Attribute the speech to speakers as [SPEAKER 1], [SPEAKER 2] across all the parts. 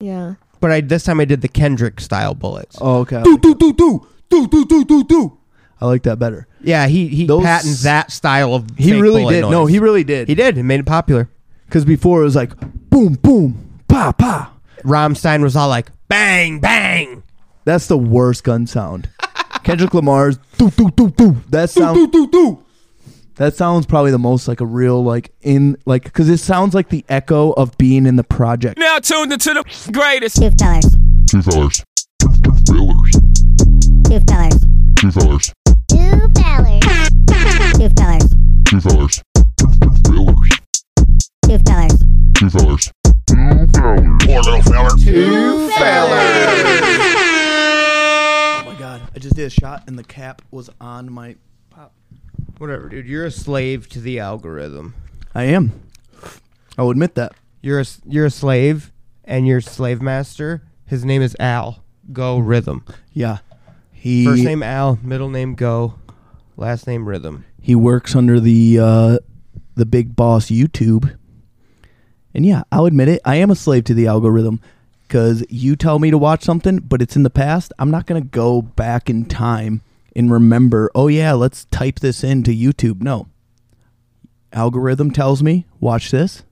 [SPEAKER 1] Yeah.
[SPEAKER 2] But I this time I did the Kendrick style bullets.
[SPEAKER 3] Oh, okay. I
[SPEAKER 2] Do
[SPEAKER 3] like,
[SPEAKER 2] do do do do do do do do.
[SPEAKER 3] I like that better.
[SPEAKER 2] Yeah, he he
[SPEAKER 3] Those-
[SPEAKER 2] patents that style of.
[SPEAKER 3] He
[SPEAKER 2] fake
[SPEAKER 3] really
[SPEAKER 2] bullet
[SPEAKER 3] did.
[SPEAKER 2] Noise.
[SPEAKER 3] No, he really did.
[SPEAKER 2] he did. He made it popular.
[SPEAKER 3] Because before it was like boom, boom, pa, pa.
[SPEAKER 2] Rammstein was all like bang bang.
[SPEAKER 3] That's the worst gun sound. Kendrick Lamar's doo doo doo doo. That sound
[SPEAKER 2] do do.
[SPEAKER 3] that sounds probably the most like a real like in like because it sounds like the echo of being in the project.
[SPEAKER 4] Now tuned into the greatest.
[SPEAKER 5] Two fellers.
[SPEAKER 6] Two fellers. Two fellers.
[SPEAKER 5] Two fellers.
[SPEAKER 6] Two fellers.
[SPEAKER 5] Two fellers. Two fellers.
[SPEAKER 6] Two fellers. Two fellers.
[SPEAKER 5] Two fellers.
[SPEAKER 6] Two fellers. Two fellers. Poor little feller. Two fellers.
[SPEAKER 3] Oh my god! I just did a shot and the cap was on my.
[SPEAKER 2] Whatever, dude. You're a slave to the algorithm.
[SPEAKER 3] I am. I'll admit that.
[SPEAKER 2] You're a s- you're a slave, and your slave master. His name is Al. Go rhythm.
[SPEAKER 3] Yeah. He
[SPEAKER 2] First name Al, middle name Go, last name Rhythm.
[SPEAKER 3] he works under the uh, the big boss YouTube. And yeah, I'll admit it. I am a slave to the algorithm because you tell me to watch something, but it's in the past. I'm not gonna go back in time and remember. Oh yeah, let's type this into YouTube. No, algorithm tells me watch this.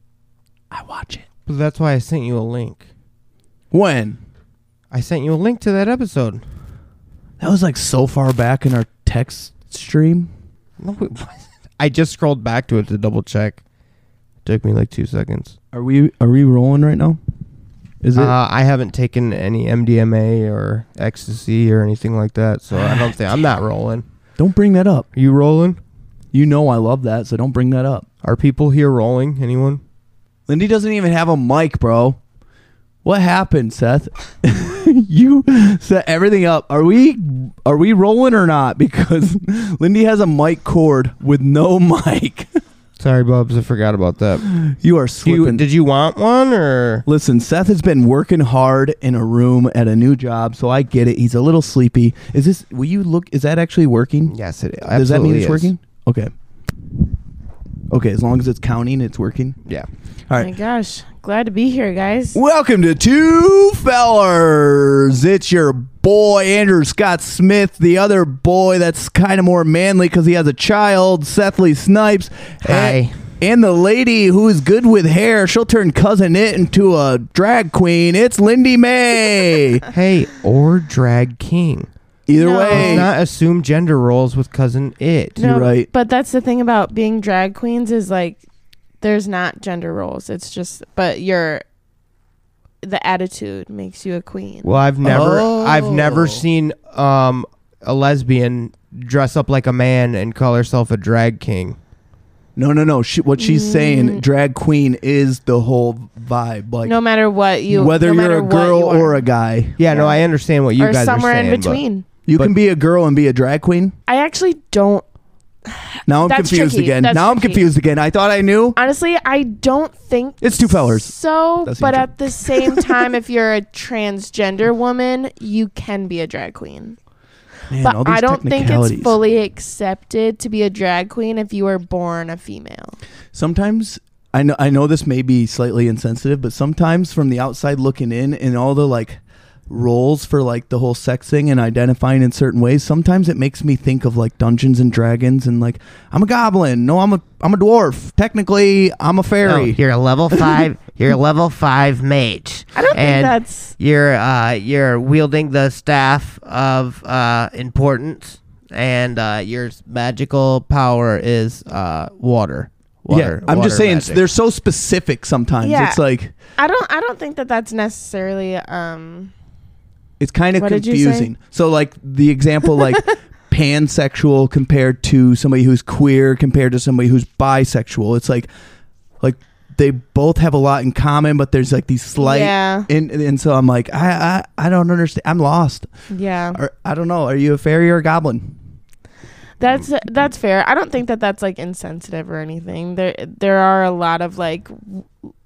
[SPEAKER 3] I watch it.
[SPEAKER 2] But that's why I sent you a link.
[SPEAKER 3] When
[SPEAKER 2] I sent you a link to that episode.
[SPEAKER 3] that was like so far back in our text stream.
[SPEAKER 2] No, it wasn't. I just scrolled back to it to double check. took me like two seconds.
[SPEAKER 3] Are we are we rolling right now? Is it?
[SPEAKER 2] Uh, I haven't taken any MDMA or ecstasy or anything like that, so I don't think I'm not rolling.
[SPEAKER 3] don't bring that up.
[SPEAKER 2] Are you rolling?
[SPEAKER 3] You know I love that, so don't bring that up.
[SPEAKER 2] Are people here rolling? Anyone?
[SPEAKER 3] Lindy doesn't even have a mic, bro. What happened, Seth? you set everything up. Are we are we rolling or not? Because Lindy has a mic cord with no mic.
[SPEAKER 2] Sorry, Bubs, I forgot about that.
[SPEAKER 3] you are
[SPEAKER 2] Do you,
[SPEAKER 3] slipping.
[SPEAKER 2] did you want one or?
[SPEAKER 3] Listen, Seth has been working hard in a room at a new job, so I get it. He's a little sleepy. Is this? Will you look? Is that actually working?
[SPEAKER 2] Yes, it
[SPEAKER 3] Does that mean
[SPEAKER 2] absolutely
[SPEAKER 3] it's
[SPEAKER 2] is.
[SPEAKER 3] working? Okay. Okay, as long as it's counting, it's working.
[SPEAKER 2] Yeah.
[SPEAKER 3] All
[SPEAKER 1] my
[SPEAKER 3] right.
[SPEAKER 1] gosh. Glad to be here, guys.
[SPEAKER 3] Welcome to Two Fellers. It's your boy, Andrew Scott Smith, the other boy that's kind of more manly because he has a child, Seth Lee Snipes. And,
[SPEAKER 2] Hi.
[SPEAKER 3] and the lady who is good with hair, she'll turn Cousin It into a drag queen. It's Lindy May.
[SPEAKER 2] Hey, or drag king.
[SPEAKER 3] Either
[SPEAKER 1] No.
[SPEAKER 3] way,
[SPEAKER 2] Let's not assume gender roles with cousin it.
[SPEAKER 1] No,
[SPEAKER 3] You're right.
[SPEAKER 1] But that's the thing about being drag queens is like there's not gender roles. It's just but your the attitude makes you a queen.
[SPEAKER 2] Well, I've never I've
[SPEAKER 3] Oh.
[SPEAKER 2] never seen um a lesbian dress up like a man and call herself a drag king.
[SPEAKER 3] no, no, no. She, what she's
[SPEAKER 1] Mm.
[SPEAKER 3] saying, drag queen is the whole vibe. Like,
[SPEAKER 1] no matter what you
[SPEAKER 3] whether
[SPEAKER 1] no
[SPEAKER 3] you're
[SPEAKER 1] matter
[SPEAKER 3] a
[SPEAKER 1] what
[SPEAKER 3] girl
[SPEAKER 1] you are.
[SPEAKER 3] or a guy,
[SPEAKER 2] Yeah, no, I understand what you
[SPEAKER 1] or
[SPEAKER 2] guys
[SPEAKER 1] somewhere
[SPEAKER 2] are saying.
[SPEAKER 1] in
[SPEAKER 2] but-
[SPEAKER 1] between.
[SPEAKER 3] you
[SPEAKER 2] But-
[SPEAKER 3] can be a girl and be a drag queen.
[SPEAKER 1] I actually don't
[SPEAKER 3] Now I'm
[SPEAKER 1] That's
[SPEAKER 3] confused
[SPEAKER 1] tricky.
[SPEAKER 3] again.
[SPEAKER 1] That's
[SPEAKER 3] now I'm
[SPEAKER 1] tricky.
[SPEAKER 3] confused again. I thought I knew.
[SPEAKER 1] honestly I don't think
[SPEAKER 3] It's two fellers.
[SPEAKER 1] So
[SPEAKER 3] That's the
[SPEAKER 1] but
[SPEAKER 3] intro.
[SPEAKER 1] at the same time if you're a transgender woman, you can be a drag queen.
[SPEAKER 3] Man, all
[SPEAKER 1] but
[SPEAKER 3] these
[SPEAKER 1] I don't think it's
[SPEAKER 3] technicalities.
[SPEAKER 1] fully accepted to be a drag queen if you were born a female.
[SPEAKER 3] Sometimes I know I know this may be slightly insensitive, but sometimes from the outside looking in and all the like roles for like the whole sex thing and identifying in certain ways, sometimes it makes me think of like Dungeons and Dragons and like I'm a goblin. No, I'm a I'm a dwarf. Technically, I'm
[SPEAKER 7] No,
[SPEAKER 3] a
[SPEAKER 2] Oh.
[SPEAKER 3] fairy.
[SPEAKER 7] you're a level five. you're a level five mage.
[SPEAKER 1] I don't
[SPEAKER 7] and
[SPEAKER 1] think that's
[SPEAKER 7] you're uh, you're wielding the staff of uh, importance, and uh, your s- magical power is uh, water.
[SPEAKER 3] yeah,
[SPEAKER 7] Water.
[SPEAKER 3] I'm
[SPEAKER 7] water
[SPEAKER 3] just saying
[SPEAKER 7] magic.
[SPEAKER 3] they're so specific sometimes.
[SPEAKER 1] Yeah.
[SPEAKER 3] It's like
[SPEAKER 1] I don't. I don't think that that's necessarily. Um.
[SPEAKER 3] It's kind of
[SPEAKER 1] What did you say?
[SPEAKER 3] confusing. So like the example like pansexual compared to somebody who's queer compared to somebody who's bisexual. It's like like they both have a lot in common, but there's like these slight
[SPEAKER 1] Yeah.
[SPEAKER 3] and and so I'm like I I, I don't understand. I'm lost.
[SPEAKER 1] Yeah.
[SPEAKER 3] Or, I don't know. Are you a fairy or a goblin?
[SPEAKER 1] That's that's fair. I don't think that that's like insensitive or anything. There there are a lot of like w-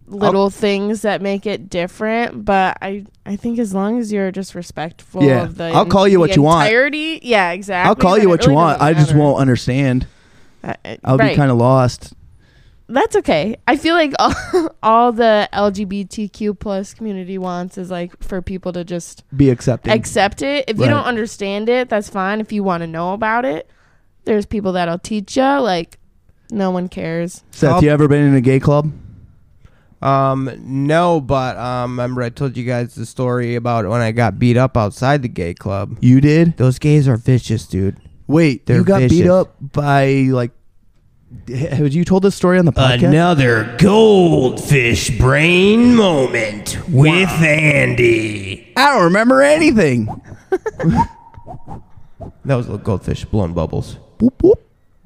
[SPEAKER 3] Oh.
[SPEAKER 1] little things that make it different, but I I think as long as you're just respectful
[SPEAKER 3] Yeah.
[SPEAKER 1] of the
[SPEAKER 3] I'll call you
[SPEAKER 1] the
[SPEAKER 3] what you want.
[SPEAKER 1] entirety, Yeah. Exactly.
[SPEAKER 3] I'll call
[SPEAKER 1] then
[SPEAKER 3] you
[SPEAKER 1] it
[SPEAKER 3] what
[SPEAKER 1] really
[SPEAKER 3] you want.
[SPEAKER 1] doesn't
[SPEAKER 3] I just
[SPEAKER 1] matter.
[SPEAKER 3] won't understand.
[SPEAKER 1] Uh, uh,
[SPEAKER 3] I'll
[SPEAKER 1] right.
[SPEAKER 3] be kind of lost.
[SPEAKER 1] that's okay. I feel like all, all the LGBTQ plus community wants is like for people to just
[SPEAKER 3] Be accepting.
[SPEAKER 1] accept it. If you
[SPEAKER 3] Right.
[SPEAKER 1] don't understand it, that's fine. If you want to know about it, there's people that'll teach you. Like, no one cares.
[SPEAKER 3] Seth, you ever been in a gay club?
[SPEAKER 2] Um, no, but um, remember I told you guys the story about when I got beat up outside the gay club.
[SPEAKER 3] You did.
[SPEAKER 2] Those gays are vicious, dude.
[SPEAKER 3] Wait,
[SPEAKER 2] They're
[SPEAKER 3] you got beat
[SPEAKER 2] vicious.
[SPEAKER 3] up by like. Have you told this story on the
[SPEAKER 2] Uh,
[SPEAKER 3] podcast?
[SPEAKER 7] Another goldfish brain moment with Andy.
[SPEAKER 3] I don't remember anything.
[SPEAKER 2] That was little goldfish blowing bubbles.
[SPEAKER 3] Boop, boop,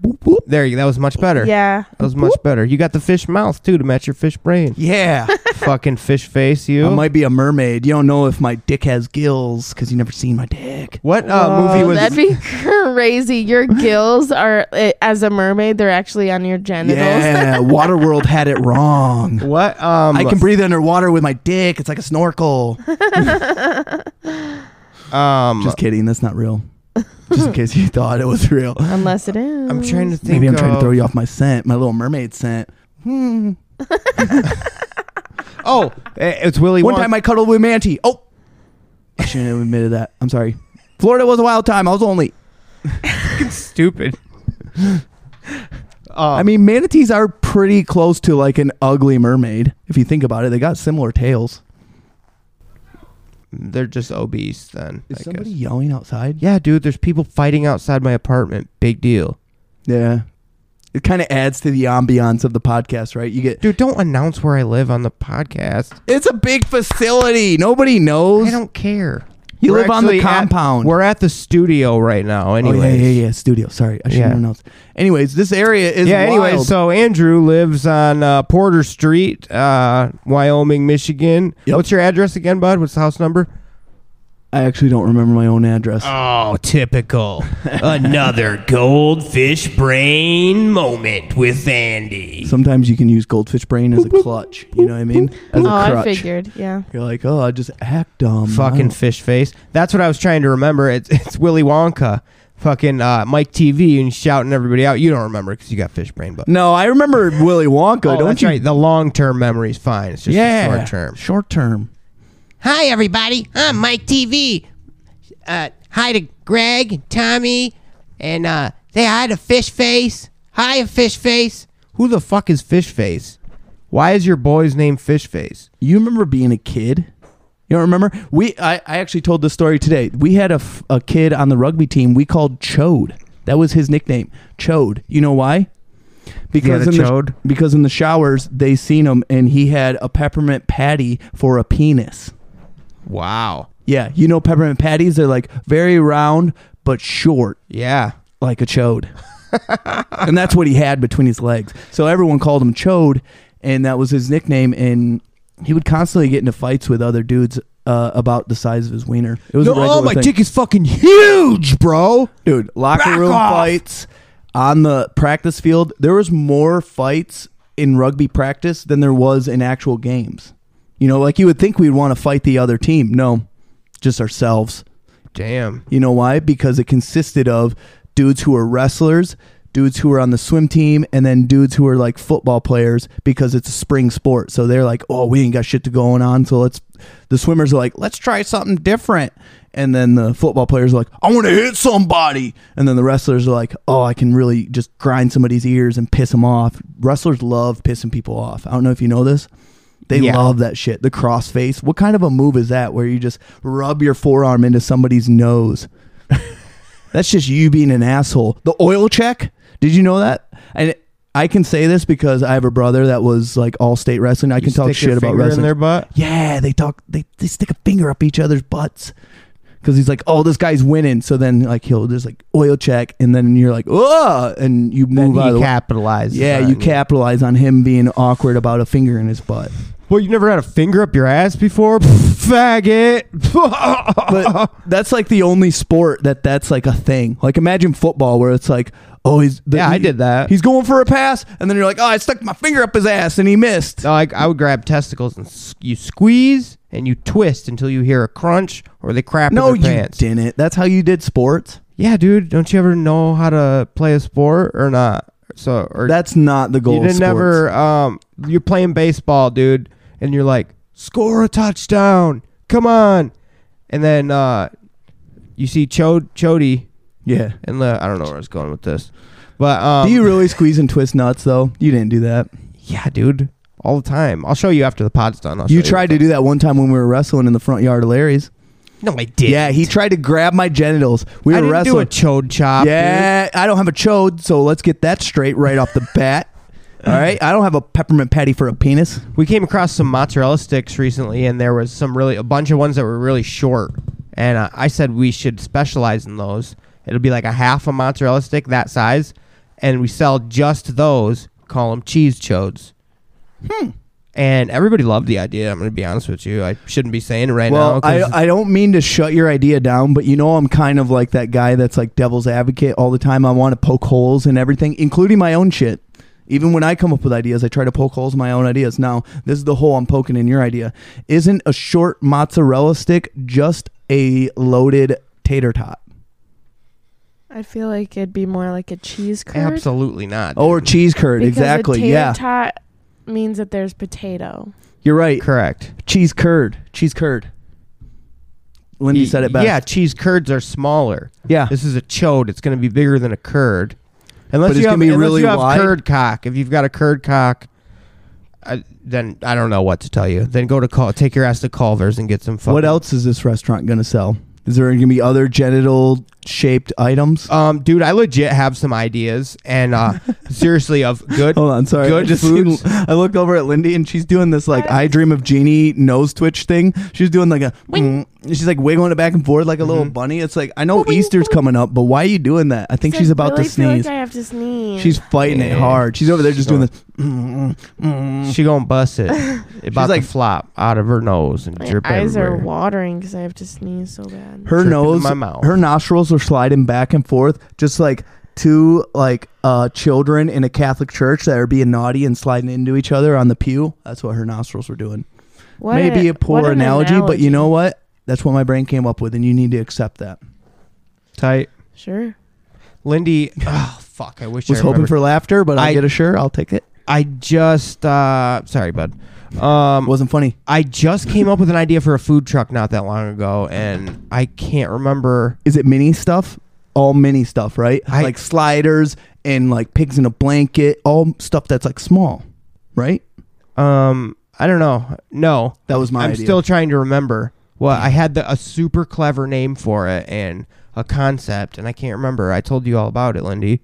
[SPEAKER 3] boop, boop.
[SPEAKER 2] There you. That was much better.
[SPEAKER 1] Yeah.
[SPEAKER 2] That was much better. You got the fish mouth too to match your fish brain.
[SPEAKER 3] Yeah,
[SPEAKER 2] Fucking fish face, you.
[SPEAKER 3] I might be a mermaid. You don't know if my dick has gills because you never seen my dick.
[SPEAKER 2] what uh, movie
[SPEAKER 1] Oh,
[SPEAKER 2] was?
[SPEAKER 1] that'd be crazy. Your gills are, eh, as a mermaid, they're actually on your genitals.
[SPEAKER 3] Yeah, Waterworld had it wrong.
[SPEAKER 2] what um?
[SPEAKER 3] I can breathe underwater with my dick. It's like a snorkel.
[SPEAKER 2] um.
[SPEAKER 3] Just kidding. That's not real. Just in case you thought it was real.
[SPEAKER 1] Unless it is.
[SPEAKER 2] I'm trying to think. uh,
[SPEAKER 3] Maybe I'm trying to
[SPEAKER 2] of-
[SPEAKER 3] throw you off my scent, my little mermaid scent. Hmm.
[SPEAKER 2] Oh, eh, it's Willy.
[SPEAKER 3] One
[SPEAKER 2] Wonka.
[SPEAKER 3] time I cuddled with Manti. Oh, I shouldn't have admitted that. I'm sorry. Florida was a wild time. I was only.
[SPEAKER 2] stupid.
[SPEAKER 3] I mean, manatees are pretty close to like an ugly mermaid. If you think about it, they got similar tails.
[SPEAKER 2] They're just obese then.
[SPEAKER 3] Is
[SPEAKER 2] I
[SPEAKER 3] somebody
[SPEAKER 2] guess.
[SPEAKER 3] yelling outside?
[SPEAKER 2] Yeah, dude. There's people fighting outside my apartment. Big deal.
[SPEAKER 3] Yeah. It kind of adds to the ambiance of the podcast, right? You get
[SPEAKER 2] Dude, don't announce where I live on the podcast.
[SPEAKER 3] it's a big facility. Nobody knows.
[SPEAKER 2] I don't care.
[SPEAKER 3] You live on the
[SPEAKER 2] actually at-
[SPEAKER 3] compound.
[SPEAKER 2] we're at the studio right now.
[SPEAKER 3] Oh,
[SPEAKER 2] Anyway.
[SPEAKER 3] yeah, yeah, yeah. Studio. Sorry, I should
[SPEAKER 2] Yeah.
[SPEAKER 3] have announced. Anyways, this area is
[SPEAKER 2] yeah anyway
[SPEAKER 3] wild.
[SPEAKER 2] so andrew lives on uh, porter street uh, wyoming michigan
[SPEAKER 3] Yep.
[SPEAKER 2] what's your address again bud what's the house number
[SPEAKER 3] I actually don't remember my own address.
[SPEAKER 7] Oh, typical. Another goldfish brain moment with Andy.
[SPEAKER 3] Sometimes you can use goldfish brain as a clutch. You know what I mean? As a
[SPEAKER 1] Oh, I
[SPEAKER 3] crutch.
[SPEAKER 1] figured. Yeah.
[SPEAKER 3] You're like, oh, I just act dumb.
[SPEAKER 2] fucking
[SPEAKER 3] I
[SPEAKER 2] fish face that's what i was trying to remember it's, it's willy wonka fucking uh, mike tv and shouting everybody out you don't remember because you got fish brain but
[SPEAKER 3] don't- no, I remember Willy Wonka.
[SPEAKER 2] Oh,
[SPEAKER 3] don't
[SPEAKER 2] that's
[SPEAKER 3] you?
[SPEAKER 2] right. The long term memory is fine. It's just
[SPEAKER 3] Yeah,
[SPEAKER 2] the short term.
[SPEAKER 3] Short term.
[SPEAKER 7] Hi, everybody. I'm Mike TV. Uh, hi to Greg, Tommy, and uh, say hi to Fish Face. Hi, Fish Face.
[SPEAKER 2] Who the fuck is Fish Face? Why is your boy's name Fish Face?
[SPEAKER 3] You remember being a kid? You don't remember? We I, I actually told this story today. We had a, f- a kid on the rugby team we called Chode. That was his nickname, Chode. You know why? Because
[SPEAKER 2] the
[SPEAKER 3] in
[SPEAKER 2] chode.
[SPEAKER 3] The, because in the showers they seen him and he had a peppermint patty for a penis.
[SPEAKER 2] Wow.
[SPEAKER 3] Yeah, you know peppermint patties. They're like very round but short,
[SPEAKER 2] Yeah.
[SPEAKER 3] like a chode. and that's what he had between his legs. So everyone called him Chode, and that was his nickname. And he would constantly get into fights with other dudes uh, about the size of his wiener. It was a regular
[SPEAKER 2] oh, my
[SPEAKER 3] thing.
[SPEAKER 2] dick is fucking huge, bro.
[SPEAKER 3] dude. Locker
[SPEAKER 2] Back
[SPEAKER 3] room
[SPEAKER 2] off.
[SPEAKER 3] fights on the practice field. There was more fights in rugby practice than there was in actual games. You know, like you would think we'd want to fight the other team. No, just ourselves.
[SPEAKER 2] Damn.
[SPEAKER 3] You know why? Because it consisted of dudes who were wrestlers, dudes who were on the swim team, and then dudes who were like football players because it's a spring sport. So they're like, oh, we ain't got shit to going on. So let's, the swimmers are like, let's try something different. And then the football players are like, I want to hit somebody. And then the wrestlers are like, oh, I can really just grind somebody's ears and piss them off. Wrestlers love pissing people off. I don't know if you know this. They
[SPEAKER 2] Yeah.
[SPEAKER 3] love that shit. The crossface. What kind of a move is that where you just rub your forearm into somebody's nose? That's just you being an asshole. The oil check. Did you know that? And I can say this because I have a brother that was like all state wrestling. I can talk
[SPEAKER 2] Stick your
[SPEAKER 3] shit about
[SPEAKER 2] finger in
[SPEAKER 3] wrestling.
[SPEAKER 2] their butt.
[SPEAKER 3] Yeah, they talk. They, they stick a finger up each other's butts because he's like, "Oh, this guy's winning." So then, like, he'll there's like oil check, and then you're like, "Oh," and you
[SPEAKER 2] Then
[SPEAKER 3] move out of
[SPEAKER 2] he
[SPEAKER 3] the way.
[SPEAKER 2] capitalizes.
[SPEAKER 3] Yeah,
[SPEAKER 2] on
[SPEAKER 3] you capitalize on him being awkward about a finger in his butt.
[SPEAKER 2] Well, you never had a finger up your ass before, faggot.
[SPEAKER 3] but that's like the only sport that that's like a thing. Like imagine football where it's like, oh, he's the,
[SPEAKER 2] Yeah, I did that.
[SPEAKER 3] He's going for a pass, and then you're like, oh, I stuck my finger up his ass and he missed.
[SPEAKER 2] No, I, I would grab testicles and s- you squeeze and you twist until you hear a crunch or they crap
[SPEAKER 3] no,
[SPEAKER 2] in
[SPEAKER 3] you
[SPEAKER 2] their pants.
[SPEAKER 3] didn't. That's how you did sports.
[SPEAKER 2] Yeah, dude, don't you ever know how to play a sport or not? So or
[SPEAKER 3] That's not the goal.
[SPEAKER 2] you
[SPEAKER 3] of
[SPEAKER 2] didn't
[SPEAKER 3] sports.
[SPEAKER 2] never um you're playing baseball, dude, and you're like, score a touchdown. Come on. And then uh you see Chod Chody
[SPEAKER 3] Yeah.
[SPEAKER 2] and the, I don't know where I was going with this. But um
[SPEAKER 3] do you really squeeze and twist nuts though? You didn't do that.
[SPEAKER 2] Yeah, dude. All the time. I'll show you after the pod's done. I'll show
[SPEAKER 3] You tried to do that one time when we were wrestling in the front yard of Larry's.
[SPEAKER 2] No, I did.
[SPEAKER 3] Yeah, he tried to grab my genitals. We
[SPEAKER 2] I
[SPEAKER 3] were
[SPEAKER 2] didn't
[SPEAKER 3] wrestling.
[SPEAKER 2] do a chode chop. dude.
[SPEAKER 3] yeah, I don't have a chode, so let's get that straight right off the bat. All right, I don't have a peppermint patty for a penis.
[SPEAKER 2] We came across some mozzarella sticks recently, and there was some really a bunch of ones that were really short. And uh, I said we should specialize in those. It'll be like a half a mozzarella stick that size, and we sell just those. Call them cheese chodes. Hmm. And everybody loved the idea. I'm going to be honest with you. I shouldn't be saying it right
[SPEAKER 3] Well,
[SPEAKER 2] now. 'cause-
[SPEAKER 3] I, I don't mean to shut your idea down, but you know I'm kind of like that guy that's like devil's advocate all the time. I want to poke holes in everything, including my own shit. Even when I come up with ideas, I try to poke holes in my own ideas. Now, this is the hole I'm poking in your idea. Isn't a short mozzarella stick just a loaded tater tot?
[SPEAKER 1] I feel like it'd be more like a cheese curd.
[SPEAKER 2] absolutely not.
[SPEAKER 3] Oh, Or
[SPEAKER 2] dude.
[SPEAKER 3] cheese curd,
[SPEAKER 1] Because A
[SPEAKER 3] exactly.
[SPEAKER 1] tater
[SPEAKER 3] Yeah.
[SPEAKER 1] tot means that there's potato.
[SPEAKER 3] You're right.
[SPEAKER 2] correct.
[SPEAKER 3] Cheese curd. Cheese curd. Lindy said it best. Ah.
[SPEAKER 2] Yeah, cheese curds are smaller.
[SPEAKER 3] Yeah.
[SPEAKER 2] This is a chode. It's going to be bigger than a curd. Unless
[SPEAKER 3] But it's
[SPEAKER 2] you have,
[SPEAKER 3] gonna be
[SPEAKER 2] unless
[SPEAKER 3] really
[SPEAKER 2] you have
[SPEAKER 3] wide?
[SPEAKER 2] curd cock. If you've got a curd cock, I, then I don't know what to tell you. Then go to call. Take your ass to Culver's and get some. Fucking,
[SPEAKER 3] What else is this restaurant going to sell? Is there going to be other genital shaped items?
[SPEAKER 2] Um, dude, I legit have some ideas and uh, seriously of good.
[SPEAKER 3] Hold on, sorry. I
[SPEAKER 2] Good
[SPEAKER 3] just
[SPEAKER 2] food.
[SPEAKER 3] seen- I looked over at Lindy and she's doing this like I dream of Jeannie nose twitch thing. She's doing like a
[SPEAKER 1] Wing.
[SPEAKER 3] mm, and she's like wiggling it back and forth like a little bunny. It's like I know
[SPEAKER 1] Wing,
[SPEAKER 3] Easter's
[SPEAKER 1] wing.
[SPEAKER 3] coming up, but why are you doing that? I think
[SPEAKER 1] So
[SPEAKER 3] she's
[SPEAKER 1] I
[SPEAKER 3] about
[SPEAKER 1] really
[SPEAKER 3] to
[SPEAKER 1] feel like
[SPEAKER 3] sneeze.
[SPEAKER 1] I have to sneeze.
[SPEAKER 3] She's fighting it
[SPEAKER 2] Yeah.
[SPEAKER 3] hard. She's over there just doing
[SPEAKER 2] Sure.
[SPEAKER 3] this. mm, mm, mm.
[SPEAKER 2] She gonna bust it. About
[SPEAKER 3] like-
[SPEAKER 2] to flop out of her nose and
[SPEAKER 1] my
[SPEAKER 2] drip
[SPEAKER 1] eyes are
[SPEAKER 2] everywhere.
[SPEAKER 1] watering because I have to sneeze so bad.
[SPEAKER 3] Her
[SPEAKER 2] Dripping in
[SPEAKER 3] nose,
[SPEAKER 2] my mouth.
[SPEAKER 3] her nostrils are sliding back and forth, just like two like uh children in a Catholic church that are being naughty and sliding into each other on the pew. That's what her nostrils were doing.
[SPEAKER 1] What
[SPEAKER 3] Maybe a poor
[SPEAKER 1] what an
[SPEAKER 3] analogy, but you know what? That's what my brain came up with, and you need to accept that.
[SPEAKER 2] tight.
[SPEAKER 1] Sure.
[SPEAKER 2] Lindy, oh fuck! I wish
[SPEAKER 3] Was
[SPEAKER 2] I
[SPEAKER 3] hoping
[SPEAKER 2] remembered.
[SPEAKER 3] for laughter, but I
[SPEAKER 2] I-
[SPEAKER 3] get a sure. I'll take it.
[SPEAKER 2] I just uh sorry, bud. Um
[SPEAKER 3] Wasn't funny.
[SPEAKER 2] I just came up with an idea for a food truck not that long ago and I can't remember
[SPEAKER 3] Is it mini stuff? All mini stuff, right?
[SPEAKER 2] I-
[SPEAKER 3] like sliders and like pigs in a blanket. All stuff that's like small, right?
[SPEAKER 2] um I don't know. No.
[SPEAKER 3] That was my
[SPEAKER 2] I'm
[SPEAKER 3] idea.
[SPEAKER 2] still trying to remember. Well, I had the, a super clever name for it and a concept and I can't remember. I told you all about it, Lindy.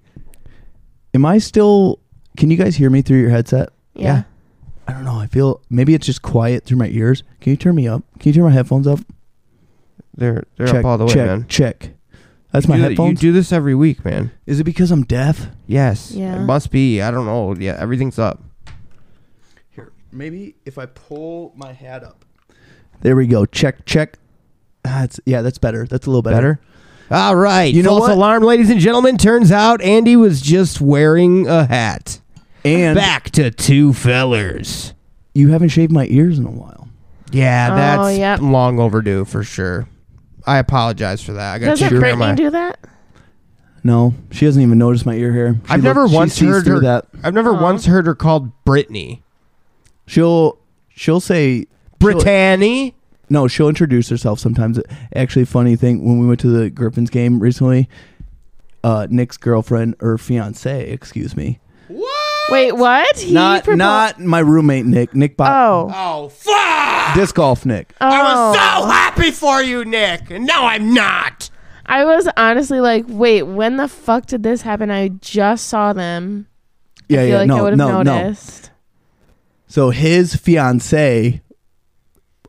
[SPEAKER 3] Am I still? Can you guys hear me through your headset?
[SPEAKER 1] Yeah.
[SPEAKER 2] Yeah.
[SPEAKER 3] I don't know. I feel maybe it's just quiet through my ears. Can you turn me up? Can you turn my headphones up?
[SPEAKER 2] They're they're
[SPEAKER 3] check,
[SPEAKER 2] up all the way,
[SPEAKER 3] check,
[SPEAKER 2] man.
[SPEAKER 3] check. That's
[SPEAKER 2] You
[SPEAKER 3] my
[SPEAKER 2] do-
[SPEAKER 3] headphones.
[SPEAKER 2] You do this every week, man.
[SPEAKER 3] Is it because I'm deaf?
[SPEAKER 2] Yes.
[SPEAKER 1] Yeah.
[SPEAKER 2] It must be. I don't know. Yeah, everything's up.
[SPEAKER 3] Here, maybe if I pull my hat up. There we go. Check, check. That's yeah, that's better. That's a little better.
[SPEAKER 2] Better? All right.
[SPEAKER 3] You know
[SPEAKER 2] False
[SPEAKER 3] what?
[SPEAKER 2] alarm, ladies and gentlemen. Turns out Andy was just wearing a hat.
[SPEAKER 3] And
[SPEAKER 2] Back to two fellers.
[SPEAKER 3] you haven't shaved my ears in a while.
[SPEAKER 2] Yeah,
[SPEAKER 1] Oh,
[SPEAKER 2] that's
[SPEAKER 1] yep.
[SPEAKER 2] long overdue for sure. I apologize for that. I got
[SPEAKER 1] Doesn't
[SPEAKER 2] cheated on
[SPEAKER 1] Brittany
[SPEAKER 2] my.
[SPEAKER 1] do that?
[SPEAKER 3] No, she doesn't even notice my ear hair. She
[SPEAKER 2] I've never
[SPEAKER 3] look- she
[SPEAKER 2] once
[SPEAKER 3] sees
[SPEAKER 2] heard
[SPEAKER 3] through
[SPEAKER 2] her.
[SPEAKER 3] that.
[SPEAKER 2] I've never
[SPEAKER 1] Aw.
[SPEAKER 2] once heard her called Brittany.
[SPEAKER 3] She'll she'll say she'll-
[SPEAKER 2] Brittany.
[SPEAKER 3] No, she'll introduce herself sometimes. Actually, funny thing when we went to the Griffins game recently, uh, Nick's girlfriend or fiance, excuse me,
[SPEAKER 1] Wait, what? He
[SPEAKER 3] not
[SPEAKER 1] propo-
[SPEAKER 3] not uh, my roommate Nick, Nick Bob,
[SPEAKER 1] Oh.
[SPEAKER 2] Oh fuck!
[SPEAKER 3] disc golf Nick.
[SPEAKER 1] Oh.
[SPEAKER 2] I was so happy for you, Nick, and now I'm not.
[SPEAKER 1] I was honestly like, wait, when the fuck did this happen? I just saw them.
[SPEAKER 3] yeah,
[SPEAKER 1] I feel
[SPEAKER 3] yeah,
[SPEAKER 1] like I
[SPEAKER 3] no,
[SPEAKER 1] would have
[SPEAKER 3] no, no.
[SPEAKER 1] noticed.
[SPEAKER 3] So his fiance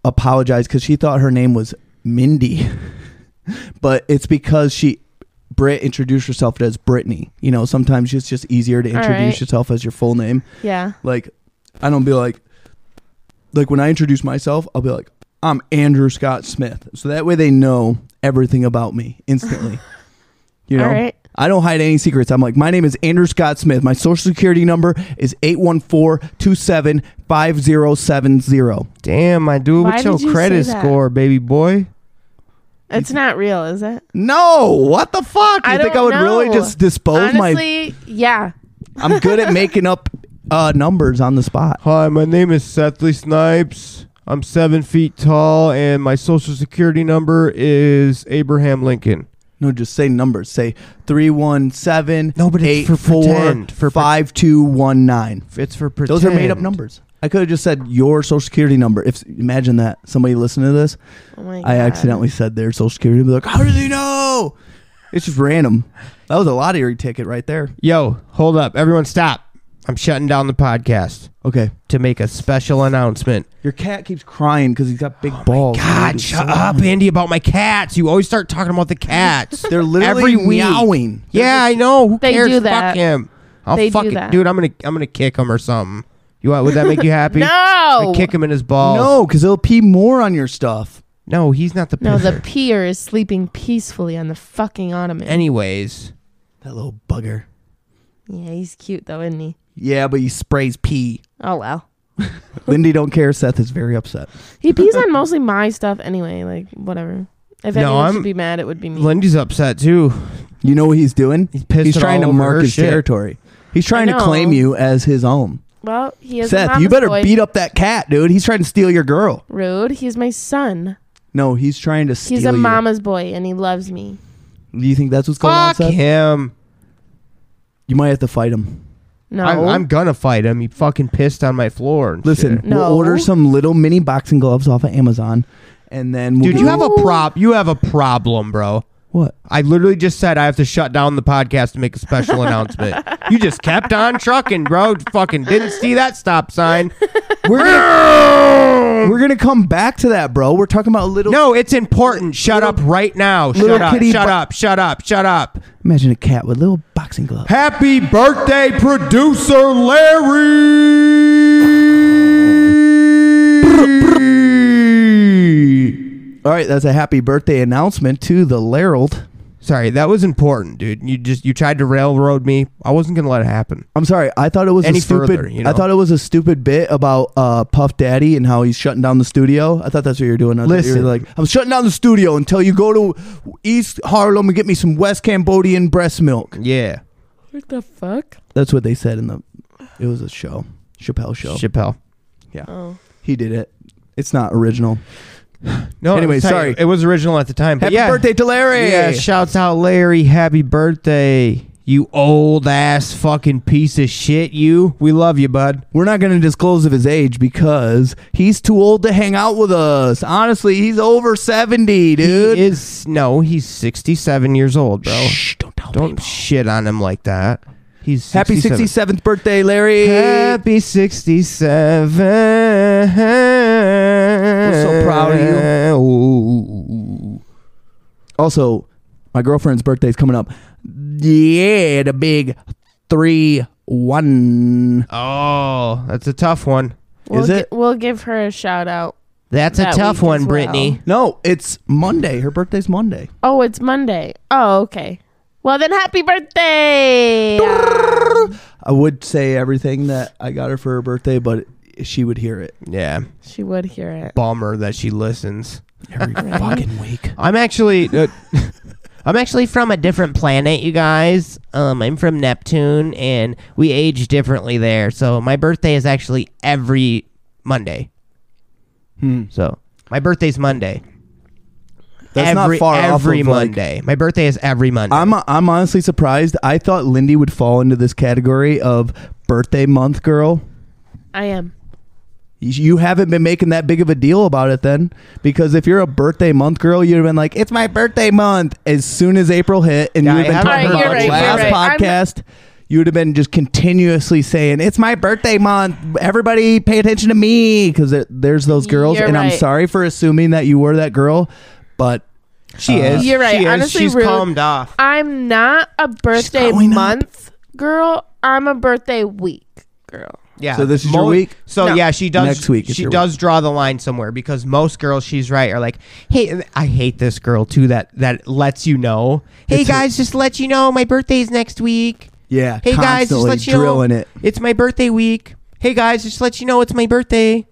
[SPEAKER 3] apologized because she thought her name was Mindy, but it's because she Britt introduced herself as Brittany. You know, sometimes it's just easier to
[SPEAKER 1] All
[SPEAKER 3] introduce
[SPEAKER 1] right.
[SPEAKER 3] yourself as your full name.
[SPEAKER 1] Yeah.
[SPEAKER 3] Like, I don't be like, like when I introduce myself, I'll be like, I'm Andrew Scott Smith. So that way they know everything about me instantly. You know,
[SPEAKER 1] All right.
[SPEAKER 3] I don't hide any secrets. I'm like, my name is Andrew Scott Smith. My social security number is 814-275-070.
[SPEAKER 2] Damn, I do.
[SPEAKER 1] Why
[SPEAKER 2] What's your
[SPEAKER 1] did you say
[SPEAKER 2] credit
[SPEAKER 1] that?
[SPEAKER 2] score, baby boy?
[SPEAKER 1] It's not real, is it?
[SPEAKER 3] No, what the fuck? You
[SPEAKER 1] I
[SPEAKER 3] think I
[SPEAKER 1] don't
[SPEAKER 3] would really
[SPEAKER 1] know.
[SPEAKER 3] just dispose my
[SPEAKER 1] honestly, yeah.
[SPEAKER 3] I'm good at making up uh, numbers on the spot.
[SPEAKER 2] Hi, my name is Sethley Snipes. I'm seven feet tall, and my social security number is Abraham Lincoln.
[SPEAKER 3] No, just say numbers. Say three one seven.
[SPEAKER 2] No, but it's for pretend, for pre-
[SPEAKER 3] five two one nine.
[SPEAKER 2] It's for pretend.
[SPEAKER 3] Those are made up numbers. I could have just said your social security number. If imagine that somebody listening to this,
[SPEAKER 1] Oh my
[SPEAKER 3] I
[SPEAKER 1] God.
[SPEAKER 3] accidentally said their social security. Be like, how did they know? It's just random. That was a lottery ticket right there.
[SPEAKER 2] Yo, hold up. Everyone stop. I'm shutting down the podcast
[SPEAKER 3] Okay,
[SPEAKER 2] to make a special announcement.
[SPEAKER 3] your cat keeps crying because he's got big balls.
[SPEAKER 2] Oh God, shut up, Andy, about my cats. You always start talking about the cats.
[SPEAKER 3] They're literally
[SPEAKER 2] Every week.
[SPEAKER 3] meowing.
[SPEAKER 2] yeah, I know. Who
[SPEAKER 1] They
[SPEAKER 2] cares?
[SPEAKER 1] do that.
[SPEAKER 2] Fuck him. I'll
[SPEAKER 1] They do
[SPEAKER 2] fucking
[SPEAKER 1] that.
[SPEAKER 2] dude. I'm gonna I'm gonna kick him or something. You want? Would that make you happy?
[SPEAKER 1] No.
[SPEAKER 2] I kick him in his balls.
[SPEAKER 3] No, because they'll pee more on your stuff.
[SPEAKER 2] no, he's not the.
[SPEAKER 1] No, the
[SPEAKER 2] pisser.
[SPEAKER 1] peer is sleeping peacefully on the fucking ottoman.
[SPEAKER 2] Anyways,
[SPEAKER 3] That little bugger.
[SPEAKER 1] yeah, he's cute though, isn't he?
[SPEAKER 3] Yeah, but he sprays pee.
[SPEAKER 1] Oh well.
[SPEAKER 3] Lindy don't care. Seth is very upset.
[SPEAKER 1] He pees on mostly my stuff anyway, like whatever. If
[SPEAKER 2] No,
[SPEAKER 1] anyone
[SPEAKER 2] I'm-
[SPEAKER 1] should be mad, it would be me.
[SPEAKER 2] Lindy's upset too.
[SPEAKER 3] You know what he's doing?
[SPEAKER 2] He's pissed it
[SPEAKER 3] trying
[SPEAKER 2] all
[SPEAKER 3] to
[SPEAKER 2] over
[SPEAKER 3] mark
[SPEAKER 2] her
[SPEAKER 3] his
[SPEAKER 2] shit.
[SPEAKER 3] territory. He's trying to
[SPEAKER 1] know.
[SPEAKER 3] claim you as his own.
[SPEAKER 1] well, he is
[SPEAKER 3] Seth,
[SPEAKER 1] a
[SPEAKER 3] you
[SPEAKER 1] mama's
[SPEAKER 3] better
[SPEAKER 1] boy.
[SPEAKER 3] beat up that cat, dude. He's trying to steal your girl.
[SPEAKER 1] Rude. He's my son.
[SPEAKER 3] No, he's trying to steal
[SPEAKER 1] He's a
[SPEAKER 3] you.
[SPEAKER 1] mama's boy, and he loves me.
[SPEAKER 3] Do you think that's what's going
[SPEAKER 2] Fuck
[SPEAKER 3] on, Seth?
[SPEAKER 2] him.
[SPEAKER 3] You might have to fight him.
[SPEAKER 1] No,
[SPEAKER 2] I'm, I'm gonna fight him. He fucking pissed on my floor. and
[SPEAKER 3] Listen,
[SPEAKER 2] shit.
[SPEAKER 1] No.
[SPEAKER 3] we'll order some little mini boxing gloves off of Amazon, and then we'll
[SPEAKER 2] dude,
[SPEAKER 3] get
[SPEAKER 2] you have a prop. You have a problem, bro.
[SPEAKER 3] what?
[SPEAKER 2] I literally just said I have to shut down the podcast to make a special announcement. You just kept on trucking, bro. Fucking didn't see that stop sign.
[SPEAKER 3] We're gonna, we're gonna come back to that, bro. We're talking about little.
[SPEAKER 2] No, it's important. Shut up right now. Shut
[SPEAKER 3] Little
[SPEAKER 2] up.
[SPEAKER 3] kitty
[SPEAKER 2] Shut
[SPEAKER 3] bu-
[SPEAKER 2] up. Shut up. Shut up.
[SPEAKER 3] Imagine a cat with little boxing gloves.
[SPEAKER 2] Happy birthday, producer Larry.
[SPEAKER 3] All right, that's a happy birthday announcement to the Lerald.
[SPEAKER 2] Sorry, that was important, dude. You just you tried to railroad me. I wasn't gonna let it happen.
[SPEAKER 3] I'm sorry. I thought it was
[SPEAKER 2] Any
[SPEAKER 3] a stupid.
[SPEAKER 2] further, you know?
[SPEAKER 3] I thought it was a stupid bit about uh, Puff Daddy and how he's shutting down the studio. I thought that's what you're doing. I thought you
[SPEAKER 2] Listen.
[SPEAKER 3] were like I'm shutting down the studio until you go to East Harlem and get me some West Cambodian breast milk.
[SPEAKER 2] Yeah,
[SPEAKER 1] what the fuck?
[SPEAKER 3] That's what they said in the. It was a show, Chappelle show.
[SPEAKER 2] Chappelle.
[SPEAKER 1] Oh,
[SPEAKER 3] he did it. It's not original.
[SPEAKER 2] No,
[SPEAKER 3] Anyway,
[SPEAKER 2] it was-
[SPEAKER 3] sorry.
[SPEAKER 2] it was original at the time. But
[SPEAKER 3] Happy
[SPEAKER 2] yeah.
[SPEAKER 3] birthday to Larry.
[SPEAKER 2] Yeah, shouts out Larry. Happy birthday, you old ass fucking piece of shit. You, we love you, bud.
[SPEAKER 3] We're not going to disclose of his age because he's too old to hang out with us. Honestly, he's over seventy, dude.
[SPEAKER 2] He is no, he's sixty-seven years old, bro.
[SPEAKER 3] Shh, don't tell
[SPEAKER 2] Don't
[SPEAKER 3] people.
[SPEAKER 2] shit on him like that. He's 67.
[SPEAKER 3] Happy 67th birthday, Larry.
[SPEAKER 2] Happy 67.
[SPEAKER 3] We're
[SPEAKER 2] We're
[SPEAKER 3] so proud of you.
[SPEAKER 2] you.
[SPEAKER 3] Also, my girlfriend's birthday's coming up. Yeah, the big three one.
[SPEAKER 2] Oh, that's a tough one.
[SPEAKER 1] we'll
[SPEAKER 3] Is
[SPEAKER 1] gi-
[SPEAKER 3] it?
[SPEAKER 1] we'll give her a shout out.
[SPEAKER 2] That's
[SPEAKER 1] That
[SPEAKER 2] a
[SPEAKER 1] week as
[SPEAKER 2] tough one,
[SPEAKER 1] well.
[SPEAKER 2] Brittany.
[SPEAKER 3] No, it's Monday. Her birthday's Monday.
[SPEAKER 1] Oh, it's Monday. Oh, okay. Well then, happy birthday.
[SPEAKER 3] I would say everything that I got her for her birthday, but she would hear it
[SPEAKER 2] Yeah,
[SPEAKER 1] she would hear it.
[SPEAKER 2] bummer that she listens.
[SPEAKER 3] every fucking week.
[SPEAKER 2] I'm actually. Uh, I'm actually from a different planet, you guys. Um, I'm from Neptune, and we age differently there. So my birthday is actually every Monday.
[SPEAKER 3] Hmm.
[SPEAKER 2] So my birthday's Monday.
[SPEAKER 3] That's
[SPEAKER 2] every,
[SPEAKER 3] not far off.
[SPEAKER 2] every
[SPEAKER 3] of, like,
[SPEAKER 2] Monday. my birthday is every Monday.
[SPEAKER 3] I'm I'm honestly surprised. I thought Lindy would fall into this category of birthday month girl.
[SPEAKER 1] I am.
[SPEAKER 3] You haven't been making that big of a deal about it then, because if you're a birthday month girl, you'd have been like, "It's my birthday month." As soon as April hit, and
[SPEAKER 2] Yeah, I
[SPEAKER 3] you've been
[SPEAKER 2] haven't
[SPEAKER 3] talking
[SPEAKER 1] heard
[SPEAKER 3] about
[SPEAKER 1] much
[SPEAKER 3] it
[SPEAKER 1] about
[SPEAKER 3] last
[SPEAKER 1] it. Right, right.
[SPEAKER 3] podcast, you would have been just continuously saying, "It's my birthday month. Everybody, pay attention to me," because there's those girls,
[SPEAKER 1] You're
[SPEAKER 3] and I'm
[SPEAKER 1] right.
[SPEAKER 3] sorry for assuming that you were that girl, but
[SPEAKER 2] she
[SPEAKER 3] uh,
[SPEAKER 2] is.
[SPEAKER 1] You're right.
[SPEAKER 2] She is.
[SPEAKER 1] Honestly,
[SPEAKER 2] she's
[SPEAKER 1] Ruth-
[SPEAKER 2] calmed off.
[SPEAKER 1] I'm not a birthday
[SPEAKER 3] growing up.
[SPEAKER 1] month girl. I'm a birthday week girl.
[SPEAKER 2] Yeah.
[SPEAKER 3] So this is your week?
[SPEAKER 2] So
[SPEAKER 1] No.
[SPEAKER 2] yeah, she does.
[SPEAKER 3] Next week is
[SPEAKER 2] she
[SPEAKER 3] your
[SPEAKER 2] does draw the line somewhere because most girls, she's right, are like, "Hey, I hate this girl too." That that lets you know. Hey
[SPEAKER 3] It's a-
[SPEAKER 2] guys, just let you know my birthday's next week.
[SPEAKER 3] yeah,
[SPEAKER 2] Hey guys, just
[SPEAKER 3] constantly
[SPEAKER 2] let you
[SPEAKER 3] drilling
[SPEAKER 2] know
[SPEAKER 3] it.
[SPEAKER 2] It's my birthday week. Hey guys, just let you know it's my birthday.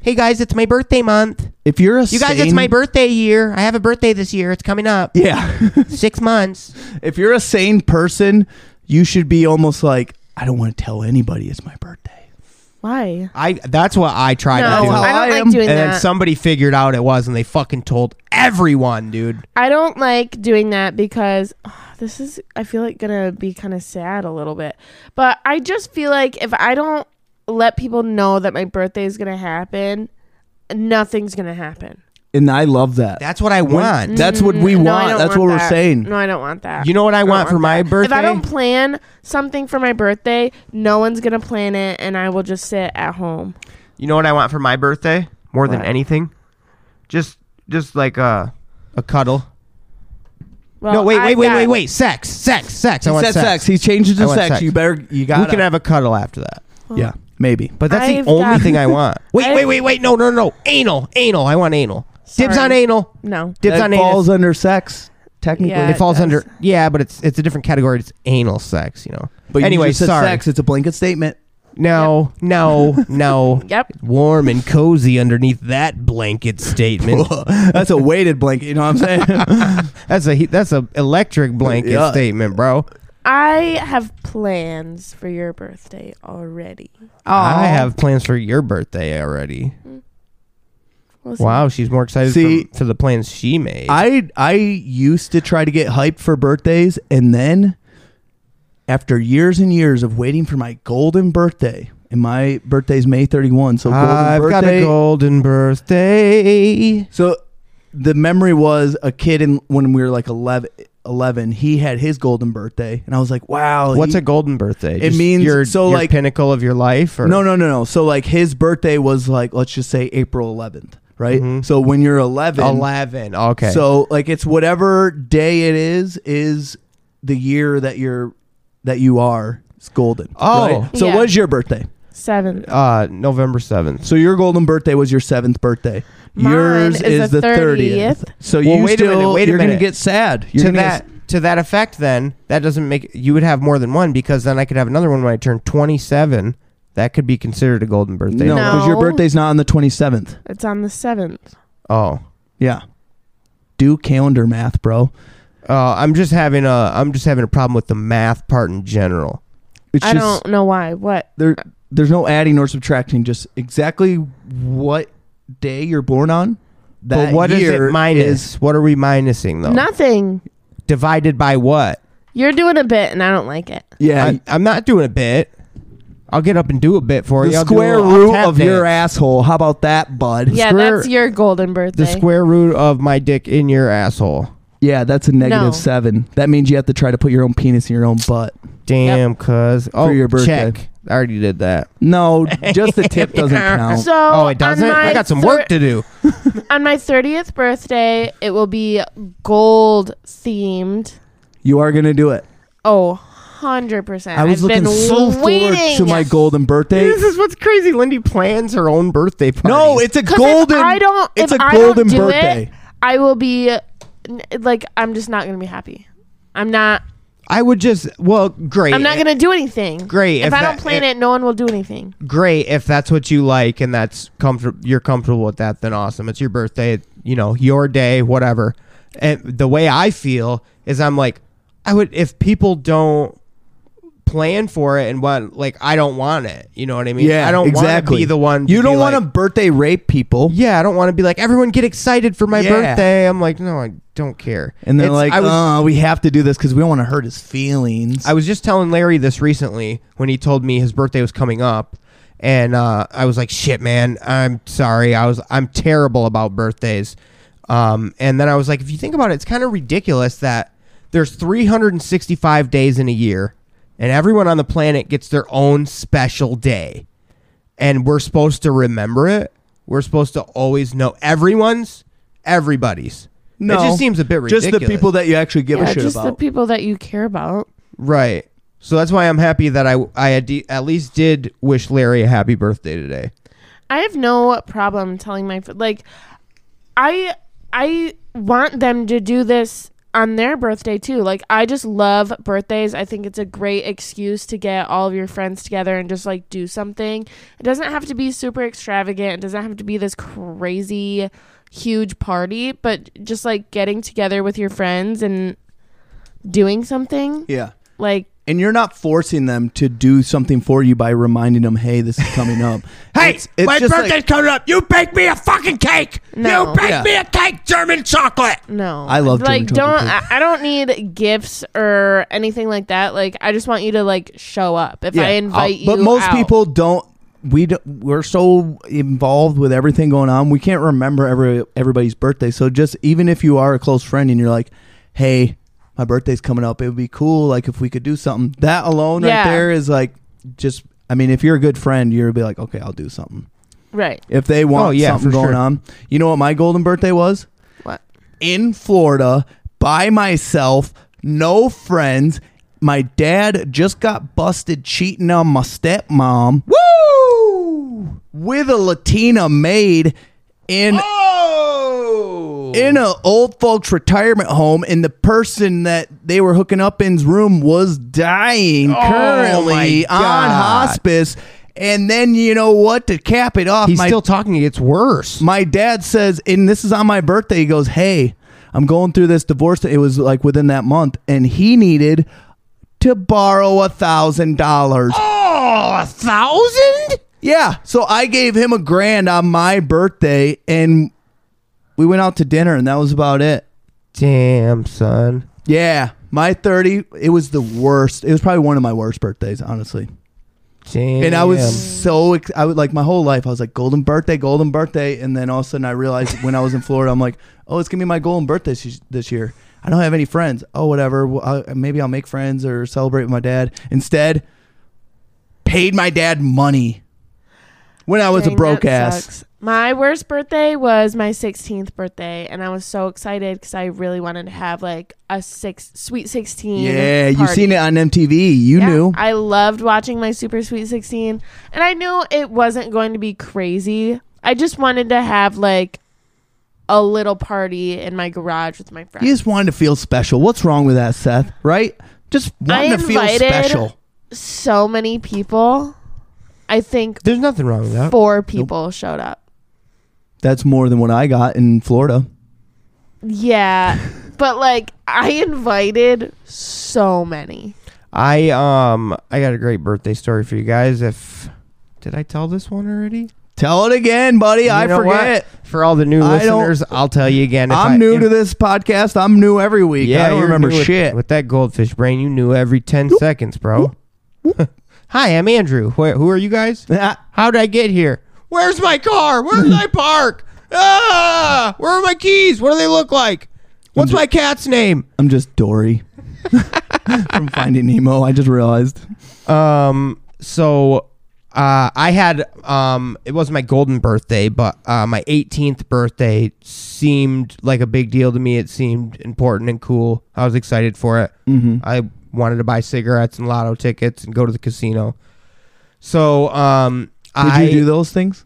[SPEAKER 2] Hey guys, it's my birthday month.
[SPEAKER 3] If you're a
[SPEAKER 2] You guys,
[SPEAKER 3] sane-
[SPEAKER 2] it's my birthday year. I have a birthday this year. It's coming up.
[SPEAKER 3] yeah.
[SPEAKER 2] Six months.
[SPEAKER 3] if you're a sane person, you should be almost like, I don't want to tell anybody it's my birthday.
[SPEAKER 1] Why?
[SPEAKER 2] I that's what I tried
[SPEAKER 1] No,
[SPEAKER 2] to do.
[SPEAKER 3] how
[SPEAKER 1] I
[SPEAKER 3] I
[SPEAKER 1] don't
[SPEAKER 3] am.
[SPEAKER 1] like doing
[SPEAKER 2] and then
[SPEAKER 1] that.
[SPEAKER 2] somebody figured out it was, and they fucking told everyone, dude.
[SPEAKER 1] I don't like doing that because ah, this is I feel like gonna be kind of sad a little bit. But I just feel like if I don't let people know that my birthday is gonna happen, nothing's gonna happen.
[SPEAKER 3] And I love that.
[SPEAKER 2] That's what I want.
[SPEAKER 3] That's what we
[SPEAKER 1] Mm-hmm. No, I
[SPEAKER 3] want.
[SPEAKER 1] don't
[SPEAKER 3] That's
[SPEAKER 1] want
[SPEAKER 3] what
[SPEAKER 1] that.
[SPEAKER 3] we're saying.
[SPEAKER 1] No, I don't want that.
[SPEAKER 2] You know what I
[SPEAKER 1] don't
[SPEAKER 2] want for my
[SPEAKER 1] that. If
[SPEAKER 2] birthday?
[SPEAKER 1] I don't plan something for my birthday, no one's gonna plan it, and I will just sit at home.
[SPEAKER 2] You know what I want for my birthday more than
[SPEAKER 1] What?
[SPEAKER 2] anything? Just just like a a cuddle.
[SPEAKER 1] Well,
[SPEAKER 2] no, wait, wait,
[SPEAKER 1] I've
[SPEAKER 2] wait,
[SPEAKER 1] Oh, got-
[SPEAKER 2] wait, wait. Sex, sex, sex. I
[SPEAKER 3] He
[SPEAKER 2] want
[SPEAKER 3] said
[SPEAKER 2] sex.
[SPEAKER 3] He changed it
[SPEAKER 2] I
[SPEAKER 3] to
[SPEAKER 2] want
[SPEAKER 3] sex.
[SPEAKER 2] sex.
[SPEAKER 3] You better. You got.
[SPEAKER 2] We can have a cuddle after that.
[SPEAKER 3] Yeah, maybe.
[SPEAKER 2] But that's
[SPEAKER 1] I've
[SPEAKER 2] the only
[SPEAKER 1] got-
[SPEAKER 2] thing I want. Wait,
[SPEAKER 1] I've-
[SPEAKER 2] wait, wait, wait. No, no, no. Anal, anal. I want anal. Dibs
[SPEAKER 1] Sorry.
[SPEAKER 2] on anal.
[SPEAKER 1] No.
[SPEAKER 2] Dibs
[SPEAKER 3] that
[SPEAKER 2] on
[SPEAKER 3] falls
[SPEAKER 2] anus.
[SPEAKER 3] under sex technically.
[SPEAKER 1] Yeah,
[SPEAKER 2] it falls
[SPEAKER 1] does.
[SPEAKER 2] under. Yeah, but it's it's a different category. It's anal sex, you know.
[SPEAKER 3] But
[SPEAKER 2] anyway,
[SPEAKER 3] you just said
[SPEAKER 2] sorry.
[SPEAKER 3] sex. It's a blanket statement.
[SPEAKER 2] No, no, no.
[SPEAKER 1] Yep.
[SPEAKER 2] Warm and cozy underneath that blanket statement.
[SPEAKER 3] That's a weighted blanket. You know what I'm saying?
[SPEAKER 2] that's a he- that's a electric blanket
[SPEAKER 3] Yeah.
[SPEAKER 2] statement, bro.
[SPEAKER 1] I have plans for your birthday already.
[SPEAKER 2] I have plans for your birthday already.
[SPEAKER 1] We'll see.
[SPEAKER 2] Wow, she's more excited
[SPEAKER 3] See-
[SPEAKER 2] for, for the plans she made.
[SPEAKER 3] I I used to try to get hyped for birthdays, and then after years and years of waiting for my golden birthday, and my birthday's May 31, so golden
[SPEAKER 2] I've
[SPEAKER 3] birthday.
[SPEAKER 2] got a golden birthday.
[SPEAKER 3] So the memory was a kid in when we were like 11, 11 he had his golden birthday, and I was like, wow.
[SPEAKER 2] What's
[SPEAKER 3] he-
[SPEAKER 2] a golden birthday?
[SPEAKER 3] It means-
[SPEAKER 2] your,
[SPEAKER 3] so,
[SPEAKER 2] your
[SPEAKER 3] like-
[SPEAKER 2] pinnacle of your life, or
[SPEAKER 3] No, no, no, no. So like his birthday was like let's just say April 11th, right?
[SPEAKER 2] Mm-hmm.
[SPEAKER 3] So when you're 11,
[SPEAKER 2] eleven. Okay,
[SPEAKER 3] So like it's whatever day it is is the year that you're that you are is golden.
[SPEAKER 2] Oh.
[SPEAKER 3] right? so
[SPEAKER 1] Yeah.
[SPEAKER 3] what is your birthday?
[SPEAKER 1] Seven.
[SPEAKER 2] uh, November seventh.
[SPEAKER 3] So your golden birthday was your seventh birthday.
[SPEAKER 1] Mine
[SPEAKER 3] Yours
[SPEAKER 1] is
[SPEAKER 3] is,
[SPEAKER 1] the
[SPEAKER 3] the thirtieth.
[SPEAKER 1] 30th.
[SPEAKER 3] So
[SPEAKER 2] Well,
[SPEAKER 3] you
[SPEAKER 2] wait a
[SPEAKER 3] still
[SPEAKER 2] minute, wait a
[SPEAKER 3] you're gonna
[SPEAKER 2] minute.
[SPEAKER 3] get sad. You're
[SPEAKER 2] to
[SPEAKER 3] gonna
[SPEAKER 2] that to that effect, then that doesn't make you would have more than one because then I could have another one when I turn twenty seven. That could be considered a golden
[SPEAKER 3] get,
[SPEAKER 2] birthday.
[SPEAKER 3] no,
[SPEAKER 1] No.
[SPEAKER 3] because your birthday's not on the twenty seventh.
[SPEAKER 1] It's on the seventh.
[SPEAKER 2] Oh,
[SPEAKER 3] Yeah. Do calendar math, bro.
[SPEAKER 2] uh, I'm just having a I'm just having a problem with the math part in general.
[SPEAKER 3] It's
[SPEAKER 1] I
[SPEAKER 3] just
[SPEAKER 1] don't know why. What?
[SPEAKER 3] there there's no adding or subtracting, just exactly what day you're born on. That
[SPEAKER 2] but what is
[SPEAKER 3] year
[SPEAKER 2] it minus?
[SPEAKER 3] is-
[SPEAKER 2] what are we minusing though?
[SPEAKER 1] Nothing.
[SPEAKER 2] Divided by what?
[SPEAKER 1] You're doing a bit, and I don't like it.
[SPEAKER 3] yeah,
[SPEAKER 2] I, I'm not doing a bit. I'll get up and do a bit for
[SPEAKER 3] the
[SPEAKER 2] you. I'll do a
[SPEAKER 3] square
[SPEAKER 2] little- I'll
[SPEAKER 3] root
[SPEAKER 2] tap
[SPEAKER 3] of your
[SPEAKER 2] dance.
[SPEAKER 3] asshole. How about that, bud?
[SPEAKER 1] Yeah,
[SPEAKER 2] square-
[SPEAKER 1] that's your golden birthday.
[SPEAKER 2] The square root of my dick in your asshole.
[SPEAKER 3] Yeah, that's a negative
[SPEAKER 1] No.
[SPEAKER 3] seven. That means you have to try to put your own penis in your own butt.
[SPEAKER 2] Damn, cuz. Oh,
[SPEAKER 3] your birthday.
[SPEAKER 2] check. I already did that.
[SPEAKER 3] No, just the tip doesn't count.
[SPEAKER 1] So
[SPEAKER 2] Oh, it doesn't?
[SPEAKER 1] On my
[SPEAKER 2] I got some
[SPEAKER 1] thir-
[SPEAKER 2] work to do.
[SPEAKER 1] On my thirtieth birthday, it will be gold themed.
[SPEAKER 3] You are gonna do it.
[SPEAKER 1] Oh, 100 percent.
[SPEAKER 3] I was
[SPEAKER 1] have
[SPEAKER 3] looking
[SPEAKER 1] been
[SPEAKER 3] so
[SPEAKER 1] waiting.
[SPEAKER 3] forward to my golden birthday.
[SPEAKER 2] This is what's crazy. Lindy plans her own birthday party.
[SPEAKER 3] No, it's a
[SPEAKER 1] 'Cause
[SPEAKER 3] golden.
[SPEAKER 1] If I don't.
[SPEAKER 3] It's
[SPEAKER 1] if
[SPEAKER 3] a
[SPEAKER 1] I
[SPEAKER 3] golden
[SPEAKER 1] don't do
[SPEAKER 3] birthday.
[SPEAKER 1] It, I will be n- like I'm just not gonna be happy. I'm not.
[SPEAKER 2] I would just well, great.
[SPEAKER 1] I'm not
[SPEAKER 3] Eh,
[SPEAKER 1] gonna do anything.
[SPEAKER 2] Great,
[SPEAKER 1] If,
[SPEAKER 2] if
[SPEAKER 1] I
[SPEAKER 2] that-
[SPEAKER 1] don't plan
[SPEAKER 2] if-
[SPEAKER 1] it, no one will do anything.
[SPEAKER 2] great if that's what you like and that's comfortable you're comfortable with that then awesome it's your birthday you know your day whatever and the way i feel is i'm like i would if people don't plan for it and what like i don't want it you know what i mean
[SPEAKER 3] Yeah,
[SPEAKER 2] i don't
[SPEAKER 3] exactly.
[SPEAKER 2] want to be the one
[SPEAKER 3] You
[SPEAKER 2] to
[SPEAKER 3] don't
[SPEAKER 2] be
[SPEAKER 3] want to
[SPEAKER 2] like,
[SPEAKER 3] birthday rape people.
[SPEAKER 2] yeah i don't want to be like everyone get excited for my
[SPEAKER 3] Yeah.
[SPEAKER 2] birthday i'm like no i don't care
[SPEAKER 3] And they're
[SPEAKER 2] It's-
[SPEAKER 3] like,
[SPEAKER 2] I was-
[SPEAKER 3] "Uh, we have to do this because we don't want to hurt his feelings."
[SPEAKER 2] I was just telling Larry this recently when he told me his birthday was coming up, and uh, I was like, "Shit, man, I'm sorry. I was I'm terrible about birthdays." Um, and then I was like, "If you think about it, it's kind of ridiculous that there's 365 days in a year, and everyone on the planet gets their own special day, and we're supposed to remember it. We're supposed to always know everyone's, everybody's.
[SPEAKER 3] no,
[SPEAKER 2] it just seems a bit ridiculous.
[SPEAKER 3] Just the people that you actually give a
[SPEAKER 1] Yeah,
[SPEAKER 3] shit
[SPEAKER 1] just the
[SPEAKER 3] about.
[SPEAKER 1] people that you care about.
[SPEAKER 2] Right. So that's why I'm happy that I I ad- at least did wish Larry a happy birthday today.
[SPEAKER 1] I have no problem telling my fr- like I I want them to do this on their birthday too. Like I just love birthdays. I think it's a great excuse to get all of your friends together and just like do something. It doesn't have to be super extravagant. It doesn't have to be this crazy huge party, but just like getting together with your friends and doing something
[SPEAKER 3] yeah.
[SPEAKER 1] like
[SPEAKER 3] And you're not forcing them to do something for you by reminding them, "Hey, this is coming up."
[SPEAKER 7] Hey,
[SPEAKER 3] It's- it's
[SPEAKER 7] my
[SPEAKER 3] just
[SPEAKER 7] birthday's
[SPEAKER 3] like-
[SPEAKER 7] coming up. You bake me a fucking cake.
[SPEAKER 1] No.
[SPEAKER 7] You bake
[SPEAKER 3] Yeah.
[SPEAKER 7] me a cake, German chocolate.
[SPEAKER 1] No,
[SPEAKER 3] I love
[SPEAKER 1] like
[SPEAKER 3] German
[SPEAKER 1] don't
[SPEAKER 3] chocolate
[SPEAKER 1] I, I don't need gifts or anything like that. Like I just want you to like show up if I
[SPEAKER 3] I'll-
[SPEAKER 1] invite you.
[SPEAKER 3] But most
[SPEAKER 1] out.
[SPEAKER 3] people don't. We don't, we're so involved with everything going on, we can't remember every everybody's birthday. So just even if you are a close friend and you're like, "Hey, my birthday's coming up. It would be cool, like if we could do something." That alone,
[SPEAKER 1] Yeah.
[SPEAKER 3] right there, is like just. I mean, if you're a good friend, you're be like, "Okay, I'll do something."
[SPEAKER 1] right?
[SPEAKER 3] If they want
[SPEAKER 2] Oh, yeah,
[SPEAKER 3] something
[SPEAKER 2] for
[SPEAKER 3] going
[SPEAKER 2] sure.
[SPEAKER 3] on, you know what my golden birthday was?
[SPEAKER 1] What?
[SPEAKER 3] in Florida by myself, no friends. My dad just got busted cheating on my stepmom. Woo! With a Latina maid in
[SPEAKER 2] Oh.
[SPEAKER 3] in an old folks retirement home, and the person that they were hooking up in's room was
[SPEAKER 2] Oh
[SPEAKER 3] dying currently on hospice. And then you know what? To cap it off,
[SPEAKER 2] He's
[SPEAKER 3] my
[SPEAKER 2] still talking. It gets worse.
[SPEAKER 3] my dad says, and this is on my birthday. He goes, "Hey, I'm going through this divorce. It was like within that month, and he needed to borrow a thousand dollars.
[SPEAKER 7] Oh, a thousand?
[SPEAKER 3] Yeah, so I gave him a grand on my birthday, and we went out to dinner, and that was about it.
[SPEAKER 2] Damn, son.
[SPEAKER 3] Yeah, my thirty. It was the worst. It was probably one of my worst birthdays, honestly.
[SPEAKER 2] Damn.
[SPEAKER 3] And I was so ex- I would like my whole life I was like golden birthday, golden birthday, and then all of a sudden I realized when I was in Florida I'm like, oh, it's gonna be my golden birthday sh- this year. I don't have any friends. Oh, whatever. Well, I, maybe I'll make friends or celebrate with my dad. Instead, paid my dad money when I was
[SPEAKER 1] Dang,
[SPEAKER 3] a broke
[SPEAKER 1] that
[SPEAKER 3] ass.
[SPEAKER 1] sucks. My worst birthday was my 16th birthday, and I was so excited because I really wanted to have like a six sweet 16.
[SPEAKER 3] Yeah, you
[SPEAKER 1] party.
[SPEAKER 3] seen it on MTV. You
[SPEAKER 1] Yeah,
[SPEAKER 3] knew.
[SPEAKER 1] I loved watching my Super Sweet 16, and I knew it wasn't going to be crazy. I just wanted to have like a little party in my garage with my friends.
[SPEAKER 3] you just wanted to feel special. What's wrong with that, Seth? Right? Just wanting to feel
[SPEAKER 1] invited-
[SPEAKER 3] special.
[SPEAKER 1] so many people. I think
[SPEAKER 2] There's nothing wrong with that.
[SPEAKER 1] four people showed up.
[SPEAKER 3] That's more than what I got in Florida.
[SPEAKER 1] Yeah, but like I invited so many.
[SPEAKER 2] I um I got a great birthday story for you guys. If did I tell this one already?
[SPEAKER 3] Tell it again, buddy. I
[SPEAKER 2] You know what?
[SPEAKER 3] forget.
[SPEAKER 2] For all the new
[SPEAKER 3] I don't-
[SPEAKER 2] listeners, I'll tell you again. If
[SPEAKER 3] I'm
[SPEAKER 2] I-
[SPEAKER 3] new
[SPEAKER 2] if-
[SPEAKER 3] to this podcast. I'm new every week. I don't
[SPEAKER 2] you're
[SPEAKER 3] remember
[SPEAKER 2] new with-
[SPEAKER 3] shit.
[SPEAKER 2] With, that goldfish brain, you knew every ten seconds, bro. Hi, I'm Andrew. Where, who are you guys?
[SPEAKER 3] Ah.
[SPEAKER 2] How did I get here? Where's my car? Where did I park? Ah! Where are my keys? What do they look like? What's my cat's name?
[SPEAKER 3] I'm just Dory from Finding Nemo. I just realized.
[SPEAKER 2] Um. So, uh, I had um. It was my golden birthday, but uh, my 18th birthday seemed like a big deal to me. It seemed important and cool. I was excited for it. Mm-hmm. I wanted to buy cigarettes and lotto tickets and go to the casino. So, um,
[SPEAKER 3] Did
[SPEAKER 2] I
[SPEAKER 3] you do those things?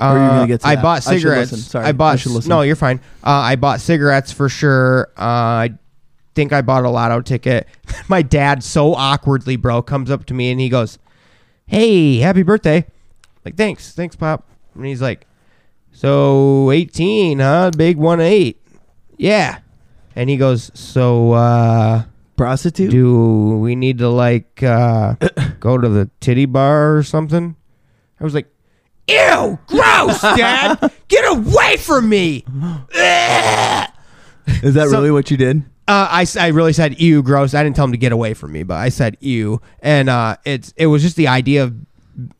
[SPEAKER 3] Or you're gonna get to
[SPEAKER 2] I
[SPEAKER 3] that?
[SPEAKER 2] bought
[SPEAKER 3] Uh, I should
[SPEAKER 2] cigarettes. I,
[SPEAKER 3] listen. Sorry.
[SPEAKER 2] bought.
[SPEAKER 3] I should listen.
[SPEAKER 2] No, you're fine. Uh, I bought cigarettes for sure. Uh, I think I bought a lotto ticket. My dad, so awkwardly, bro, comes up to me and he goes, "Hey, happy birthday!" Like, thanks, thanks, pop. And he's like, "So 18, huh? Big one eight, yeah." And he goes, "So uh,
[SPEAKER 3] Prostitute?
[SPEAKER 2] do we need to like uh, go to the titty bar or something?" I was like,
[SPEAKER 7] Ew, gross, Dad. Get away from me.
[SPEAKER 3] Is that really what you did?
[SPEAKER 2] Uh, I, s- I really said ew, gross. I didn't tell him to get away from me, but I said ew, and uh, it's it was just the idea of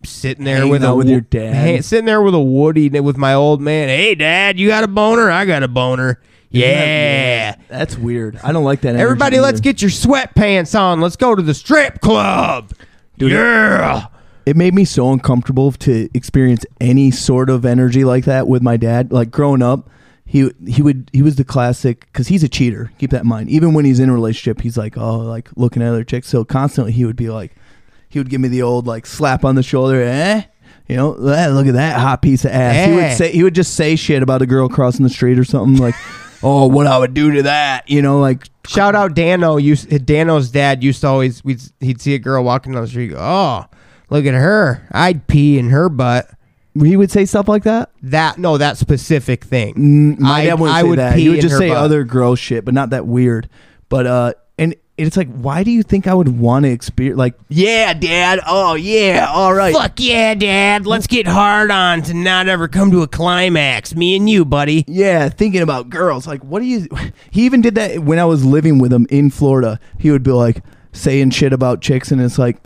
[SPEAKER 2] sitting there
[SPEAKER 3] Hanging
[SPEAKER 2] with a
[SPEAKER 3] out with
[SPEAKER 2] wo-
[SPEAKER 3] your dad.
[SPEAKER 2] ha- sitting there with a Woody with my old man. Hey, Dad, you got a boner? I got a boner. Yeah.
[SPEAKER 3] That's weird. I don't like that. energy
[SPEAKER 2] Everybody, let's
[SPEAKER 3] either.
[SPEAKER 2] get your sweatpants on. Let's go to the strip club. yeah.
[SPEAKER 3] It made me so uncomfortable to experience any sort of energy like that with my dad. Like growing up, he he would he was the classic because he's a cheater. Keep that in mind. Even when he's in a relationship, he's like oh like looking at other chicks. So constantly he would be like he would give me the old like slap on the shoulder. Eh. You know, "Eh, look at that hot piece of ass. He would
[SPEAKER 2] Eh.
[SPEAKER 3] say he would just say shit about a girl crossing the street or something like, "Oh, what I would do to that," you know, like
[SPEAKER 2] Shout out Dano. Used, Dano's dad used to always we'd he'd see a girl walking down the street. Go, oh, look at her. I'd pee in her butt.
[SPEAKER 3] he would say stuff like that.
[SPEAKER 2] that no that specific thing.
[SPEAKER 3] Mm, my
[SPEAKER 2] I-
[SPEAKER 3] dad wouldn't
[SPEAKER 2] I
[SPEAKER 3] say
[SPEAKER 2] would
[SPEAKER 3] that.
[SPEAKER 2] pee
[SPEAKER 3] He would
[SPEAKER 2] in
[SPEAKER 3] just
[SPEAKER 2] her
[SPEAKER 3] say
[SPEAKER 2] butt.
[SPEAKER 3] other gross shit, but not that weird. But uh, and it's like, why do you think I would want to experience? Like, yeah, Dad. Oh, yeah. All right.
[SPEAKER 7] Fuck yeah, Dad. Let's get hard on to not ever come to a climax. Me and you, buddy.
[SPEAKER 3] Yeah, thinking about girls. Like, what do you? He even did that when I was living with him in Florida. He would be like saying shit about chicks, and it's like,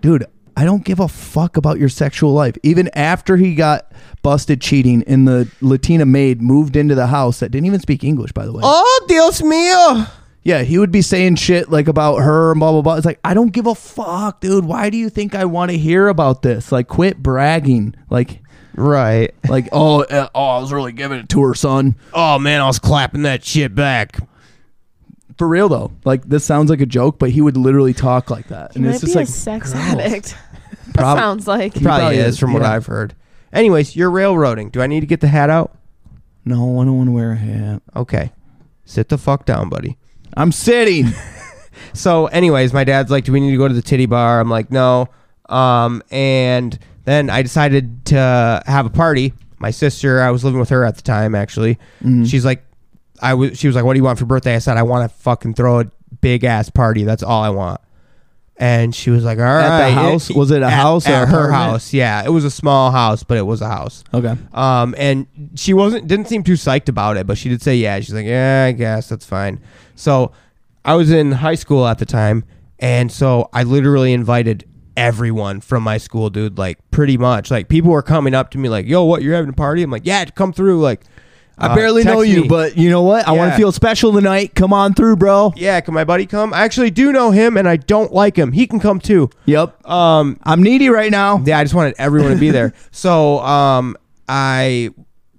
[SPEAKER 3] dude, I don't give a fuck about your sexual life. Even after he got busted cheating, and the Latina maid moved into the house that didn't even speak English, by the way.
[SPEAKER 7] Oh, Dios mío.
[SPEAKER 3] Yeah, he would be saying shit like about her and blah blah blah. It's like I don't give a fuck, dude. Why do you think I want to hear about this? Like, quit bragging. Like,
[SPEAKER 2] Right.
[SPEAKER 3] like oh, uh, oh, I was really giving it to her, son.
[SPEAKER 7] Oh, man, I was clapping that shit back.
[SPEAKER 3] for real though like this sounds like a joke but he would literally talk like that
[SPEAKER 1] He
[SPEAKER 3] and
[SPEAKER 1] might
[SPEAKER 3] it's
[SPEAKER 1] be
[SPEAKER 3] just
[SPEAKER 1] a
[SPEAKER 3] like
[SPEAKER 1] sex
[SPEAKER 3] girls.
[SPEAKER 1] addict. that
[SPEAKER 3] Prob-
[SPEAKER 1] sounds like.
[SPEAKER 3] He
[SPEAKER 2] Probably,
[SPEAKER 3] probably
[SPEAKER 2] is,
[SPEAKER 3] is,
[SPEAKER 2] from what
[SPEAKER 3] yeah.
[SPEAKER 2] I've heard. Anyways, you're railroading. Do I need to get the hat out?
[SPEAKER 3] no i don't want to wear a hat
[SPEAKER 2] Okay. Sit the fuck down, buddy.
[SPEAKER 3] i'm sitting
[SPEAKER 2] Uh, So, anyways, my dad's like, "Do we need to go to the titty bar?" I'm like, "No." Um, and then I decided to have a party. My sister, I was living with her at the time, actually.
[SPEAKER 3] Mm-hmm.
[SPEAKER 2] She's like, "I was." She was like, "What do you want for your birthday?" I said, "I want to fucking throw a big ass party. That's all I want." And she was like, "All right."
[SPEAKER 3] the house? Was it a
[SPEAKER 2] at-
[SPEAKER 3] house or
[SPEAKER 2] at her
[SPEAKER 3] apartment?
[SPEAKER 2] house? Yeah, it was a small house, but it was a house.
[SPEAKER 3] okay
[SPEAKER 2] Um, and she wasn't didn't seem too psyched about it, but she did say yeah. She's like, yeah, I guess that's fine. So I was in high school at the time, and so I literally invited everyone from my school, dude. Like pretty much, like people were coming up to me like, yo, what you're having a party? I'm like, yeah, come through. Like,
[SPEAKER 3] i
[SPEAKER 2] uh,
[SPEAKER 3] barely know
[SPEAKER 2] text
[SPEAKER 3] you
[SPEAKER 2] me.
[SPEAKER 3] but you know what i want
[SPEAKER 2] Yeah.
[SPEAKER 3] to feel special tonight come on through bro
[SPEAKER 2] yeah, can my buddy come? I actually do know him, and I don't like him. He can come too.
[SPEAKER 3] yep um i'm needy right now
[SPEAKER 2] Yeah, I just wanted everyone to be there. so um, I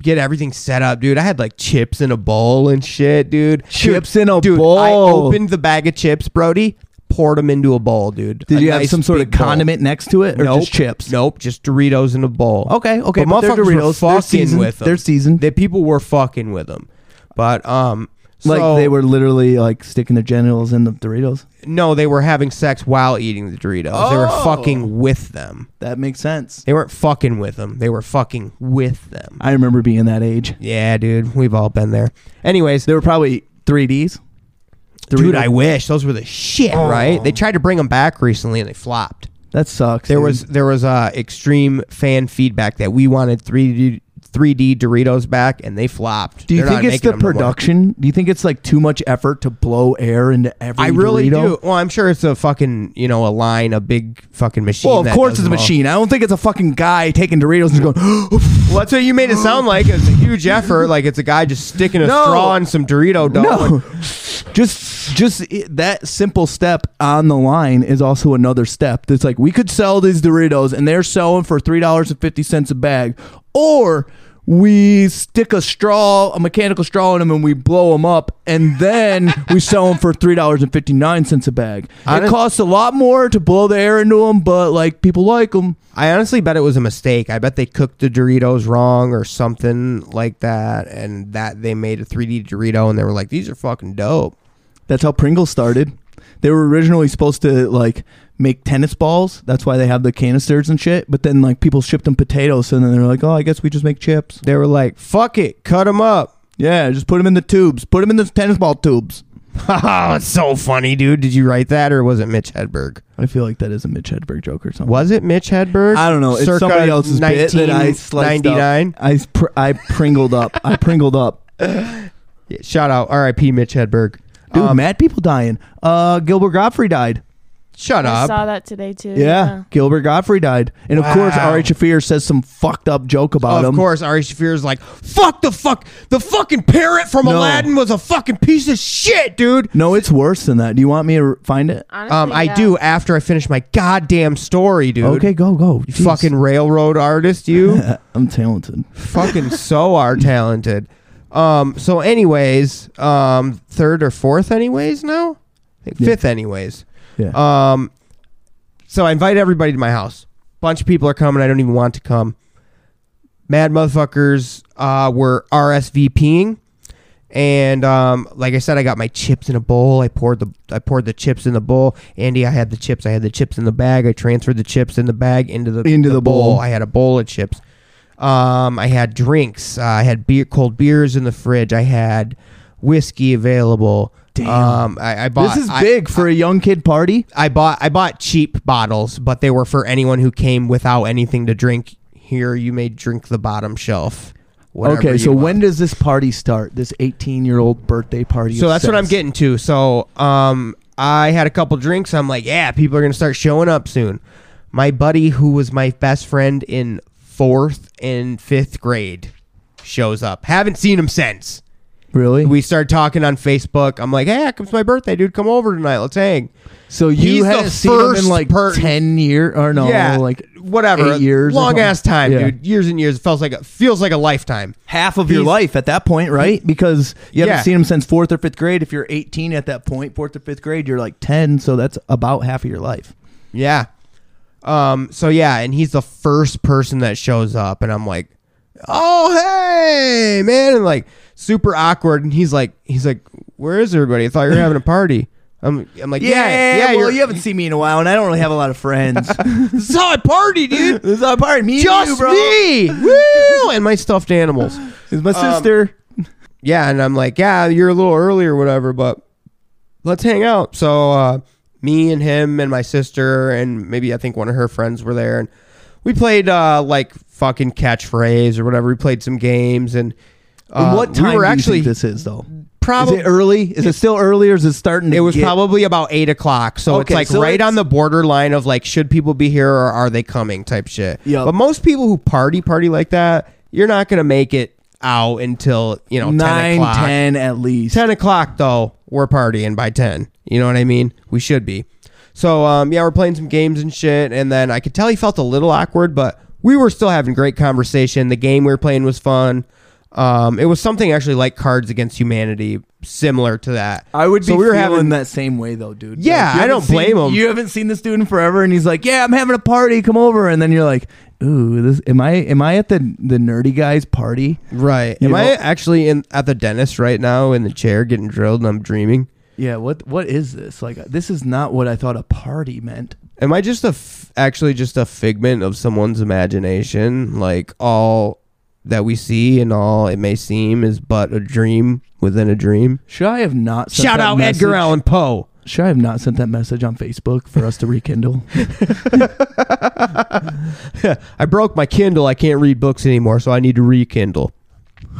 [SPEAKER 2] get everything set up, dude. I had like chips in a bowl and shit, dude.
[SPEAKER 3] Chips
[SPEAKER 2] Dude,
[SPEAKER 3] in a
[SPEAKER 2] dude, I
[SPEAKER 3] bowl.
[SPEAKER 2] opened the bag of chips, Brody. Poured them into a bowl, dude.
[SPEAKER 3] did
[SPEAKER 2] A
[SPEAKER 3] you have
[SPEAKER 2] nice
[SPEAKER 3] some sort of
[SPEAKER 2] big bowl.
[SPEAKER 3] condiment next to it or
[SPEAKER 2] nope.
[SPEAKER 3] just chips
[SPEAKER 2] Nope, just Doritos in a bowl.
[SPEAKER 3] Okay, okay,
[SPEAKER 2] But,
[SPEAKER 3] but they're
[SPEAKER 2] motherfuckers were
[SPEAKER 3] Doritos. They're
[SPEAKER 2] fucking
[SPEAKER 3] seasoned.
[SPEAKER 2] with them.
[SPEAKER 3] They're seasoned.
[SPEAKER 2] The people were fucking with them, but um,
[SPEAKER 3] like
[SPEAKER 2] so-
[SPEAKER 3] they were literally like sticking their genitals in the doritos
[SPEAKER 2] No, they were having sex while eating the Doritos. They were
[SPEAKER 3] Oh.
[SPEAKER 2] fucking with them.
[SPEAKER 3] that makes sense
[SPEAKER 2] They weren't fucking with them. They were fucking with them.
[SPEAKER 3] i remember being that age
[SPEAKER 2] Yeah, dude, we've all been there. Anyways,
[SPEAKER 3] they were probably 3ds
[SPEAKER 2] dude,
[SPEAKER 3] Dorito-
[SPEAKER 2] I wish those were the shit,
[SPEAKER 3] Oh.
[SPEAKER 2] right? They tried to bring them back recently and they flopped.
[SPEAKER 3] that sucks
[SPEAKER 2] There
[SPEAKER 3] dude.
[SPEAKER 2] was there was uh, extreme fan feedback that we wanted 3D 3D Doritos back and they flopped.
[SPEAKER 3] Do you
[SPEAKER 2] They're not
[SPEAKER 3] think it's
[SPEAKER 2] making
[SPEAKER 3] the
[SPEAKER 2] them no more.
[SPEAKER 3] production? do you think it's like too much effort to blow air into every?
[SPEAKER 2] I really
[SPEAKER 3] Dorito?
[SPEAKER 2] do. Well, I'm sure it's a fucking you know a line, a big fucking machine.
[SPEAKER 3] Well, of
[SPEAKER 2] that
[SPEAKER 3] course
[SPEAKER 2] does
[SPEAKER 3] it's a
[SPEAKER 2] them all.
[SPEAKER 3] machine. I don't think it's a fucking guy taking Doritos and going.
[SPEAKER 2] Well, that's what you made it sound like. It's a huge effort. Like it's a guy just sticking a
[SPEAKER 3] No.
[SPEAKER 2] straw in some Dorito dough.
[SPEAKER 3] no, just just i that simple step on the line is also another step. That's like we could sell these Doritos and they're selling for three dollars and fifty cents a bag, or we stick a straw, a mechanical straw in them, and we blow them up, and then we sell them for three dollars and fifty nine cents a bag.
[SPEAKER 2] Honest-
[SPEAKER 3] it costs a lot more to blow the air into them, but like people like them.
[SPEAKER 2] I honestly bet it was a mistake. I bet they cooked the Doritos wrong or something like that, and that they made a 3D Dorito, and they were like, "These are fucking dope."
[SPEAKER 3] That's how Pringles started. They were originally supposed to like make tennis balls. That's why they have the canisters and shit. But then like people shipped them potatoes, and then they're like, oh, I guess we just make chips.
[SPEAKER 2] They were like, "Fuck it, cut them up."
[SPEAKER 3] Yeah, just put them in the tubes. Put them in the tennis ball tubes.
[SPEAKER 2] oh, it's so funny, dude. Did you write that, or was it Mitch Hedberg?
[SPEAKER 3] I feel like that is a Mitch Hedberg joke or something.
[SPEAKER 2] Was it Mitch Hedberg?
[SPEAKER 3] I don't know. It's
[SPEAKER 2] Circa
[SPEAKER 3] somebody else's bit that I sliced up.
[SPEAKER 2] 1999?
[SPEAKER 3] I pr- I pringled up. I pringled up.
[SPEAKER 2] Yeah, shout out, R.I.P. Mitch Hedberg.
[SPEAKER 3] Dude,
[SPEAKER 2] Um,
[SPEAKER 3] mad people dying. Uh, Gilbert Godfrey died.
[SPEAKER 2] shut
[SPEAKER 1] I
[SPEAKER 2] up.
[SPEAKER 1] saw that today too.
[SPEAKER 3] Yeah, Gilbert Godfrey died, and of course,
[SPEAKER 2] Wow.
[SPEAKER 3] Ari Shafir says some fucked up joke about
[SPEAKER 2] Of
[SPEAKER 3] him.
[SPEAKER 2] course, Ari Shafir's like, "Fuck the fuck, the fucking parrot from
[SPEAKER 3] No.
[SPEAKER 2] Aladdin was a fucking piece of shit, dude."
[SPEAKER 3] No, it's worse than that. Do you want me to r- find it?
[SPEAKER 1] Honestly,
[SPEAKER 2] Um, I
[SPEAKER 1] yeah.
[SPEAKER 2] do after I finish my goddamn story, dude.
[SPEAKER 3] Okay, go go.
[SPEAKER 2] You
[SPEAKER 3] Jeez.
[SPEAKER 2] fucking railroad artist, you
[SPEAKER 3] I'm talented.
[SPEAKER 2] fucking so are talented. Um, so anyways, um, third or fourth, anyways, now I think
[SPEAKER 3] Yeah.
[SPEAKER 2] fifth, anyways.
[SPEAKER 3] Yeah.
[SPEAKER 2] Um, so I invite everybody to my house. Bunch of people are coming. I don't even want to come. Mad motherfuckers uh, were RSVPing, and um, like I said, I got my chips in a bowl. I poured the I poured the chips in the bowl. Andy, I had the chips. I had the chips in the bag. I transferred the chips in the bag into the
[SPEAKER 3] Into the bowl.
[SPEAKER 2] I had a bowl of chips. Um, I had drinks. Uh, I had beer, cold beers in the fridge. I had whiskey available.
[SPEAKER 3] Damn.
[SPEAKER 2] Um, I, I bought
[SPEAKER 3] this is
[SPEAKER 2] I-
[SPEAKER 3] big for a young kid party.
[SPEAKER 2] I bought I bought cheap bottles, but they were for anyone who came without anything to drink. Here, you may drink the bottom shelf. whatever
[SPEAKER 3] Okay,
[SPEAKER 2] you
[SPEAKER 3] so
[SPEAKER 2] want.
[SPEAKER 3] when does this party start? This 18 year old birthday party.
[SPEAKER 2] So
[SPEAKER 3] of
[SPEAKER 2] that's what I'm
[SPEAKER 3] sex.
[SPEAKER 2] getting to. So um, I had a couple drinks. I'm like, yeah, people are gonna start showing up soon. My buddy, who was my best friend in fourth and fifth grade, shows up. Haven't seen him since.
[SPEAKER 3] Really?
[SPEAKER 2] We started talking on Facebook. I'm like, hey, it's my birthday, dude. Come over tonight. Let's hang.
[SPEAKER 3] so
[SPEAKER 2] he's
[SPEAKER 3] you
[SPEAKER 2] the
[SPEAKER 3] have seen him
[SPEAKER 2] first
[SPEAKER 3] in like
[SPEAKER 2] per-
[SPEAKER 3] 10 year or
[SPEAKER 2] Oh,
[SPEAKER 3] no, like
[SPEAKER 2] whatever
[SPEAKER 3] eight years or
[SPEAKER 2] long
[SPEAKER 3] something.
[SPEAKER 2] ass time
[SPEAKER 3] Yeah.
[SPEAKER 2] dude years and years it feels like a, feels like a lifetime
[SPEAKER 3] half of your
[SPEAKER 2] He's-
[SPEAKER 3] life at that point, right? Because you haven't
[SPEAKER 2] Yeah.
[SPEAKER 3] seen him since fourth or fifth grade. If you're 18 at that point, fourth or fifth grade, you're like 10. So that's about half of your life.
[SPEAKER 2] yeah um so yeah and he's the first person that shows up and i'm like oh hey man and like super awkward and he's like he's like where is everybody i thought you were having a party i'm, I'm like yeah yeah,
[SPEAKER 3] well,
[SPEAKER 2] you're-
[SPEAKER 3] you haven't seen me in a while, and I don't really have a lot of friends.
[SPEAKER 2] this is how i party dude
[SPEAKER 3] this is our party. Me and
[SPEAKER 2] just
[SPEAKER 3] you, bro.
[SPEAKER 2] me Um, Woo! and my stuffed animals
[SPEAKER 3] It's my sister.
[SPEAKER 2] yeah and i'm like yeah you're a little early or whatever but let's hang out so uh, me and him and my sister and maybe i think one of her friends were there and we played uh, like fucking catchphrase or whatever we played some games and uh,
[SPEAKER 3] what time
[SPEAKER 2] we were
[SPEAKER 3] do you
[SPEAKER 2] actually
[SPEAKER 3] think this is, though? Is
[SPEAKER 2] probably
[SPEAKER 3] it early? Is it still early, or is it starting? To
[SPEAKER 2] it was
[SPEAKER 3] get-
[SPEAKER 2] probably about eight o'clock, so it's
[SPEAKER 3] Okay,
[SPEAKER 2] like
[SPEAKER 3] so
[SPEAKER 2] right
[SPEAKER 3] it's-
[SPEAKER 2] on the borderline of like, should people be here or are they coming? Type shit.
[SPEAKER 3] Yup.
[SPEAKER 2] But most people who party party like that, you're not gonna make it out until you know 10
[SPEAKER 3] nine,
[SPEAKER 2] o'clock.
[SPEAKER 3] ten at least.
[SPEAKER 2] 10 o'clock though we're partying by 10 you know what i mean we should be so um, yeah we're playing some games and shit and then i could tell he felt a little awkward but we were still having great conversation the game we were playing was fun um, it was something actually like cards against humanity similar to that
[SPEAKER 3] I would be
[SPEAKER 2] so we were
[SPEAKER 3] feeling
[SPEAKER 2] having
[SPEAKER 3] that same way though, dude.
[SPEAKER 2] Yeah,
[SPEAKER 3] you
[SPEAKER 2] I
[SPEAKER 3] haven't
[SPEAKER 2] don't
[SPEAKER 3] seen-
[SPEAKER 2] blame him.
[SPEAKER 3] You haven't seen this dude in forever, and he's like, "Yeah, I'm having a party. Come over." And then you're like, "Ooh, this am I? Am I at the the nerdy guy's party?"
[SPEAKER 2] right
[SPEAKER 3] You
[SPEAKER 2] am i
[SPEAKER 3] know?
[SPEAKER 2] actually in at the dentist right now in the chair getting drilled and i'm dreaming
[SPEAKER 3] Yeah. What What is this? Like, this is not what I thought a party meant.
[SPEAKER 2] Am I just a f- actually just a figment of someone's imagination? Like all that we see and all it may seem is but a dream within a dream.
[SPEAKER 3] Should I have not? Sent
[SPEAKER 2] Shout
[SPEAKER 3] that
[SPEAKER 2] out
[SPEAKER 3] message?
[SPEAKER 2] Edgar Allan Poe.
[SPEAKER 3] Should I have not sent that message on Facebook for us to rekindle?
[SPEAKER 2] I broke my Kindle. I can't read books anymore, so I need to rekindle.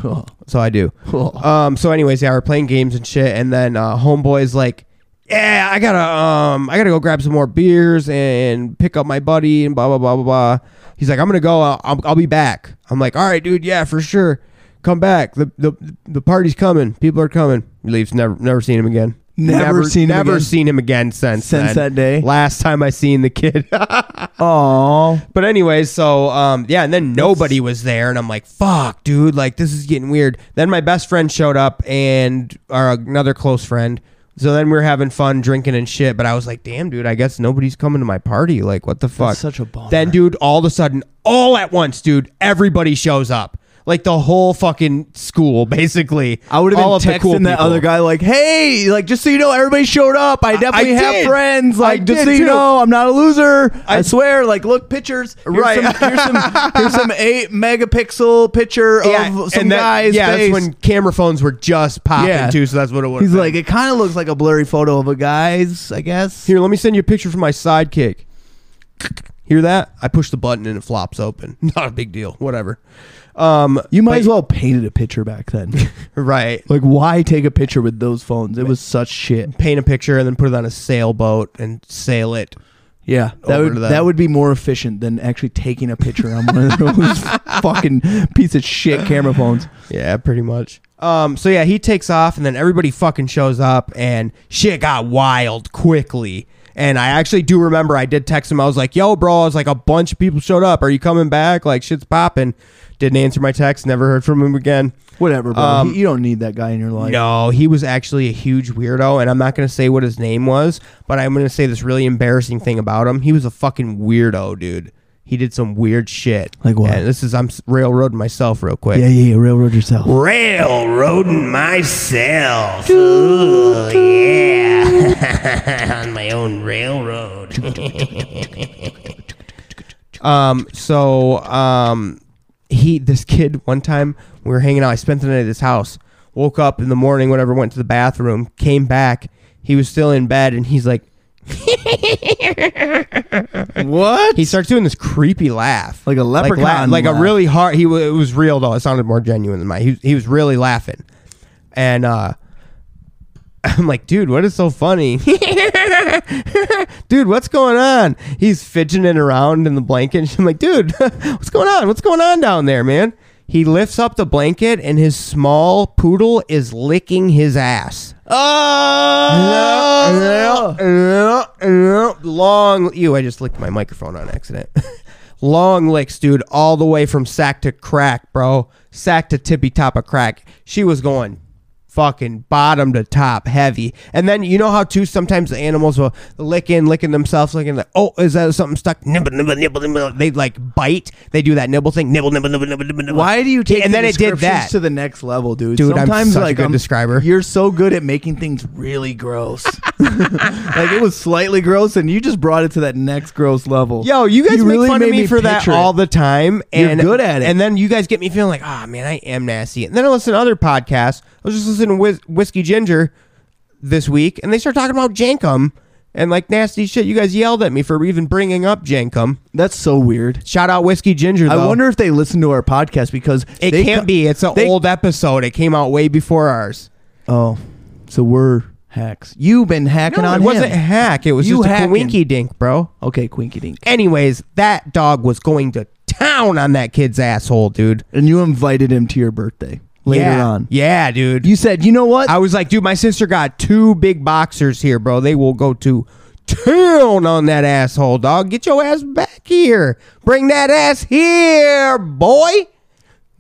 [SPEAKER 3] oh,
[SPEAKER 2] So I do.
[SPEAKER 3] oh.
[SPEAKER 2] Um. So, anyways, yeah, we're playing games and shit, and then uh, homeboy's like, "Yeah, I gotta um, I gotta go grab some more beers and pick up my buddy and blah blah blah blah blah." He's like, "I'm gonna go. I'll, I'll, I'll be back." I'm like, "All right, dude. Yeah, for sure. Come back. The the the party's coming. People are coming." He leaves. Never never seen him again.
[SPEAKER 3] Never seen him
[SPEAKER 2] never
[SPEAKER 3] again?
[SPEAKER 2] seen him again since
[SPEAKER 3] Since
[SPEAKER 2] then.
[SPEAKER 3] that day?
[SPEAKER 2] Last time I seen the kid.
[SPEAKER 3] Aw.
[SPEAKER 2] But anyways, so um, yeah, and then nobody was there, and I'm like, "Fuck, dude! Like this is getting weird." Then my best friend showed up, and or another close friend. So then we were having fun drinking and shit. But I was like, "Damn, dude! I guess nobody's coming to my party. Like, what the fuck?"
[SPEAKER 3] such a bummer.
[SPEAKER 2] Then, dude, all of a sudden, all at once, dude, everybody shows up. Like the whole fucking school, basically.
[SPEAKER 3] I would have
[SPEAKER 2] All
[SPEAKER 3] been
[SPEAKER 2] of the
[SPEAKER 3] texting
[SPEAKER 2] cool
[SPEAKER 3] that
[SPEAKER 2] people.
[SPEAKER 3] other guy like, "Hey, like just so you know, everybody showed up. I definitely have
[SPEAKER 2] did.
[SPEAKER 3] friends.
[SPEAKER 2] I
[SPEAKER 3] Like just
[SPEAKER 2] did
[SPEAKER 3] so you
[SPEAKER 2] too.
[SPEAKER 3] know, I'm not a loser. I,
[SPEAKER 2] I-
[SPEAKER 3] swear. Like look, pictures. Here's
[SPEAKER 2] Right.
[SPEAKER 3] Some, here's some here's some eight megapixel picture of "Oh, some
[SPEAKER 2] and that-
[SPEAKER 3] guy's
[SPEAKER 2] yeah,
[SPEAKER 3] face.
[SPEAKER 2] that's when camera phones were just popping
[SPEAKER 3] Yeah.
[SPEAKER 2] too. So that's what it was.
[SPEAKER 3] He's like, it kind of looks like a blurry photo of a guy's, I guess.
[SPEAKER 2] Here, let me send you a picture from my sidekick. Hear that? I push the button and it flops open. Not a big deal. Whatever. Um,
[SPEAKER 3] you might
[SPEAKER 2] but-
[SPEAKER 3] as well have painted a picture back then.
[SPEAKER 2] right.
[SPEAKER 3] like, why take a picture with those phones? It was such shit.
[SPEAKER 2] Paint a picture and then put it on a sailboat and sail it.
[SPEAKER 3] Yeah, that
[SPEAKER 2] Over
[SPEAKER 3] would
[SPEAKER 2] to them.
[SPEAKER 3] that would be more efficient than actually taking a picture on one of those fucking piece of shit camera phones.
[SPEAKER 2] Yeah, pretty much. Um, so yeah, he takes off and then everybody fucking shows up and shit got wild quickly. And I actually do remember I did text him. I was like, "Yo, bro," I was like, "A bunch of people showed up. Are you coming back? Like, shit's popping." Didn't answer my text. Never heard from him again.
[SPEAKER 3] Whatever, bro.
[SPEAKER 2] Um,
[SPEAKER 3] He- you don't need that guy in your life.
[SPEAKER 2] No, he was actually a huge weirdo, and I'm not going to say what his name was, but I'm going to say this really embarrassing thing about him. He was a fucking weirdo, dude. He did some weird shit.
[SPEAKER 3] Like what?
[SPEAKER 2] And this is I'm s- railroading myself real quick.
[SPEAKER 3] Yeah, yeah, yeah. Railroad yourself.
[SPEAKER 7] Railroading myself. Ooh, yeah. On my own railroad.
[SPEAKER 2] Um, so um, he this kid one time we were hanging out. I spent the night at his house. Woke up in the morning, whatever, went to the bathroom, came back. He was still in bed, and he's like,
[SPEAKER 3] What?
[SPEAKER 2] he starts doing this creepy laugh.
[SPEAKER 3] Like a
[SPEAKER 2] Like la-
[SPEAKER 3] leprechaun.
[SPEAKER 2] like,
[SPEAKER 3] laugh.
[SPEAKER 2] a really hard. He wa- it was real though. It sounded more genuine than mine. He, he was really laughing, and uh, I'm like, dude, what is so funny? dude, what's going on? He's fidgeting around in the blanket. And I'm like, dude, what's going on? What's going on down there, man? He lifts up the blanket, and his small poodle is licking his ass. Oh! Long, ew, I just licked my microphone on accident. Long licks, dude, all the way from sack to crack, bro. Sack to tippy top of crack. She was going fucking bottom to top heavy. And then you know how, too, sometimes the animals will licking, licking themselves, licking, like, oh, is that something stuck? Nibble, nibble, nibble, nibble. They like bite. They do that nibble thing. Nibble, nibble, nibble, nibble, nibble. nibble.
[SPEAKER 3] Why do you take
[SPEAKER 2] And
[SPEAKER 3] the
[SPEAKER 2] then it did
[SPEAKER 3] descriptions
[SPEAKER 2] that.
[SPEAKER 3] to the next level, dude?
[SPEAKER 2] Dude, I'm
[SPEAKER 3] Sometimes
[SPEAKER 2] such a
[SPEAKER 3] like
[SPEAKER 2] good describer.
[SPEAKER 3] You're so good at making things really gross. like it was slightly gross, and you just brought it to that next gross level.
[SPEAKER 2] Yo, you guys make
[SPEAKER 3] really
[SPEAKER 2] fun of
[SPEAKER 3] made
[SPEAKER 2] me, for that
[SPEAKER 3] picture it.
[SPEAKER 2] all the time,
[SPEAKER 3] You're
[SPEAKER 2] and
[SPEAKER 3] good at it.
[SPEAKER 2] And then you guys get me feeling like, oh man, I am nasty. And then I listen to other podcasts. I was just listening to Whis- Whiskey Ginger this week, and they start talking about Jankum and like nasty shit. You guys yelled at me for even bringing up Jankum.
[SPEAKER 3] That's so weird.
[SPEAKER 2] Shout out Whiskey Ginger. Though.
[SPEAKER 3] I wonder if they listen to our podcast because
[SPEAKER 2] It
[SPEAKER 3] they
[SPEAKER 2] can't
[SPEAKER 3] co-
[SPEAKER 2] be. It's an
[SPEAKER 3] they-
[SPEAKER 2] old episode. It came out way before ours.
[SPEAKER 3] Oh, so we're hacks. You've been hacking
[SPEAKER 2] No,
[SPEAKER 3] on
[SPEAKER 2] it wasn't
[SPEAKER 3] him.
[SPEAKER 2] hack. It was
[SPEAKER 3] You
[SPEAKER 2] just a
[SPEAKER 3] hacking.
[SPEAKER 2] winky dink, bro.
[SPEAKER 3] okay, quinky dink.
[SPEAKER 2] Anyways, that dog was going to town on that kid's asshole, dude.
[SPEAKER 3] And you invited him to your birthday later
[SPEAKER 2] yeah.
[SPEAKER 3] on.
[SPEAKER 2] Yeah, dude.
[SPEAKER 3] You said, you know what?
[SPEAKER 2] I was like, dude, my sister got two big boxers here, bro. They will go to town on that asshole, dog. Get your ass back here. Bring that ass here, boy.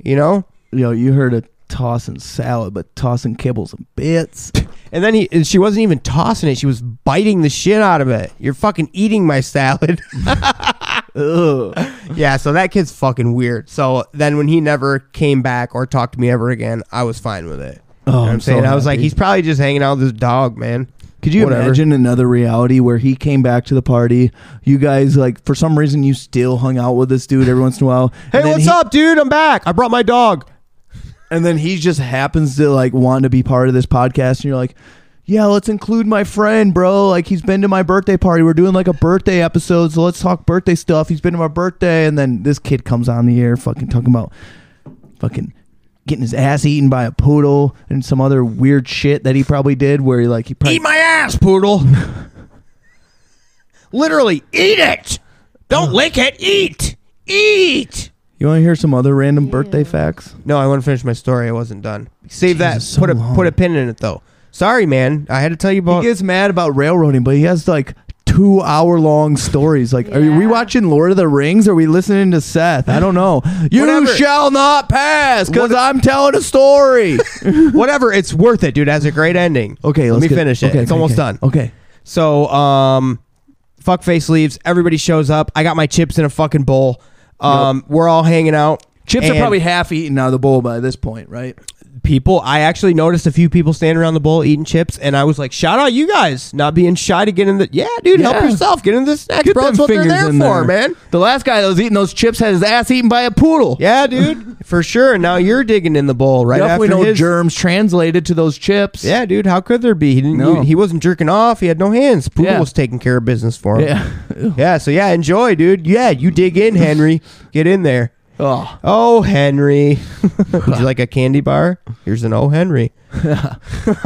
[SPEAKER 2] You know?
[SPEAKER 3] Yo, you heard of tossing salad, but tossing kibbles and bits.
[SPEAKER 2] And then he, and she wasn't even tossing it. She was biting the shit out of it. You're fucking eating my salad.
[SPEAKER 3] Ugh.
[SPEAKER 2] yeah, so that kid's fucking weird. So then when he never came back or talked to me ever again, I was fine with it.
[SPEAKER 3] Oh,
[SPEAKER 2] You know what I'm
[SPEAKER 3] I'm so
[SPEAKER 2] saying I was like,
[SPEAKER 3] happy.
[SPEAKER 2] he's probably just hanging out with this dog, man.
[SPEAKER 3] Could you
[SPEAKER 2] Whatever.
[SPEAKER 3] imagine another reality where he came back to the party? You guys, like, for some reason, you still hung out with this dude every once in a while.
[SPEAKER 2] Hey,
[SPEAKER 3] and then
[SPEAKER 2] what's
[SPEAKER 3] he-
[SPEAKER 2] up, dude? I'm back. I brought my dog.
[SPEAKER 3] And then he just happens to, like, want to be part of this podcast. And you're like, yeah, let's include my friend, bro. Like, he's been to my birthday party. We're doing, like, a birthday episode. So let's talk birthday stuff. He's been to my birthday. And then this kid comes on the air, fucking talking about fucking getting his ass eaten by a poodle and some other weird shit that he probably did where he, like, he probably.
[SPEAKER 2] Eat my ass, poodle. Literally, eat it. Don't lick it. Eat. Eat.
[SPEAKER 3] you want to hear some other random birthday
[SPEAKER 1] Ew.
[SPEAKER 3] facts?
[SPEAKER 2] No, I want to finish my story. I wasn't done. Save that.
[SPEAKER 3] Jesus, so
[SPEAKER 2] put a
[SPEAKER 3] long.
[SPEAKER 2] put a pin in it though. Sorry, man. I had to tell you about.
[SPEAKER 3] he gets mad about railroading, but he has like two hour long stories. Like, are we
[SPEAKER 1] Yeah.
[SPEAKER 3] watching Lord of the Rings? Or are we listening to Seth? I don't know. You
[SPEAKER 2] Whatever.
[SPEAKER 3] shall not pass because
[SPEAKER 2] What-
[SPEAKER 3] I'm telling a story.
[SPEAKER 2] Whatever. It's worth it, dude. It has a great ending.
[SPEAKER 3] okay,
[SPEAKER 2] let
[SPEAKER 3] let's
[SPEAKER 2] me
[SPEAKER 3] get-
[SPEAKER 2] finish it.
[SPEAKER 3] okay,
[SPEAKER 2] it's
[SPEAKER 3] okay,
[SPEAKER 2] almost
[SPEAKER 3] okay.
[SPEAKER 2] done.
[SPEAKER 3] Okay.
[SPEAKER 2] So, um, fuckface leaves. Everybody shows up. I got my chips in a fucking bowl. Um, we're all hanging out.
[SPEAKER 3] Chips
[SPEAKER 2] And
[SPEAKER 3] are probably half eaten out of the bowl by this point, right?
[SPEAKER 2] people. I actually noticed a few people standing around the bowl eating chips, and I was like, "Shout out you guys, not being shy to get in the yeah, dude, help
[SPEAKER 3] Yeah.
[SPEAKER 2] yourself, get in the snacks, bro. That's what they're there for, man.
[SPEAKER 3] The last guy that was eating those chips had his ass eaten by a poodle.
[SPEAKER 2] Yeah, dude, for sure. And now you're digging in the bowl right
[SPEAKER 3] Definitely
[SPEAKER 2] after
[SPEAKER 3] no
[SPEAKER 2] his.
[SPEAKER 3] germs translated to those chips.
[SPEAKER 2] Yeah, dude, how could there be? He didn't.
[SPEAKER 3] No.
[SPEAKER 2] you- he wasn't jerking off. He had no hands. Poodle
[SPEAKER 3] Yeah.
[SPEAKER 2] was taking care of business for him.
[SPEAKER 3] Yeah.
[SPEAKER 2] yeah. So yeah, enjoy, dude. Yeah, you dig in, Henry. get in there.
[SPEAKER 3] oh.
[SPEAKER 2] Oh, Henry. Would you like a candy bar? Here's an Oh, Henry.
[SPEAKER 3] Wow.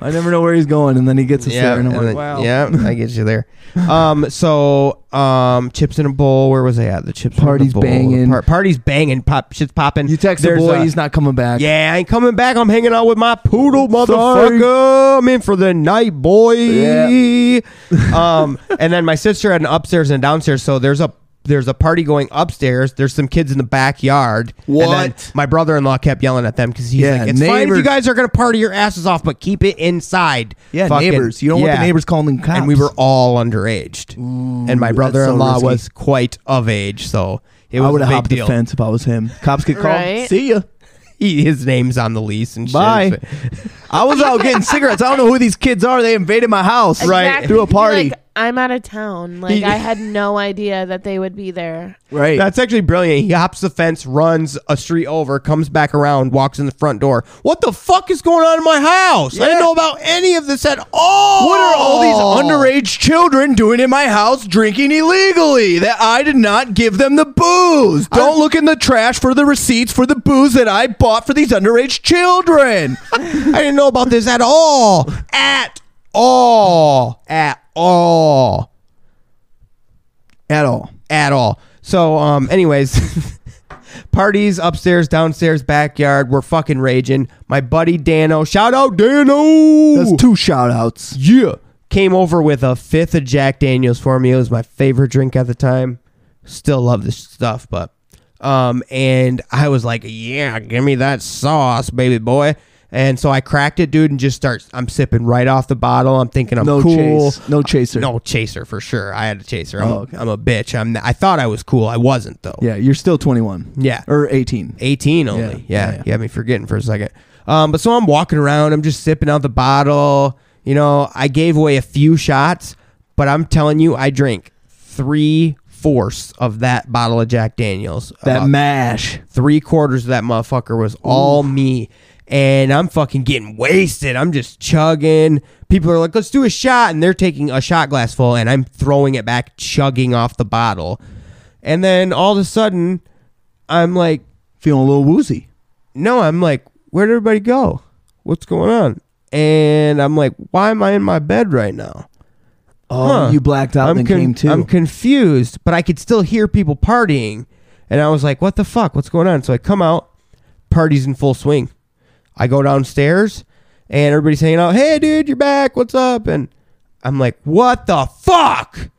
[SPEAKER 3] I never know where he's going. And then he gets us there. And I'm
[SPEAKER 2] and
[SPEAKER 3] like,
[SPEAKER 2] then-
[SPEAKER 3] wow.
[SPEAKER 2] yeah, I get you there. Um, so um, chips in a bowl. Where was I at? The chips.
[SPEAKER 3] Party's
[SPEAKER 2] were in a bowl.
[SPEAKER 3] banging.
[SPEAKER 2] Par- party's banging. Pop shit's popping.
[SPEAKER 3] You text
[SPEAKER 2] There's
[SPEAKER 3] the boy,
[SPEAKER 2] a-
[SPEAKER 3] he's not coming back.
[SPEAKER 2] yeah, I ain't coming back. I'm hanging out with my poodle, motherfucker. I'm in for the night, boy.
[SPEAKER 3] Yeah.
[SPEAKER 2] um, and then my sister had an upstairs and a downstairs, so there's a there's a party going upstairs. There's some kids in the backyard. And then
[SPEAKER 3] What?
[SPEAKER 2] my brother-in-law kept yelling at them because he's
[SPEAKER 3] Yeah,
[SPEAKER 2] like, "It's fine if you
[SPEAKER 3] neighbors.
[SPEAKER 2] guys are gonna party your asses off, but keep it inside."
[SPEAKER 3] Yeah,
[SPEAKER 2] Fucking-
[SPEAKER 3] neighbors. You don't want
[SPEAKER 2] yeah.
[SPEAKER 3] the neighbors calling the cops.
[SPEAKER 2] And we were all underaged, and my
[SPEAKER 3] that's so
[SPEAKER 2] brother-in-law
[SPEAKER 3] risky.
[SPEAKER 2] was quite of age, so it was
[SPEAKER 3] I would
[SPEAKER 2] a
[SPEAKER 3] have
[SPEAKER 2] big
[SPEAKER 3] hopped
[SPEAKER 2] deal.
[SPEAKER 3] the fence if I was him. Cops get called.
[SPEAKER 1] Right?
[SPEAKER 3] See ya.
[SPEAKER 2] He, his name's on the lease and shit.
[SPEAKER 3] Bye. I was out getting cigarettes. I don't know who these kids are. They invaded my house.
[SPEAKER 2] Right.
[SPEAKER 1] Exactly.
[SPEAKER 3] Through a
[SPEAKER 1] You'd be
[SPEAKER 3] party.
[SPEAKER 1] like, I'm out of town. Like
[SPEAKER 2] He-
[SPEAKER 1] I had no idea that they would be there.
[SPEAKER 3] Right.
[SPEAKER 2] That's actually brilliant. He hops the fence, runs a street over, comes back around, walks in the front door. What the fuck is going on in my house? I
[SPEAKER 3] Yeah.
[SPEAKER 2] didn't know about any of this at all.
[SPEAKER 3] What are all these
[SPEAKER 1] Oh.
[SPEAKER 3] underage children doing in my house drinking illegally? That I did not give them the booze. Don't look in the trash for the receipts for the booze that I bought for these underage children.
[SPEAKER 2] I didn't know about this at all. At all. At all.
[SPEAKER 3] At all.
[SPEAKER 2] At all. So, um, anyways, parties upstairs, downstairs, backyard. We're fucking raging. My buddy Dano, shout out Dano.
[SPEAKER 3] That's two shout outs.
[SPEAKER 2] Yeah. Came over with a fifth of Jack Daniels for me. It was my favorite drink at the time. Still love this stuff, but um and I was like, "Yeah, give me that sauce, baby boy." And so I cracked it, dude, and just starts I'm sipping right off the bottle. I'm thinking I'm
[SPEAKER 3] No
[SPEAKER 2] cool.
[SPEAKER 3] chase. No chaser.
[SPEAKER 2] No chaser for sure. I had a chaser. I'm,
[SPEAKER 3] Oh,
[SPEAKER 2] a-
[SPEAKER 3] okay.
[SPEAKER 2] I'm a bitch. I'm I thought I was cool. I wasn't though.
[SPEAKER 3] Yeah, you're still 21.
[SPEAKER 2] Yeah.
[SPEAKER 3] Or 18.
[SPEAKER 2] 18 only.
[SPEAKER 3] Yeah,
[SPEAKER 2] Yeah.
[SPEAKER 3] yeah.
[SPEAKER 2] You had me forgetting for a second. Um, but so I'm walking around. I'm just sipping out the bottle. You know, I gave away a few shots, but I'm telling you, I drank three fourths of that bottle of Jack Daniels.
[SPEAKER 3] That
[SPEAKER 2] About
[SPEAKER 3] mash.
[SPEAKER 2] three quarters of that motherfucker was all me. And I'm fucking getting wasted. I'm just chugging. People are like, let's do a shot. And they're taking a shot glass full and I'm throwing it back, chugging off the bottle. And then all of a sudden, I'm like,
[SPEAKER 3] Feeling a little woozy.
[SPEAKER 2] no, I'm like, where'd everybody go? What's going on? And I'm like, why am I in my bed right now?
[SPEAKER 3] Oh,
[SPEAKER 2] Huh.
[SPEAKER 3] you blacked out
[SPEAKER 2] I'm
[SPEAKER 3] and
[SPEAKER 2] con-
[SPEAKER 3] came to.
[SPEAKER 2] I'm confused, but I could still hear people partying. And I was like, what the fuck? What's going on? So I come out, party's in full swing. I go downstairs and everybody's hanging out. Hey, dude, you're back. What's up? And I'm like, what the fuck?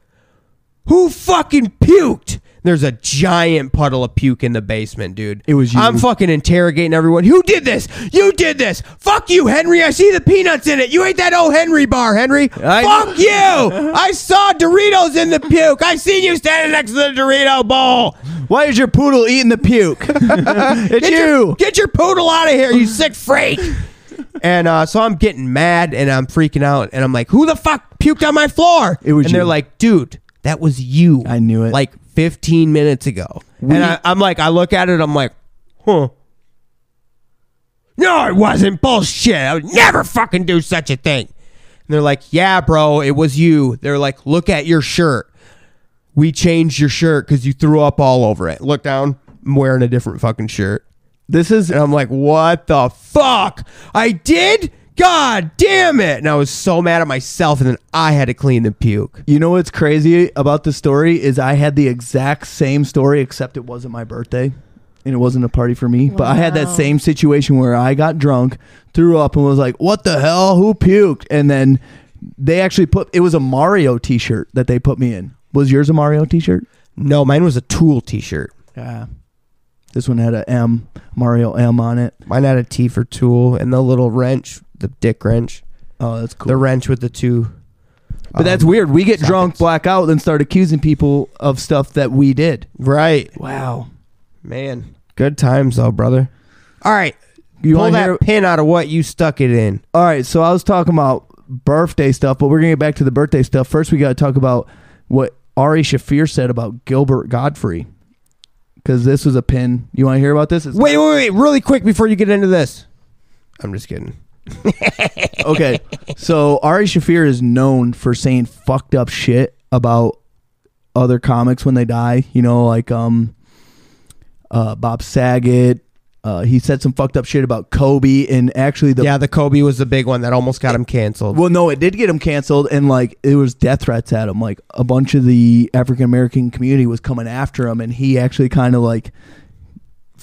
[SPEAKER 2] Who fucking puked? There's a giant puddle of puke in the basement, dude.
[SPEAKER 3] It was you.
[SPEAKER 2] I'm fucking interrogating everyone. Who did this? You did this. Fuck you, Henry. I see the peanuts in it. You ate that old Henry bar, Henry.
[SPEAKER 3] I-
[SPEAKER 2] Fuck you. I saw Doritos in the puke. I seen you standing next to the Dorito bowl.
[SPEAKER 3] Why is your poodle eating the puke? it's
[SPEAKER 2] Get
[SPEAKER 3] you.
[SPEAKER 2] Your, get your poodle out of here, you sick freak. And uh, so I'm getting mad and I'm freaking out and I'm like, who the fuck puked on my floor?
[SPEAKER 3] It was
[SPEAKER 2] and
[SPEAKER 3] you.
[SPEAKER 2] they're like, dude, that was you.
[SPEAKER 3] I knew it.
[SPEAKER 2] Like 15 minutes ago. and I, I'm like, I look at it, I'm like, huh. No, it wasn't bullshit. I would never fucking do such a thing. And they're like, yeah, bro, it was you. They're like, look at your shirt. We changed your shirt because you threw up all over it. Look down. I'm wearing a different fucking shirt.
[SPEAKER 3] This is
[SPEAKER 2] And I'm like, what the fuck? I did? God damn it. And I was so mad at myself. And then I had to clean the puke.
[SPEAKER 3] You know what's crazy about the story is I had the exact same story except it wasn't my birthday and it wasn't a party for me. But I had that
[SPEAKER 1] Wow.
[SPEAKER 3] same situation where I got drunk, threw up and was like, "What the hell? Who puked?" And then they actually put it was a Mario t-shirt that they put me in. Was yours a Mario t-shirt?
[SPEAKER 2] No, mine was a tool t shirt.
[SPEAKER 3] Yeah. This one had a M, Mario M on it.
[SPEAKER 2] Mine had a T for tool and the little wrench, the dick wrench,
[SPEAKER 3] Oh, that's
[SPEAKER 2] the
[SPEAKER 3] cool.
[SPEAKER 2] wrench with the two.
[SPEAKER 3] but that's
[SPEAKER 2] um,
[SPEAKER 3] weird. We get drunk,
[SPEAKER 2] sockets.
[SPEAKER 3] black out, then start accusing people of stuff that we did.
[SPEAKER 2] Right.
[SPEAKER 3] Wow.
[SPEAKER 2] Man. Good times, though, brother. All right.
[SPEAKER 3] You
[SPEAKER 2] Pull
[SPEAKER 3] wanna
[SPEAKER 2] that
[SPEAKER 3] hear-
[SPEAKER 2] pin out of what you stuck it in.
[SPEAKER 3] All right, so I was talking about birthday stuff, but we're gonna get back to the birthday stuff. First, we got to talk about what Ari Shafir said about Gilbert Godfrey, because this was a pin. You want to hear about this? It's-
[SPEAKER 2] Wait, wait, wait. Really quick before you get into this. I'm just kidding.
[SPEAKER 3] okay. So Ari Shafir is known for saying fucked up shit about other comics when they die. You know, like um, uh, Bob Saget. Uh, he said some fucked up shit about Kobe, and actually the
[SPEAKER 2] yeah, the Kobe was the big one that almost got him canceled.
[SPEAKER 3] Well, no, it did get him canceled, and like it was death threats at him. Like a bunch of the African American community was coming after him, and he actually kind of like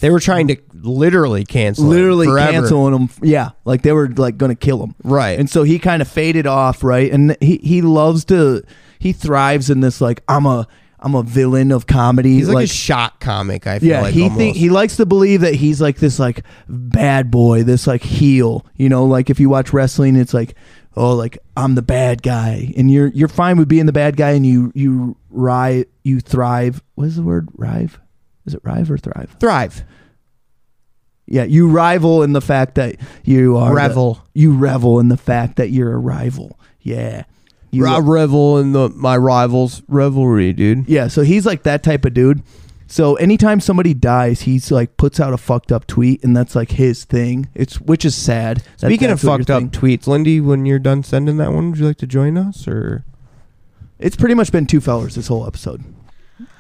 [SPEAKER 2] They were trying to literally cancel him
[SPEAKER 3] literally
[SPEAKER 2] forever.
[SPEAKER 3] canceling him. Yeah, like they were like going to kill him.
[SPEAKER 2] Right.
[SPEAKER 3] And so he kind of faded off, right? And he he loves to he thrives in this like I'm a I'm a villain of comedy.
[SPEAKER 2] He's like, a shock comic. I feel
[SPEAKER 3] yeah,
[SPEAKER 2] like
[SPEAKER 3] he
[SPEAKER 2] almost.
[SPEAKER 3] think he likes to believe that he's like this like bad boy, this like heel. You know, like if you watch wrestling, it's like, oh, like I'm the bad guy, and you're you're fine with being the bad guy, and you you rive you thrive. What is the word? Rive? Is it rive or thrive?
[SPEAKER 2] thrive.
[SPEAKER 3] Yeah, you rival in the fact that you are the-
[SPEAKER 2] Revel.
[SPEAKER 3] you revel in the fact that you're a rival. Yeah, You
[SPEAKER 2] I revel in the my rivals' revelry, dude.
[SPEAKER 3] Yeah, so he's like that type of dude. So anytime somebody dies, he's like puts out a fucked up tweet, and that's like his thing. It's which is sad. That-
[SPEAKER 2] Speaking of
[SPEAKER 3] that's what your
[SPEAKER 2] fucked up
[SPEAKER 3] thing-
[SPEAKER 2] tweets, Lindy, when you're done sending that one, would you like to join us or?
[SPEAKER 3] it's pretty much been two fellers this whole episode.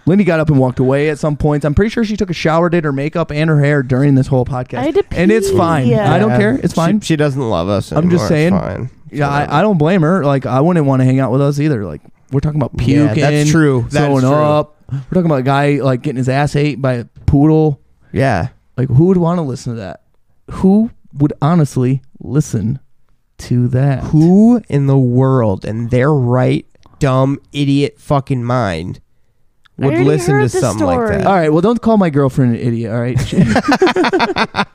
[SPEAKER 3] Lindy got up and walked away at some points. I'm pretty sure she took a shower, did her makeup and her hair during this whole podcast.
[SPEAKER 1] I had to
[SPEAKER 3] and it's
[SPEAKER 1] pee.
[SPEAKER 3] fine.
[SPEAKER 1] Yeah.
[SPEAKER 3] I don't care. It's
[SPEAKER 2] She-
[SPEAKER 3] fine.
[SPEAKER 2] She, doesn't love us.
[SPEAKER 3] I'm just
[SPEAKER 2] anymore.
[SPEAKER 3] saying.
[SPEAKER 2] It's fine. It's
[SPEAKER 3] yeah,
[SPEAKER 2] whatever.
[SPEAKER 3] I, I don't blame her. Like I wouldn't want to hang out with us either. Like we're talking about
[SPEAKER 2] Yeah,
[SPEAKER 3] puking.
[SPEAKER 2] that's true. That's
[SPEAKER 3] throwing
[SPEAKER 2] true.
[SPEAKER 3] up. We're talking about a guy like getting his ass ate by a poodle.
[SPEAKER 2] Yeah.
[SPEAKER 3] Like, who would want to listen to that? Who would honestly listen to that?
[SPEAKER 2] Who in the world, in their right dumb idiot fucking mind,
[SPEAKER 1] I
[SPEAKER 2] would
[SPEAKER 1] already
[SPEAKER 2] listen to
[SPEAKER 1] heard the
[SPEAKER 2] something like
[SPEAKER 1] story.
[SPEAKER 2] that?
[SPEAKER 3] All right. Well, don't call my girlfriend an idiot. All right. it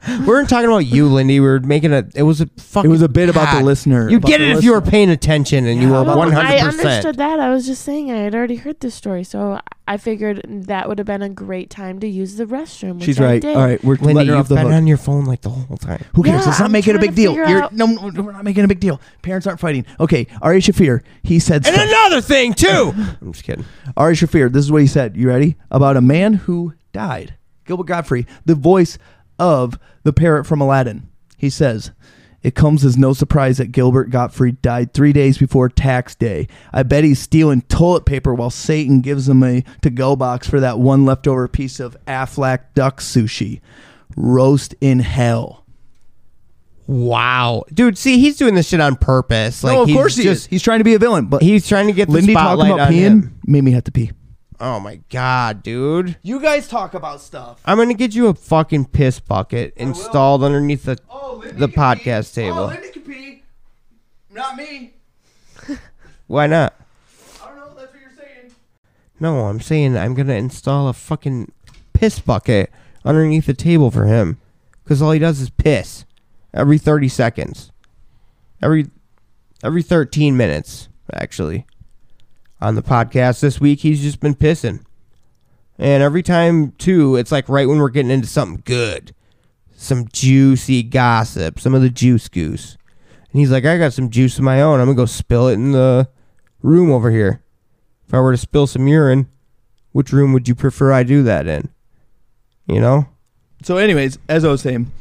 [SPEAKER 2] We weren't talking about you, Lindy. We were making a. It was a fucking.
[SPEAKER 3] was a bit about the
[SPEAKER 2] God.
[SPEAKER 3] listener.
[SPEAKER 2] You
[SPEAKER 3] about
[SPEAKER 2] get
[SPEAKER 3] the
[SPEAKER 2] it if you were
[SPEAKER 3] listener.
[SPEAKER 2] paying attention and
[SPEAKER 3] Oh,
[SPEAKER 2] you were
[SPEAKER 1] Well,
[SPEAKER 2] one
[SPEAKER 1] I
[SPEAKER 2] hundred
[SPEAKER 1] understood
[SPEAKER 2] percent.
[SPEAKER 1] that. I was just saying I had already heard this story, so I figured that would have been a great time to use the restroom. Which
[SPEAKER 3] She's
[SPEAKER 1] I
[SPEAKER 3] right.
[SPEAKER 1] Did.
[SPEAKER 3] All right. We're
[SPEAKER 2] Lindy,
[SPEAKER 3] letting her
[SPEAKER 2] you've
[SPEAKER 3] off the
[SPEAKER 2] been
[SPEAKER 3] hook.
[SPEAKER 2] on your phone like the whole time.
[SPEAKER 3] Who cares?
[SPEAKER 1] Yeah,
[SPEAKER 3] Let's not
[SPEAKER 1] I'm
[SPEAKER 3] make it a
[SPEAKER 1] trying
[SPEAKER 3] big
[SPEAKER 1] to
[SPEAKER 3] deal.
[SPEAKER 1] figure
[SPEAKER 3] You're,
[SPEAKER 1] out-
[SPEAKER 3] no, no, we're not making a big deal. Parents aren't fighting. Okay, Ari Shafir, he said
[SPEAKER 2] And
[SPEAKER 3] stuff.
[SPEAKER 2] another thing too. I'm just kidding.
[SPEAKER 3] Ari Shafir, this is what he said. You ready? About a man who died. Gilbert Godfrey, the voice of the parrot from Aladdin. He says, It comes as no surprise that Gilbert Gottfried died three days before tax day. I bet he's stealing toilet paper while Satan gives him a to go box for that one leftover piece of Aflac duck sushi. Roast in hell.
[SPEAKER 2] Wow, dude. See, he's doing this shit on purpose. Like,
[SPEAKER 3] no, of
[SPEAKER 2] he's
[SPEAKER 3] course he
[SPEAKER 2] just-
[SPEAKER 3] is. He's trying to be a villain, but
[SPEAKER 2] He's trying to get the
[SPEAKER 3] Lindy
[SPEAKER 2] spotlight
[SPEAKER 3] talking about
[SPEAKER 2] on
[SPEAKER 3] peeing
[SPEAKER 2] him.
[SPEAKER 3] made me have to pee.
[SPEAKER 2] Oh my god, dude.
[SPEAKER 3] You guys talk about stuff.
[SPEAKER 2] I'm gonna get you a fucking piss bucket installed underneath the
[SPEAKER 3] Oh,
[SPEAKER 2] the podcast table.
[SPEAKER 3] can pee. Not me.
[SPEAKER 2] Why not?
[SPEAKER 3] I don't know. That's what you're saying.
[SPEAKER 2] No, I'm saying I'm gonna install a fucking piss bucket underneath the table for him, because all he does is piss every 30 seconds, every every 13 minutes actually. On the podcast this week, he's just been pissing, and every time too, it's like right when we're getting into something good, some juicy gossip, some of the juice goose, and he's like, "I got some juice of my own. I'm gonna go spill it in the room over here." If I were to spill some urine, which room would you prefer I do that in? You know?
[SPEAKER 3] So, anyways, as I was saying,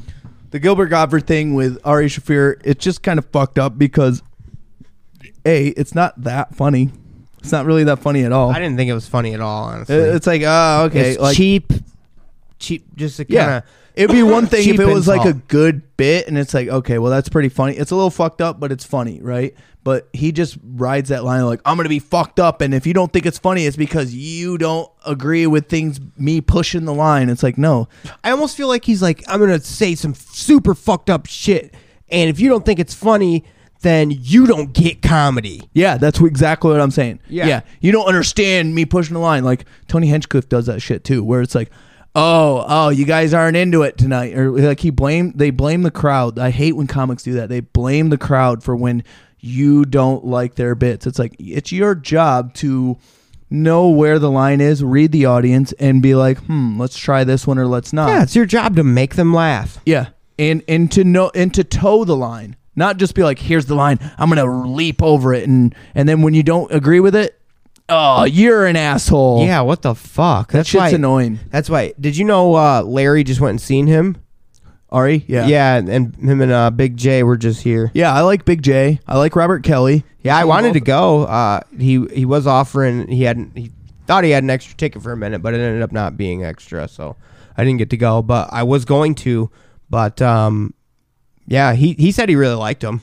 [SPEAKER 3] the Gilbert Gottfried thing with Ari Shafir, it's just kind of fucked up because, a, it's not that funny. It's not really that funny at all.
[SPEAKER 2] I didn't think it was funny at all, honestly.
[SPEAKER 3] It- It's like, oh, okay,
[SPEAKER 2] Uh, It's
[SPEAKER 3] like
[SPEAKER 2] cheap. Cheap just to
[SPEAKER 3] Yeah.
[SPEAKER 2] kinda
[SPEAKER 3] It'd be one thing if
[SPEAKER 2] Cheap
[SPEAKER 3] it was like a
[SPEAKER 2] insult.
[SPEAKER 3] good bit and it's like, okay, well, that's pretty funny. It's a little fucked up, but it's funny, right? But he just rides that line like, I'm going to be fucked up. And if you don't think it's funny, it's because you don't agree with things, me pushing the line. It's like, no.
[SPEAKER 2] I almost feel like he's like, I'm gonna say some super fucked up shit. And if you don't think it's funny, then you don't get comedy.
[SPEAKER 3] Yeah, that's exactly what I'm saying.
[SPEAKER 2] Yeah.
[SPEAKER 3] You don't understand me pushing the line. Like Tony Hinchcliffe does that shit too, where it's like, Oh, oh, you guys aren't into it tonight. Or like he blame they blame the crowd. I hate when comics do that. They blame the crowd for when you don't like their bits. It's like it's your job to know where the line is, read the audience, and be like, hmm, let's try this one or let's not.
[SPEAKER 2] Yeah, it's your job to make them laugh.
[SPEAKER 3] Yeah, and and to know and to toe the line, not just be like, here's the line, I'm gonna leap over it, and and then when you don't agree with it, oh, you're an asshole.
[SPEAKER 2] Yeah, what the fuck? That's
[SPEAKER 3] shit's
[SPEAKER 2] why
[SPEAKER 3] annoying.
[SPEAKER 2] That's why. Did you know uh, Larry just went and seen him?
[SPEAKER 3] Ari. Yeah,
[SPEAKER 2] Yeah, and, and him and uh, Big J were just here.
[SPEAKER 3] yeah. I like Big J. I like Robert Kelly.
[SPEAKER 2] Yeah, I
[SPEAKER 3] He
[SPEAKER 2] wanted
[SPEAKER 3] both-
[SPEAKER 2] to go. Uh, he he was offering. He hadn't. He thought he had an extra ticket for a minute, but it ended up not being extra, so I didn't get to go. But I was going to. But um, yeah, he he said he really liked him,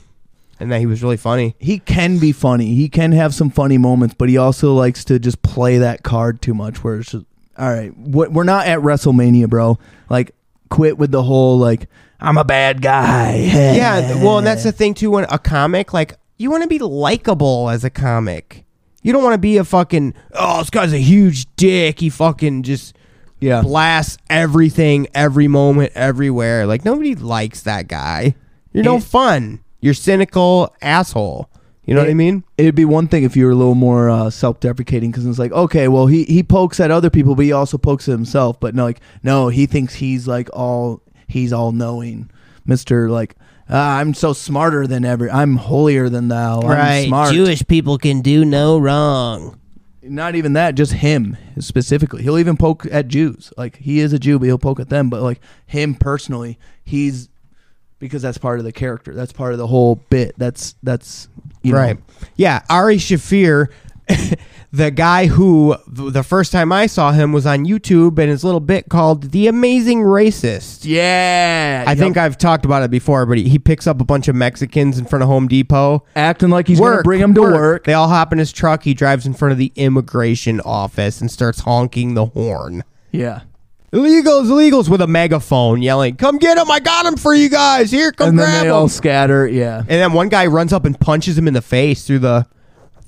[SPEAKER 2] and that he was really funny.
[SPEAKER 3] He can be funny. He can have some funny moments, but he also likes to just play that card too much. Where it's just, all right, wh- we're not at WrestleMania, bro. Like, quit with the whole like, I'm a bad guy.
[SPEAKER 2] Yeah, th- well, and that's
[SPEAKER 3] Eh.
[SPEAKER 2] the thing too. When a comic, like, you want to be likable as a comic. You don't want to be a fucking oh, this guy's a huge dick. He fucking just
[SPEAKER 3] yeah.
[SPEAKER 2] blasts everything, every moment, everywhere. Like nobody likes that guy. You're no
[SPEAKER 3] It-
[SPEAKER 2] fun. You're cynical asshole. You know what I
[SPEAKER 3] It-
[SPEAKER 2] mean?
[SPEAKER 3] It'd be one thing if you were a little more uh, self-deprecating because it's like, okay, well, he he pokes at other people, but he also pokes at himself. But no, like, no, he thinks he's like all he's all knowing, Mister. Like "Ah, I'm so smarter than every. I'm holier than thou.
[SPEAKER 7] right.
[SPEAKER 3] I'm smart.
[SPEAKER 7] Jewish people can do no wrong.
[SPEAKER 3] Not even that. Just him specifically. He'll even poke at Jews. Like he is a Jew, but he'll poke at them. But like him personally, he's because that's part of the character. That's part of the whole bit. That's that's you know,
[SPEAKER 2] right. Yeah, Ari Shafir, the guy who th- the first time I saw him was on YouTube and his little bit called "The Amazing Racist."
[SPEAKER 3] Yeah,
[SPEAKER 2] I think I've talked about it before, but he, he picks up a bunch of Mexicans in front of Home Depot.
[SPEAKER 3] acting like he's gonna bring him to work.
[SPEAKER 2] They all hop in his truck. He drives in front of the immigration office and starts honking the horn.
[SPEAKER 3] Yeah,
[SPEAKER 2] Illegals, illegals with a megaphone yelling, Come get him. I got him for you guys. Here, come
[SPEAKER 3] and then
[SPEAKER 2] grab
[SPEAKER 3] they
[SPEAKER 2] him.
[SPEAKER 3] all scatter. Yeah,
[SPEAKER 2] and then one guy runs up and punches him in the face through the.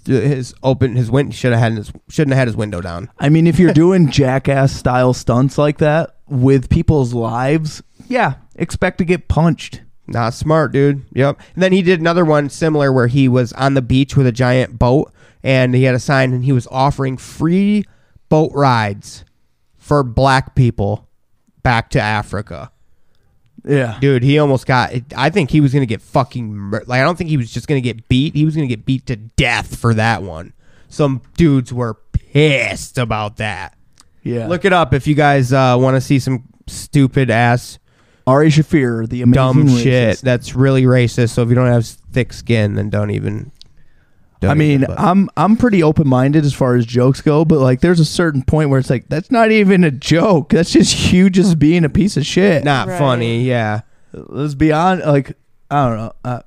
[SPEAKER 2] through His open his window should have had his shouldn't have had his window down.
[SPEAKER 3] I mean, if you're doing jackass style stunts like that with people's lives, yeah, expect to get punched.
[SPEAKER 2] Not smart, dude. Yep. And then he did another one similar where he was on the beach with a giant boat and he had a sign and he was offering free boat rides for black people back to Africa.
[SPEAKER 3] Yeah.
[SPEAKER 2] Dude, he almost got. I think he was gonna get fucking. Mur- like, I don't think he was just gonna get beat. He was gonna get beat to death for that one. Some dudes were pissed about that.
[SPEAKER 3] Yeah.
[SPEAKER 2] Look it up if you guys uh, want to see some stupid ass
[SPEAKER 3] Ari Shafir, the amazing
[SPEAKER 2] dumb
[SPEAKER 3] racist.
[SPEAKER 2] shit that's really racist. So if you don't have thick skin, then don't even. don't
[SPEAKER 3] I mean,
[SPEAKER 2] even, but-
[SPEAKER 3] I'm I'm pretty open minded as far as jokes go, but like there's a certain point where it's like that's not even a joke. That's just you just being a piece of shit.
[SPEAKER 2] not
[SPEAKER 1] Right.
[SPEAKER 2] funny. Yeah,
[SPEAKER 3] Let's be on like I don't know. Uh,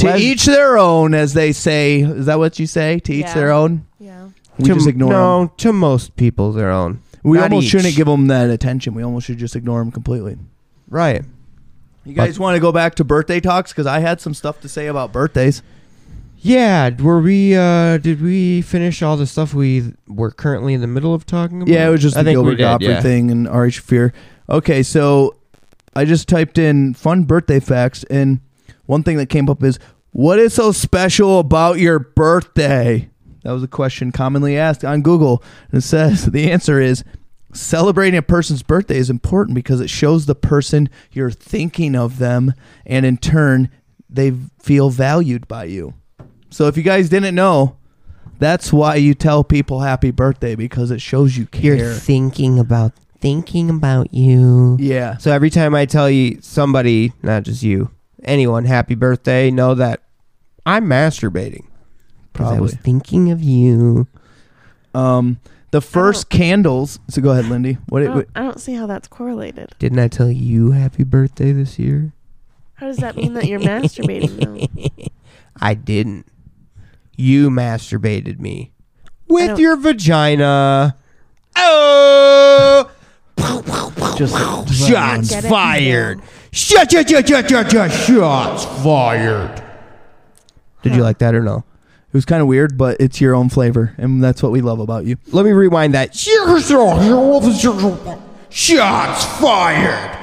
[SPEAKER 3] to
[SPEAKER 2] Les-
[SPEAKER 3] each their own, as they say. Is that what you say? To each
[SPEAKER 1] Yeah.
[SPEAKER 3] their own.
[SPEAKER 1] Yeah.
[SPEAKER 3] We
[SPEAKER 2] To-
[SPEAKER 3] just ignore
[SPEAKER 2] No,
[SPEAKER 3] 'em.
[SPEAKER 2] to most people, their own.
[SPEAKER 3] We
[SPEAKER 2] Not
[SPEAKER 3] almost
[SPEAKER 2] each.
[SPEAKER 3] shouldn't give them that attention. We almost should just ignore them completely.
[SPEAKER 2] Right.
[SPEAKER 3] You guys want to go back to birthday talks because I had some stuff to say about birthdays.
[SPEAKER 2] Yeah, were we? uh Did we finish all the stuff we were currently in the middle of talking about?
[SPEAKER 3] Yeah, it was just
[SPEAKER 2] I
[SPEAKER 3] the
[SPEAKER 2] think we
[SPEAKER 3] Gilbert
[SPEAKER 2] did,
[SPEAKER 3] Godfrey
[SPEAKER 2] yeah.
[SPEAKER 3] thing and Ari Shafir. Okay, so I just typed in fun birthday facts, and one thing that came up is what is so special about your birthday? That was a question commonly asked on Google. And it says the answer is celebrating a person's birthday is important because it shows the person you're thinking of them, and in turn, they feel valued by you. So if you guys didn't know, that's why you tell people happy birthday because it shows you care.
[SPEAKER 7] You're thinking about thinking about you.
[SPEAKER 3] Yeah.
[SPEAKER 2] So every time I tell you somebody, not just you, anyone, happy birthday, know that I'm masturbating.
[SPEAKER 7] 'Cause I was
[SPEAKER 3] Probably.
[SPEAKER 7] thinking of you.
[SPEAKER 3] Um, the first candles. So go ahead, Lindy. What?
[SPEAKER 1] I
[SPEAKER 3] It,
[SPEAKER 1] don't,
[SPEAKER 3] what
[SPEAKER 1] Oh, I don't see how that's correlated.
[SPEAKER 2] Didn't I tell you happy birthday this year?
[SPEAKER 1] How does that mean that you're masturbating though?
[SPEAKER 2] I didn't. You masturbated me
[SPEAKER 1] don't-
[SPEAKER 2] with your vagina. Oh,
[SPEAKER 3] just
[SPEAKER 2] shots
[SPEAKER 1] Get it?
[SPEAKER 2] fired. Shot, shot, shot, shot, shot, shot, shots fired. Did you like that or no?
[SPEAKER 3] It was kind of weird, but it's your own flavor, and that's what we love about you.
[SPEAKER 2] Let me rewind that. Shots fired.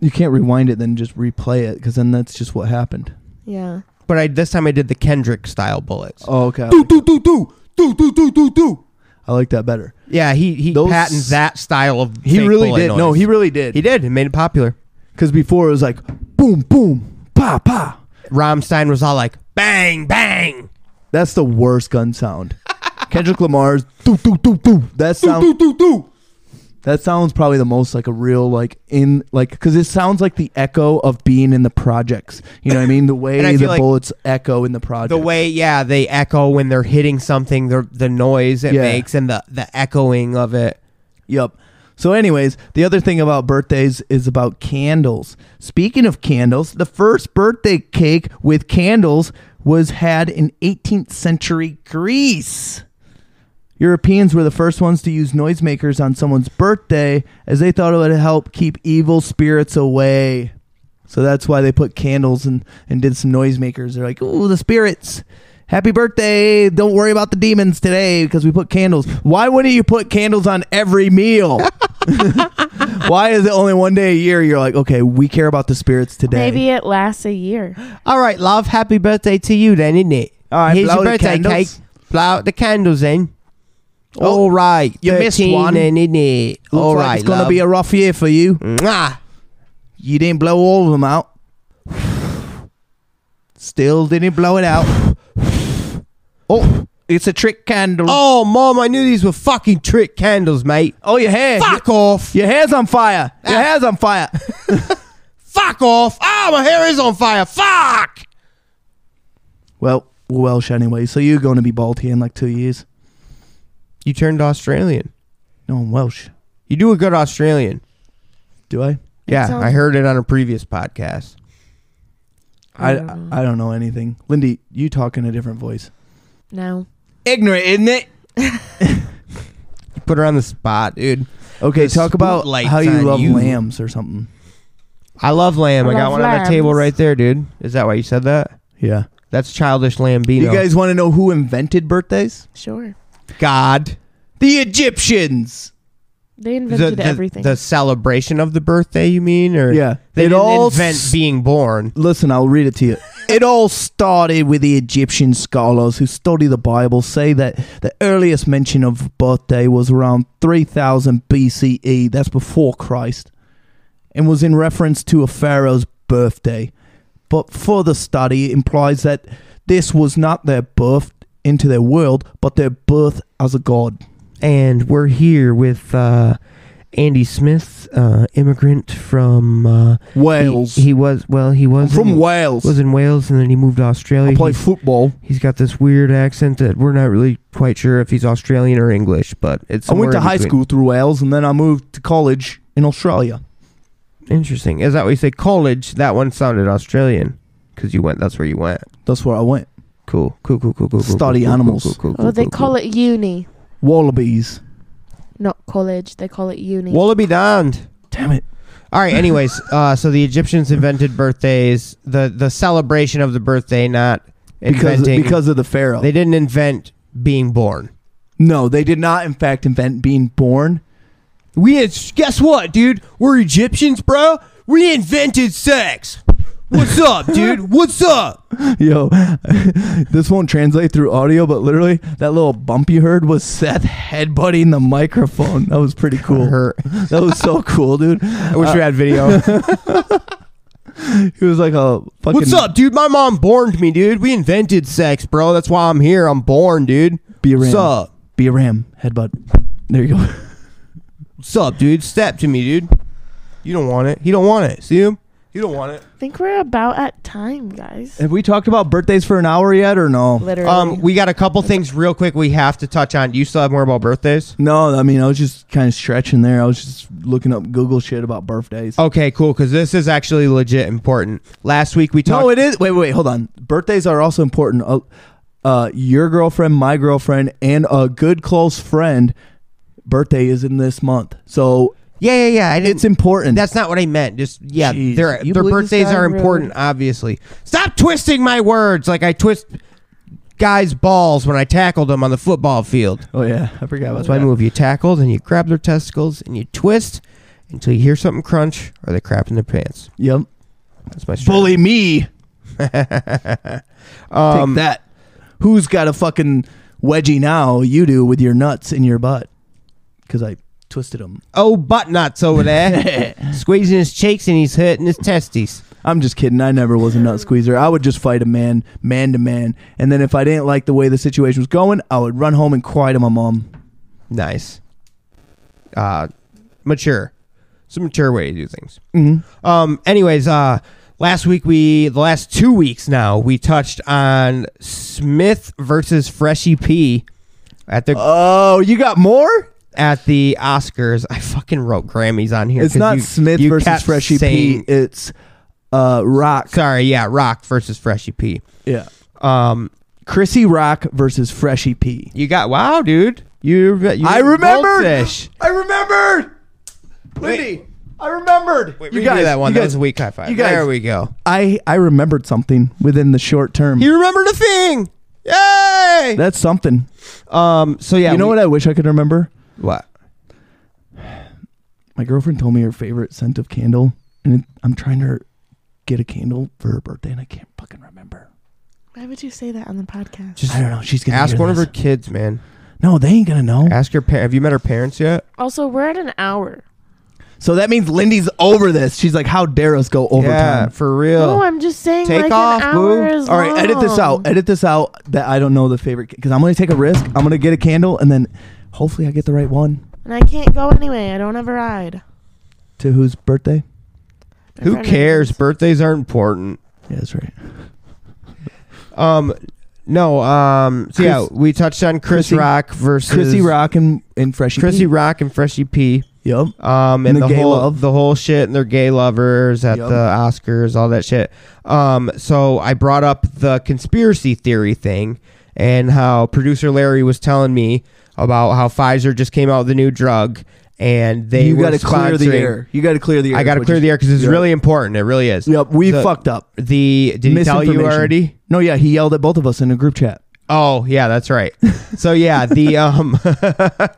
[SPEAKER 3] You can't rewind it, then just replay it, because then that's just what happened.
[SPEAKER 1] Yeah.
[SPEAKER 2] But I this time I did the Kendrick style bullets.
[SPEAKER 3] Oh, okay. I
[SPEAKER 2] Do
[SPEAKER 3] like,
[SPEAKER 2] do do do do do do do do.
[SPEAKER 3] I like that better.
[SPEAKER 2] Yeah, he he
[SPEAKER 3] Those-
[SPEAKER 2] patented that style of.
[SPEAKER 3] He
[SPEAKER 2] fake
[SPEAKER 3] really
[SPEAKER 2] bullet
[SPEAKER 3] did.
[SPEAKER 2] Noise.
[SPEAKER 3] No, he really did.
[SPEAKER 2] he did. He made it popular.
[SPEAKER 3] Because before it was like boom, boom, pa, pa.
[SPEAKER 2] Rammstein was all like bang bang.
[SPEAKER 3] That's the worst gun sound. Kendrick Lamar's doo doo doo doo. That sound That sounds probably the most like a real like in like because it sounds like the echo of being in the projects. You know what I mean? The way
[SPEAKER 2] And I
[SPEAKER 3] the
[SPEAKER 2] feel like
[SPEAKER 3] bullets echo in the project.
[SPEAKER 2] The way yeah they echo when they're hitting something. The the noise it
[SPEAKER 3] Yeah.
[SPEAKER 2] makes and the the echoing of it.
[SPEAKER 3] Yep. So, anyways, the other thing about birthdays is about candles. Speaking of candles, the first birthday cake with candles was had in 18th century Greece. Europeans were the first ones to use noisemakers on someone's birthday as they thought it would help keep evil spirits away. So that's why they put candles and, and did some noisemakers. They're like, ooh, the spirits. Happy birthday. Don't worry about the demons today because we put candles. Why wouldn't you put candles on every meal? why is it only one day a year you're like, okay, we care about the spirits today?
[SPEAKER 1] Maybe it lasts a year.
[SPEAKER 2] All right, love. Happy birthday to you then, isn't it?
[SPEAKER 3] All right,
[SPEAKER 2] Here's
[SPEAKER 3] blow
[SPEAKER 2] your
[SPEAKER 3] the
[SPEAKER 2] birthday
[SPEAKER 3] candles.
[SPEAKER 2] cake. Blow out the candles in.
[SPEAKER 3] Oh,
[SPEAKER 2] all right,
[SPEAKER 3] you missed
[SPEAKER 2] 13
[SPEAKER 3] one.
[SPEAKER 2] Then, isn't it?
[SPEAKER 3] Looks
[SPEAKER 2] all
[SPEAKER 3] like
[SPEAKER 2] right,
[SPEAKER 3] it's going to
[SPEAKER 2] love.
[SPEAKER 3] be a rough year for you.
[SPEAKER 2] Mwah.
[SPEAKER 3] You didn't blow all of them out. Still didn't blow it out. Oh, it's a trick candle.
[SPEAKER 2] Oh, mom, I knew these were fucking trick candles, mate.
[SPEAKER 3] Oh, your hair.
[SPEAKER 2] Fuck Ah. off.
[SPEAKER 3] Your, your hair's on fire. Your hair's on fire.
[SPEAKER 2] Fuck off. Ah, my hair is on fire. Fuck.
[SPEAKER 3] well, we're Welsh anyway, so you're going to be bald here in like two years.
[SPEAKER 2] You turned Australian.
[SPEAKER 3] No, I'm Welsh.
[SPEAKER 2] You do a good Australian.
[SPEAKER 3] Do I?
[SPEAKER 2] Yeah,
[SPEAKER 1] sounds-
[SPEAKER 2] I heard it on a previous podcast.
[SPEAKER 3] I,
[SPEAKER 1] don't know.
[SPEAKER 3] I don't know anything. Lindy, you talk in a different voice.
[SPEAKER 1] No.
[SPEAKER 3] Ignorant, isn't it?
[SPEAKER 2] You put her on the spot, dude.
[SPEAKER 3] Okay,
[SPEAKER 2] The
[SPEAKER 3] talk about
[SPEAKER 2] spotlight's
[SPEAKER 3] how you
[SPEAKER 2] on
[SPEAKER 3] love
[SPEAKER 2] you.
[SPEAKER 3] lambs or something.
[SPEAKER 2] I love lamb. I,
[SPEAKER 1] I
[SPEAKER 2] got
[SPEAKER 1] love
[SPEAKER 2] one on that table
[SPEAKER 1] lambs.
[SPEAKER 2] right there, dude. Is that why you said that?
[SPEAKER 3] Yeah.
[SPEAKER 2] That's childish lambino.
[SPEAKER 3] You, guys want to know who invented birthdays?
[SPEAKER 1] Sure.
[SPEAKER 2] God.
[SPEAKER 3] The Egyptians.
[SPEAKER 1] They
[SPEAKER 2] The,
[SPEAKER 1] invented
[SPEAKER 2] the-
[SPEAKER 1] everything.
[SPEAKER 2] the celebration of the birthday, you mean? Or
[SPEAKER 3] Yeah.
[SPEAKER 2] they
[SPEAKER 3] It
[SPEAKER 2] didn't
[SPEAKER 3] all
[SPEAKER 2] invent
[SPEAKER 3] s-
[SPEAKER 2] being born.
[SPEAKER 3] Listen, I'll read it to you. It all started with the Egyptian scholars who study the Bible say that the earliest mention of birthday was around 3000 BCE, E. that's before Christ, and was in reference to a pharaoh's birthday. But further study implies that this was not their birth into their world, but their birth as a god.
[SPEAKER 2] And we're here with uh, Andy Smith, uh, immigrant from uh,
[SPEAKER 3] Wales.
[SPEAKER 2] He, he was well, he was
[SPEAKER 3] from
[SPEAKER 2] in,
[SPEAKER 3] Wales.
[SPEAKER 2] was in Wales, and then he moved to Australia.
[SPEAKER 3] I play
[SPEAKER 2] He's-
[SPEAKER 3] football.
[SPEAKER 2] he's got this weird accent that we're not really quite sure if he's Australian or English, but it's.
[SPEAKER 3] I
[SPEAKER 2] somewhere
[SPEAKER 3] went to
[SPEAKER 2] in
[SPEAKER 3] high
[SPEAKER 2] between.
[SPEAKER 3] school through Wales, and then I moved to college in Australia.
[SPEAKER 2] Interesting. Is that what you say? College. That one sounded Australian because you went. That's where you went.
[SPEAKER 3] That's where I went.
[SPEAKER 2] Cool. Cool. Cool. Cool. Cool. cool
[SPEAKER 3] Study
[SPEAKER 2] cool, cool,
[SPEAKER 3] animals.
[SPEAKER 2] Cool, cool, cool,
[SPEAKER 1] oh, they
[SPEAKER 2] cool,
[SPEAKER 1] call it uni,
[SPEAKER 3] Wallabies.
[SPEAKER 1] not college. They call it uni.
[SPEAKER 2] cool. Wallaby Dand.
[SPEAKER 3] Damn it.
[SPEAKER 2] All right. Anyways, uh, so the Egyptians invented birthdays. The the celebration of the birthday, not
[SPEAKER 3] Because,
[SPEAKER 2] inventing.
[SPEAKER 3] because of the pharaoh.
[SPEAKER 2] they didn't invent being born.
[SPEAKER 3] no, they did not, in fact, invent being born.
[SPEAKER 2] We ins- guess what, dude? We're Egyptians, bro. We invented sex. What's up, dude? What's up?
[SPEAKER 3] Yo, this won't translate through audio, but literally, that little bump you heard was Seth headbutting the microphone. That was pretty cool.
[SPEAKER 2] Hurt.
[SPEAKER 3] That was so cool, dude.
[SPEAKER 2] I wish we had video.
[SPEAKER 3] He was like a fucking.
[SPEAKER 2] What's up, dude? My mom borned me, dude. We invented sex, bro. That's why I'm here. I'm born, dude.
[SPEAKER 3] Be a ram.
[SPEAKER 2] What's up?
[SPEAKER 3] Be a ram. Headbutt. There you go.
[SPEAKER 2] What's up, dude? Step to me, dude. You don't want it. He don't want it. See him? He don't want it.
[SPEAKER 1] I think we're about at time, guys.
[SPEAKER 3] Have we talked about birthdays for an hour yet or no?
[SPEAKER 1] Literally.
[SPEAKER 2] Um, we got a couple things real quick we have to touch on. Do you still have more about birthdays?
[SPEAKER 3] No, I mean I was just kind of stretching there. I was just looking up Google shit about birthdays.
[SPEAKER 2] Okay, cool. Because this is actually legit important. Last week we talked.
[SPEAKER 3] no, it is. Wait, wait, hold on. Birthdays are also important. Uh, uh, your girlfriend, my girlfriend, and a good close friend birthday is in this month, so
[SPEAKER 2] yeah, yeah, yeah. I didn't,
[SPEAKER 3] it's important.
[SPEAKER 2] That's not what I meant. Just yeah,
[SPEAKER 3] Jeez.
[SPEAKER 2] their
[SPEAKER 3] You
[SPEAKER 2] their
[SPEAKER 3] believe this
[SPEAKER 2] birthdays
[SPEAKER 3] guy,
[SPEAKER 2] are
[SPEAKER 1] really?
[SPEAKER 2] important, obviously. Stop twisting my words like I twist guys' balls when I tackled them on the football field.
[SPEAKER 3] oh yeah, I forgot about
[SPEAKER 2] That's my
[SPEAKER 3] that.
[SPEAKER 2] move. You tackle, then you grab their testicles and you twist until you hear something crunch or they crap in their pants.
[SPEAKER 3] Yep,
[SPEAKER 2] That's my strategy.
[SPEAKER 3] bully me.
[SPEAKER 2] Um,
[SPEAKER 3] Take that. Who's got a fucking wedgie now? You do with your nuts in your butt because I twisted them.
[SPEAKER 2] oh, butt nuts over there, squeezing his cheeks and he's hurting his testes.
[SPEAKER 3] I'm just kidding. I never was a nut squeezer. I would just fight a man, man to man. And then if I didn't like the way the situation was going, I would run home and cry to my mom.
[SPEAKER 2] Nice. Uh, mature. It's a mature way to do things.
[SPEAKER 3] Mhm.
[SPEAKER 2] Um. Anyways, uh, last week we, the last two weeks now, we touched on Smith versus Freshie P at the
[SPEAKER 3] Oh, you got more?
[SPEAKER 2] at the Oscars. I fucking wrote Grammys on here.
[SPEAKER 3] It's
[SPEAKER 2] 'cause
[SPEAKER 3] not
[SPEAKER 2] you-
[SPEAKER 3] Smith
[SPEAKER 2] you
[SPEAKER 3] versus
[SPEAKER 2] kept
[SPEAKER 3] Freshie
[SPEAKER 2] saying-
[SPEAKER 3] P. It's uh, Rock.
[SPEAKER 2] Sorry, yeah, Rock versus Freshie P.
[SPEAKER 3] Yeah.
[SPEAKER 2] Um,
[SPEAKER 3] Chrissy Rock versus Freshie P.
[SPEAKER 2] you got wow, dude. You, you
[SPEAKER 3] I remembered.
[SPEAKER 2] Goldfish.
[SPEAKER 3] I remembered. Lindy, I remembered.
[SPEAKER 2] Wait, you got that one.
[SPEAKER 3] you
[SPEAKER 2] that
[SPEAKER 3] guys-
[SPEAKER 2] was a weak high five.
[SPEAKER 3] you guys-
[SPEAKER 2] there we go.
[SPEAKER 3] I, I remembered something within the short term.
[SPEAKER 2] You remembered a thing. Yay!
[SPEAKER 3] That's something.
[SPEAKER 2] um. So yeah,
[SPEAKER 3] you know
[SPEAKER 2] we-
[SPEAKER 3] what I wish I could remember?
[SPEAKER 2] What?
[SPEAKER 3] My girlfriend told me her favorite scent of candle, and it, I'm trying to get a candle for her birthday, and I can't fucking remember.
[SPEAKER 1] Why would you say that on the podcast?
[SPEAKER 2] Just
[SPEAKER 3] I don't know. She's gonna
[SPEAKER 2] ask
[SPEAKER 3] hear
[SPEAKER 2] one of her
[SPEAKER 3] this.
[SPEAKER 2] kids, man.
[SPEAKER 3] No, they ain't gonna know.
[SPEAKER 2] Ask your parents. Have you met her parents yet?
[SPEAKER 1] also, we're at an hour.
[SPEAKER 3] So that means Lindy's over this. She's like, how dare us go
[SPEAKER 2] yeah,
[SPEAKER 3] overtime?
[SPEAKER 2] for real.
[SPEAKER 1] No, Oh, I'm just saying.
[SPEAKER 2] Take
[SPEAKER 1] like
[SPEAKER 2] off,
[SPEAKER 1] an
[SPEAKER 2] boo.
[SPEAKER 1] hour is
[SPEAKER 3] All right, edit this
[SPEAKER 1] long.
[SPEAKER 3] out. Edit this out that I don't know the favorite because I'm going to take a risk. I'm going to get a candle and then hopefully I get the right one
[SPEAKER 1] And I can't go anyway. I don't have a ride.
[SPEAKER 3] to whose birthday.
[SPEAKER 1] My
[SPEAKER 2] Who
[SPEAKER 1] friend
[SPEAKER 2] cares?
[SPEAKER 1] is-
[SPEAKER 2] Birthdays are important.
[SPEAKER 3] Yeah, that's right.
[SPEAKER 2] Um, no. Um, so yeah,
[SPEAKER 3] Chris-
[SPEAKER 2] we touched on Chris
[SPEAKER 3] Chrissy-
[SPEAKER 2] Rock versus
[SPEAKER 3] Chrissy Rock and, and Freshie.
[SPEAKER 2] Chrissy
[SPEAKER 3] P.
[SPEAKER 2] Rock and Freshie P.
[SPEAKER 3] Yep.
[SPEAKER 2] Um,
[SPEAKER 3] And
[SPEAKER 2] and,
[SPEAKER 3] the
[SPEAKER 2] the,
[SPEAKER 3] gay
[SPEAKER 2] whole
[SPEAKER 3] love.
[SPEAKER 2] the whole shit, and they're gay lovers at
[SPEAKER 3] Yep.
[SPEAKER 2] the Oscars, all that shit. Um, so I brought up the conspiracy theory thing, and how producer Larry was telling me about how Pfizer just came out with a new drug, and they
[SPEAKER 3] you
[SPEAKER 2] got
[SPEAKER 3] got to clear the air. You got to clear the air.
[SPEAKER 2] I got to
[SPEAKER 3] is what
[SPEAKER 2] clear
[SPEAKER 3] you-
[SPEAKER 2] the air because it's
[SPEAKER 3] Yep.
[SPEAKER 2] really important. It really is.
[SPEAKER 3] Yep, we
[SPEAKER 2] The-
[SPEAKER 3] fucked up.
[SPEAKER 2] The did he tell you
[SPEAKER 3] Misinformation.
[SPEAKER 2] already?
[SPEAKER 3] No, yeah, he yelled at both of us in a group chat.
[SPEAKER 2] Oh yeah, that's right. So yeah, the um, I,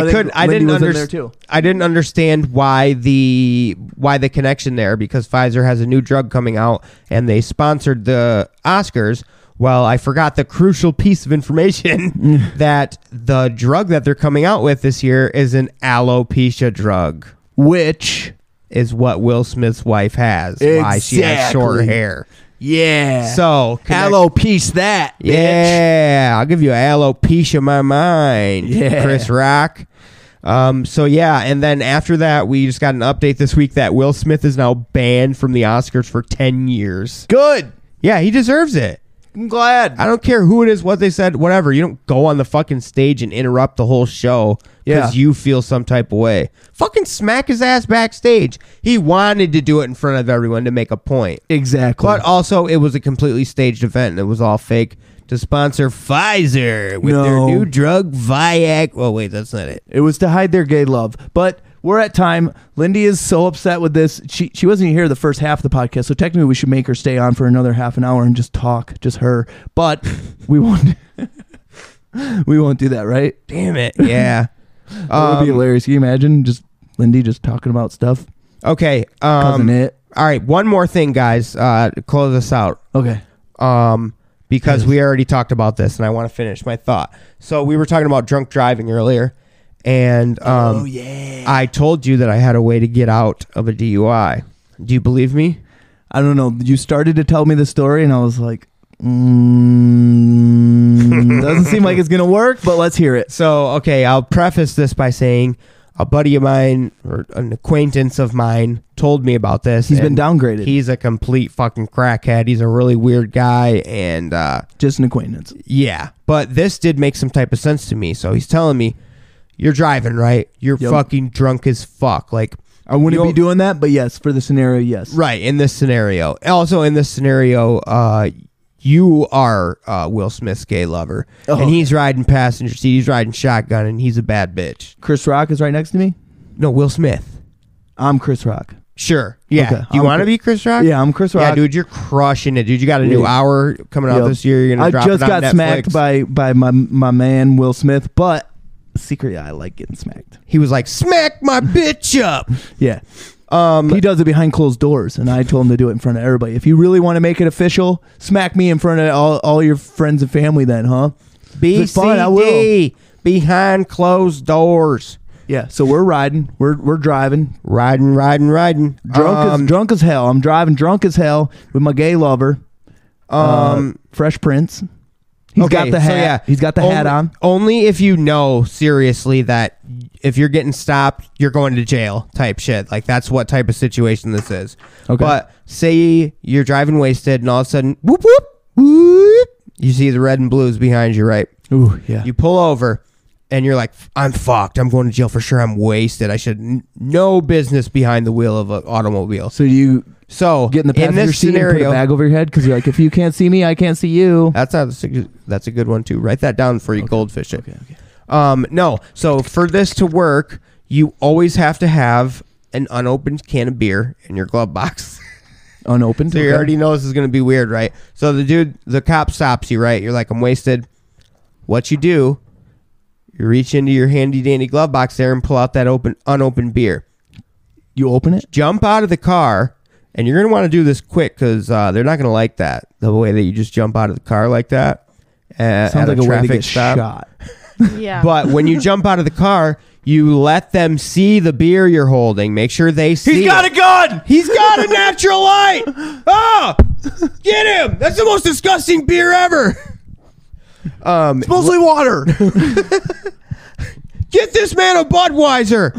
[SPEAKER 3] think
[SPEAKER 2] couldn't, I
[SPEAKER 3] Lindy
[SPEAKER 2] didn't
[SPEAKER 3] was in there
[SPEAKER 2] understand.
[SPEAKER 3] too.
[SPEAKER 2] I didn't understand why the why the connection there because Pfizer has a new drug coming out and they sponsored the Oscars. Well, I forgot the crucial piece of information that the drug that they're coming out with this year is an alopecia drug,
[SPEAKER 3] Which,
[SPEAKER 2] is what Will Smith's wife has. Why she has short
[SPEAKER 3] Exactly.
[SPEAKER 2] hair.
[SPEAKER 3] yeah,
[SPEAKER 2] So connect-
[SPEAKER 3] hello, piece that, bitch.
[SPEAKER 2] yeah, I'll give you alopecia my mind,
[SPEAKER 3] Yeah.
[SPEAKER 2] Chris Rock. Um, so yeah, and then after that, we just got an update this week that Will Smith is now banned from the Oscars for ten years.
[SPEAKER 3] good.
[SPEAKER 2] Yeah, he deserves it.
[SPEAKER 3] I'm glad.
[SPEAKER 2] I don't care who it is, what they said, whatever. You don't go on the fucking stage and interrupt the whole show
[SPEAKER 3] Yeah.
[SPEAKER 2] because you feel some type of way. Fucking smack his ass backstage. He wanted to do it in front of everyone to make a point.
[SPEAKER 3] exactly.
[SPEAKER 2] But uh, also, it was a completely staged event and it was all fake to sponsor Pfizer with their
[SPEAKER 3] No.
[SPEAKER 2] new drug Viac. Oh, wait, that's not it.
[SPEAKER 3] it was to hide their gay love. But we're at time. Lindy is so upset with this. She she wasn't here the first half of the podcast, so technically we should make her stay on for another half an hour and just talk, just her. But we won't. we won't do that, right?
[SPEAKER 2] Damn it. Yeah.
[SPEAKER 3] That would
[SPEAKER 2] Um,
[SPEAKER 3] be hilarious. Can you imagine just Lindy just talking about stuff?
[SPEAKER 2] okay.
[SPEAKER 3] Cousin
[SPEAKER 2] Um,
[SPEAKER 3] it.
[SPEAKER 2] all right. One more thing, guys, uh, to close us out.
[SPEAKER 3] Okay.
[SPEAKER 2] Um, because
[SPEAKER 3] Yes.
[SPEAKER 2] we already talked about this and I want to finish my thought. So, we were talking about drunk driving earlier. And um,
[SPEAKER 3] Oh, yeah.
[SPEAKER 2] I told you that I had a way to get out of a DUI. Do you believe me?
[SPEAKER 3] I don't know. You started to tell me the story, and I was like, mm, doesn't seem like it's gonna work, but let's hear it.
[SPEAKER 2] So, okay, I'll preface this by saying a buddy of mine or an acquaintance of mine told me about this.
[SPEAKER 3] He's
[SPEAKER 2] and
[SPEAKER 3] been downgraded.
[SPEAKER 2] He's a complete fucking crackhead. He's a really weird guy and uh
[SPEAKER 3] Just an acquaintance.
[SPEAKER 2] yeah, but this did make some type of sense to me. So, he's telling me you're driving, right? You're
[SPEAKER 3] Yep.
[SPEAKER 2] fucking drunk as fuck. Like
[SPEAKER 3] I wouldn't
[SPEAKER 2] You'll-
[SPEAKER 3] be doing that, but yes, for the scenario, yes.
[SPEAKER 2] Right, in this scenario. Also, in this scenario, uh, you are uh, Will Smith's gay lover,
[SPEAKER 3] Oh.
[SPEAKER 2] and he's riding passenger seat. He's riding shotgun, and he's a bad bitch.
[SPEAKER 3] Chris Rock is right next to me.
[SPEAKER 2] No, Will Smith.
[SPEAKER 3] I'm Chris Rock.
[SPEAKER 2] Sure. Yeah.
[SPEAKER 3] Okay,
[SPEAKER 2] you
[SPEAKER 3] I'm
[SPEAKER 2] want to
[SPEAKER 3] Chris-
[SPEAKER 2] be Chris Rock?
[SPEAKER 3] Yeah, I'm Chris Rock.
[SPEAKER 2] Yeah, dude, you're crushing it, dude. You got a new
[SPEAKER 3] Yeah.
[SPEAKER 2] hour coming out
[SPEAKER 3] Yep.
[SPEAKER 2] this year. You're gonna.
[SPEAKER 3] I
[SPEAKER 2] drop
[SPEAKER 3] just
[SPEAKER 2] it on
[SPEAKER 3] got smacked
[SPEAKER 2] Netflix.
[SPEAKER 3] by by my my man Will Smith, but secretly I like getting smacked.
[SPEAKER 2] He was like, "Smack my bitch up."
[SPEAKER 3] Yeah,
[SPEAKER 2] Um,
[SPEAKER 3] he does it behind closed doors, and I told him to do it in front of everybody. If you really want to make it official, smack me in front of all, all your friends and family, then, huh? It's fine, I will.
[SPEAKER 2] BCD behind closed doors,
[SPEAKER 3] Yeah. So we're riding, we're we're driving,
[SPEAKER 2] riding, riding, riding.
[SPEAKER 3] drunk
[SPEAKER 2] Um,
[SPEAKER 3] as drunk as hell. I'm driving drunk as hell with my gay lover, um,
[SPEAKER 2] Um,
[SPEAKER 3] Fresh Prince. He's got the hat. He's got the
[SPEAKER 2] only,
[SPEAKER 3] hat on.
[SPEAKER 2] Only if you know seriously that if you're getting stopped, you're going to jail type shit. Like that's what type of situation this is.
[SPEAKER 3] Okay.
[SPEAKER 2] But say you're driving wasted and all of a sudden whoop whoop whoop you see the red and blues behind you, right?
[SPEAKER 3] Ooh, yeah.
[SPEAKER 2] You pull over and you're like, I'm fucked. I'm going to jail for sure. I'm wasted. I should n- no business behind the wheel of an automobile.
[SPEAKER 3] so do you
[SPEAKER 2] So
[SPEAKER 3] get in the passenger
[SPEAKER 2] this
[SPEAKER 3] seat and put a
[SPEAKER 2] scenario,
[SPEAKER 3] bag over your head because you're like, if you can't see me, I can't see you.
[SPEAKER 2] that's how the, that's a good one too. Write that down for you goldfish it.
[SPEAKER 3] okay.
[SPEAKER 2] Um, no. So for this to work, you always have to have an unopened can of beer in your glove box.
[SPEAKER 3] Unopened.
[SPEAKER 2] so you
[SPEAKER 3] okay.
[SPEAKER 2] already know this is going to be weird, right? So the dude, the cop stops you, right? You're like, I'm wasted. What you do, you reach into your handy dandy glove box there and pull out that open unopened beer.
[SPEAKER 3] you open it.
[SPEAKER 2] Jump out of the car, and you're going to want to do this quick because uh, they're not going to like that the way that you just jump out of the car like that. Uh,
[SPEAKER 3] Sounds
[SPEAKER 2] at
[SPEAKER 3] like a, way to
[SPEAKER 2] traffic
[SPEAKER 3] get
[SPEAKER 2] stop.
[SPEAKER 3] shot.
[SPEAKER 1] Yeah.
[SPEAKER 2] But when you jump out of the car, You let them see the beer you're holding. Make sure they see.
[SPEAKER 3] He's got
[SPEAKER 2] it.
[SPEAKER 3] a gun.
[SPEAKER 2] He's got a natural light. Ah, get him! That's the most disgusting beer ever. Um,
[SPEAKER 3] Mostly water.
[SPEAKER 2] get this man a Budweiser.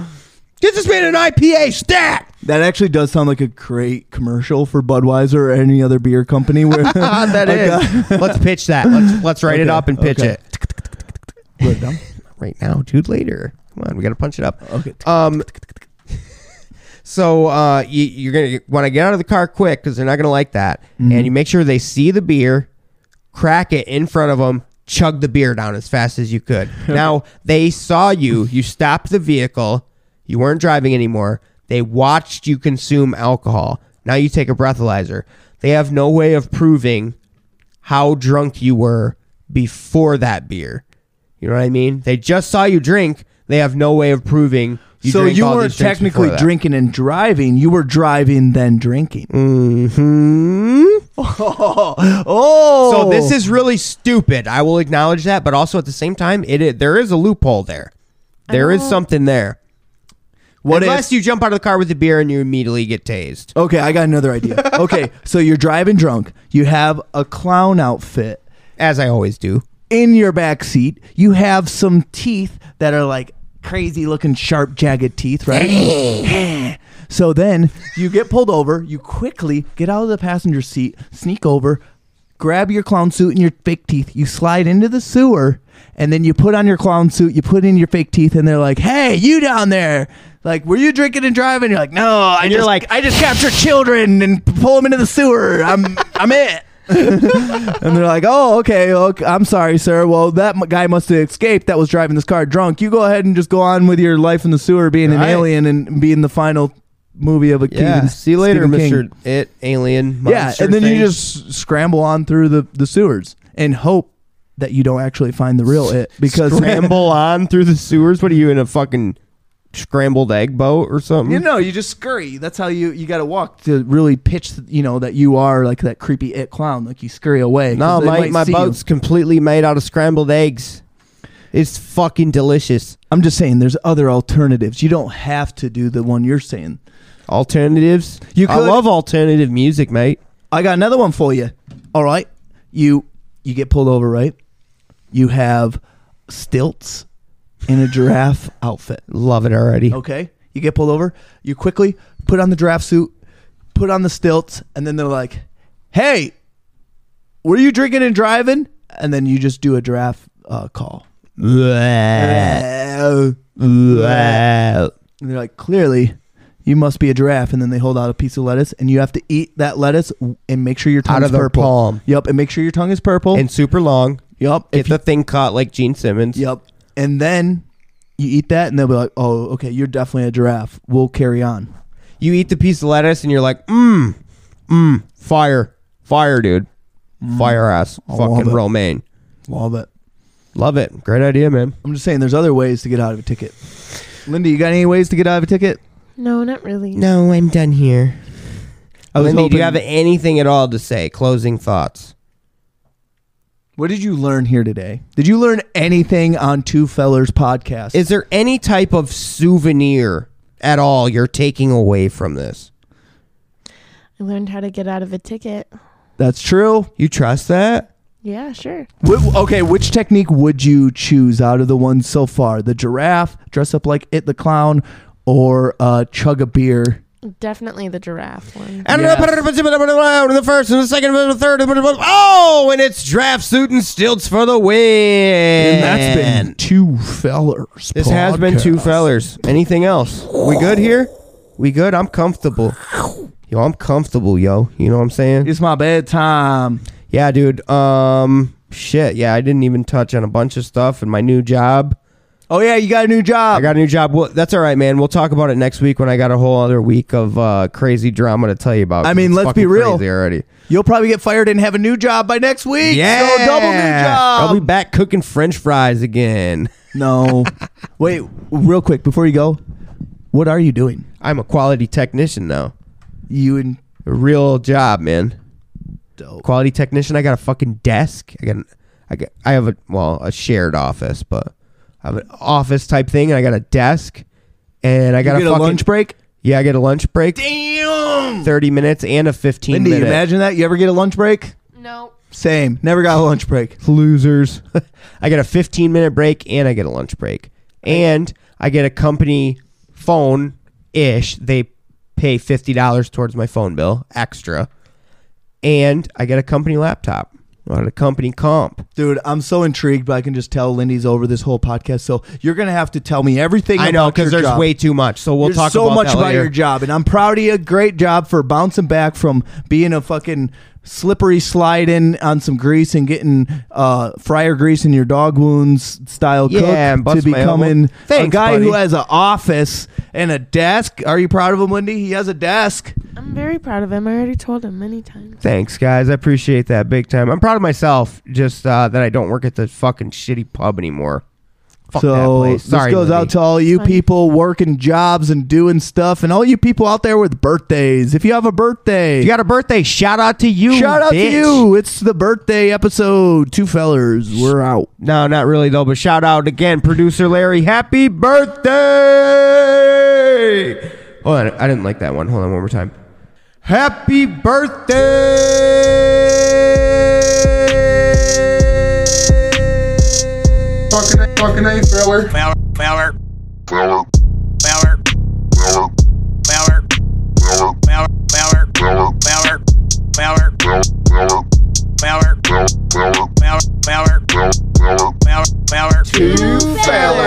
[SPEAKER 2] Get this man an IPA stat.
[SPEAKER 3] that actually does sound like a great commercial for Budweiser or any other beer company. Where
[SPEAKER 2] That is. uh, let's pitch that. Let's let's write it
[SPEAKER 3] Okay,
[SPEAKER 2] up and pitch
[SPEAKER 3] okay.
[SPEAKER 2] it
[SPEAKER 3] Wrote it down.
[SPEAKER 2] right now, dude. Later. Come on, we gotta punch it up.
[SPEAKER 3] Okay.
[SPEAKER 2] Um. So uh, you, you're gonna want to get out of the car quick because they're not gonna like that.
[SPEAKER 3] Mm-hmm.
[SPEAKER 2] And you make sure they see the beer, crack it in front of them, chug the beer down as fast as you could. now they saw you. You stopped the vehicle. You weren't driving anymore. They watched you consume alcohol. Now you take a breathalyzer. They have no way of proving how drunk you were before that beer. You know what I mean? They just saw you drink. They have no way of proving. You
[SPEAKER 3] so
[SPEAKER 2] drank
[SPEAKER 3] you
[SPEAKER 2] all
[SPEAKER 3] weren't
[SPEAKER 2] these drinks
[SPEAKER 3] technically
[SPEAKER 2] before that.
[SPEAKER 3] drinking and driving. You were driving then drinking.
[SPEAKER 2] Mm. Mhm.
[SPEAKER 3] Oh,
[SPEAKER 2] So this is really stupid. I will acknowledge that, but also at the same time, it, i- there is a loophole there. There is something there.
[SPEAKER 3] what if-
[SPEAKER 2] Unless you jump out of the car with a beer and you immediately get tased.
[SPEAKER 3] Okay, I got another idea. Okay, so you're driving drunk. You have a clown outfit
[SPEAKER 2] As I always do.
[SPEAKER 3] in your back seat. You have some teeth that are like crazy looking sharp jagged teeth, right? so then you get pulled over, you quickly get out of the passenger seat, sneak over, grab your clown suit and your fake teeth, you slide into the sewer, and then you put on your clown suit, you put in your fake teeth, and they're like, Hey, you down there. Like, were you drinking and driving? You're like, no, I
[SPEAKER 2] you're
[SPEAKER 3] just,
[SPEAKER 2] like-
[SPEAKER 3] I just capture children and pull them into the sewer. I'm, I'm it and they're like, "Oh, okay, okay. I'm sorry, sir. Well, that m- guy must have escaped. That was driving this car drunk. You go ahead and just go on with your life in the sewer, being an
[SPEAKER 2] Right.
[SPEAKER 3] alien and being the final movie of a Keegan-
[SPEAKER 2] See you later,
[SPEAKER 3] Stephen King.
[SPEAKER 2] Mr. It, Alien.
[SPEAKER 3] Yeah, and then you just scramble on through the the sewers and hope that you don't actually find the real it because
[SPEAKER 2] scramble on through the sewers. What are you in a fucking scrambled egg boat or something?
[SPEAKER 3] You know, you just scurry. That's how you you got to walk to really pitch. You know that you are like that creepy it clown. Like you scurry away. 'cause
[SPEAKER 2] No,
[SPEAKER 3] they
[SPEAKER 2] my,
[SPEAKER 3] might
[SPEAKER 2] my
[SPEAKER 3] see you.
[SPEAKER 2] boat's completely made out of scrambled eggs. It's fucking delicious.
[SPEAKER 3] I'm just saying, there's other alternatives. You don't have to do the one you're saying.
[SPEAKER 2] Alternatives?
[SPEAKER 3] You
[SPEAKER 2] I
[SPEAKER 3] could-
[SPEAKER 2] love alternative music, mate.
[SPEAKER 3] I got another one for you. All right. You you get pulled over, right? You have stilts in a giraffe outfit.
[SPEAKER 2] Love it already.
[SPEAKER 3] Okay? You get pulled over, you quickly put on the giraffe suit, put on the stilts, and then they're like, "Hey, were you drinking and driving?" And then you just do a giraffe uh, call.
[SPEAKER 2] Bleh. Bleh.
[SPEAKER 3] And they're like, clearly, you must be a giraffe. And then they hold out a piece of lettuce, and you have to eat that lettuce w- and make sure your tongue
[SPEAKER 2] Out
[SPEAKER 3] is
[SPEAKER 2] of their
[SPEAKER 3] purple.
[SPEAKER 2] palm.
[SPEAKER 3] Yep, and make sure your tongue is purple.
[SPEAKER 2] And super long.
[SPEAKER 3] yep,
[SPEAKER 2] Get the thing caught like Gene Simmons.
[SPEAKER 3] yep. And then you eat that, and they'll be like, oh, okay, you're definitely a giraffe. We'll carry on.
[SPEAKER 2] You eat the piece of lettuce and you're like, mmm, mmm, fire. Fire, dude. Fire ass.
[SPEAKER 3] Mm. I love
[SPEAKER 2] fucking
[SPEAKER 3] it.
[SPEAKER 2] romaine.
[SPEAKER 3] Love it.
[SPEAKER 2] Love it. Great idea, man.
[SPEAKER 3] I'm just saying, there's other ways to get out of a ticket. Linda, you got any ways to get out of a ticket?
[SPEAKER 1] No, not really.
[SPEAKER 2] No, I'm done here.
[SPEAKER 3] I was
[SPEAKER 2] Lindy, do
[SPEAKER 3] hoping-
[SPEAKER 2] you have anything at all to say? Closing thoughts.
[SPEAKER 3] What did you learn here today? Did you learn anything on Two Fellers podcast?
[SPEAKER 2] Is there any type of souvenir at all you're taking away from this?
[SPEAKER 1] I learned how to get out of a ticket.
[SPEAKER 3] That's true.
[SPEAKER 2] You trust that?
[SPEAKER 1] Yeah, sure.
[SPEAKER 3] Wh- okay, which technique would you choose out of the ones so far? The giraffe, dress up like it the clown, or uh, chug a beer?
[SPEAKER 1] Definitely the giraffe one.
[SPEAKER 2] I don't
[SPEAKER 3] Yes.
[SPEAKER 2] know. The first and the second and the third. and the- Oh, and it's draft suit and stilts for the win.
[SPEAKER 3] And that's been two fellers.
[SPEAKER 2] This has been two
[SPEAKER 3] podcast.
[SPEAKER 2] fellers. Anything else? We good here? We good? I'm comfortable. Yo, I'm comfortable, yo. You know what I'm saying?
[SPEAKER 3] It's my bedtime.
[SPEAKER 2] Yeah, dude. Um, shit. Yeah, I didn't even touch on a bunch of stuff and my new job.
[SPEAKER 3] Oh yeah, you got a new
[SPEAKER 2] I
[SPEAKER 3] job.
[SPEAKER 2] got a new job. Well, that's all right, man. We'll talk about it next week when I got a whole other week of uh, crazy drama to tell you about.
[SPEAKER 3] I mean,
[SPEAKER 2] It's
[SPEAKER 3] let's be
[SPEAKER 2] fucking
[SPEAKER 3] real.
[SPEAKER 2] Crazy already.
[SPEAKER 3] You'll probably get fired and have a new job by next week. so double new job.
[SPEAKER 2] I'll be back cooking French fries again.
[SPEAKER 3] no, wait, real quick before you go, what are you doing?
[SPEAKER 2] I'm a quality technician now.
[SPEAKER 3] You and
[SPEAKER 2] A real job, man.
[SPEAKER 3] dope.
[SPEAKER 2] Quality technician. I got a fucking desk. I got. an- I got. I have a well, a shared office, but of an office type thing, and I got a desk, and I got
[SPEAKER 3] you get
[SPEAKER 2] a,
[SPEAKER 3] a
[SPEAKER 2] fucking,
[SPEAKER 3] lunch break.
[SPEAKER 2] Yeah, I get a lunch break,
[SPEAKER 3] Damn.
[SPEAKER 2] thirty minutes, and a fifteen
[SPEAKER 3] Lindy,
[SPEAKER 2] minute.
[SPEAKER 3] imagine that. You ever get a lunch break?
[SPEAKER 1] No.
[SPEAKER 3] Same. Never got a lunch break.
[SPEAKER 2] losers. I get a 15 minute break and I get a lunch break. And I get a company phone ish. They pay $50 towards my phone bill extra. And I get a company laptop on a company comp.
[SPEAKER 3] Dude, I'm so intrigued, but I can just tell Lindy's over this whole podcast. So you're gonna have to tell me everything.
[SPEAKER 2] I know
[SPEAKER 3] about your
[SPEAKER 2] because there's
[SPEAKER 3] job.
[SPEAKER 2] way too much. So we'll
[SPEAKER 3] There's
[SPEAKER 2] talk
[SPEAKER 3] so
[SPEAKER 2] about
[SPEAKER 3] much
[SPEAKER 2] that
[SPEAKER 3] about
[SPEAKER 2] later.
[SPEAKER 3] your job, and I'm proud of you. Great job for bouncing back from being a fucking slippery slide in on some grease and getting uh, fryer grease in your dog wounds style
[SPEAKER 2] Yeah, and
[SPEAKER 3] cook to
[SPEAKER 2] bust my elbow.
[SPEAKER 3] becoming a
[SPEAKER 2] Thanks,
[SPEAKER 3] guy
[SPEAKER 2] buddy.
[SPEAKER 3] who has an office and a desk. Are you proud of him, Wendy? He has a desk.
[SPEAKER 1] I'm very proud of him. I already told him many times.
[SPEAKER 2] Thanks, guys. I appreciate that big time. I'm proud of myself just uh, that I don't work at the fucking shitty pub anymore. Fuck that
[SPEAKER 3] so
[SPEAKER 2] place. Sorry,
[SPEAKER 3] this goes
[SPEAKER 2] Libby.
[SPEAKER 3] out to all you
[SPEAKER 1] Funny.
[SPEAKER 3] people working jobs and doing stuff, and all you people out there with birthdays. If you have a birthday,
[SPEAKER 2] If you got a birthday. Shout out to you.
[SPEAKER 3] shout out
[SPEAKER 2] bitch.
[SPEAKER 3] to you. It's the birthday episode. Two fellers, we're out.
[SPEAKER 2] No, not really though. But shout out again, producer Larry. Happy birthday! Hold on, I didn't like that one. Hold on, one more time. Happy birthday!
[SPEAKER 6] Fucking, fucking A, feller.
[SPEAKER 4] Feller, feller,
[SPEAKER 6] Feller,
[SPEAKER 4] feller,
[SPEAKER 6] feller,
[SPEAKER 4] feller,
[SPEAKER 6] feller,
[SPEAKER 4] feller, feller,
[SPEAKER 6] feller,
[SPEAKER 4] feller, feller,
[SPEAKER 6] feller, feller,
[SPEAKER 4] feller,
[SPEAKER 6] feller, feller,
[SPEAKER 4] feller, feller,
[SPEAKER 6] feller, feller.
[SPEAKER 4] feller, feller.
[SPEAKER 6] Two fellers.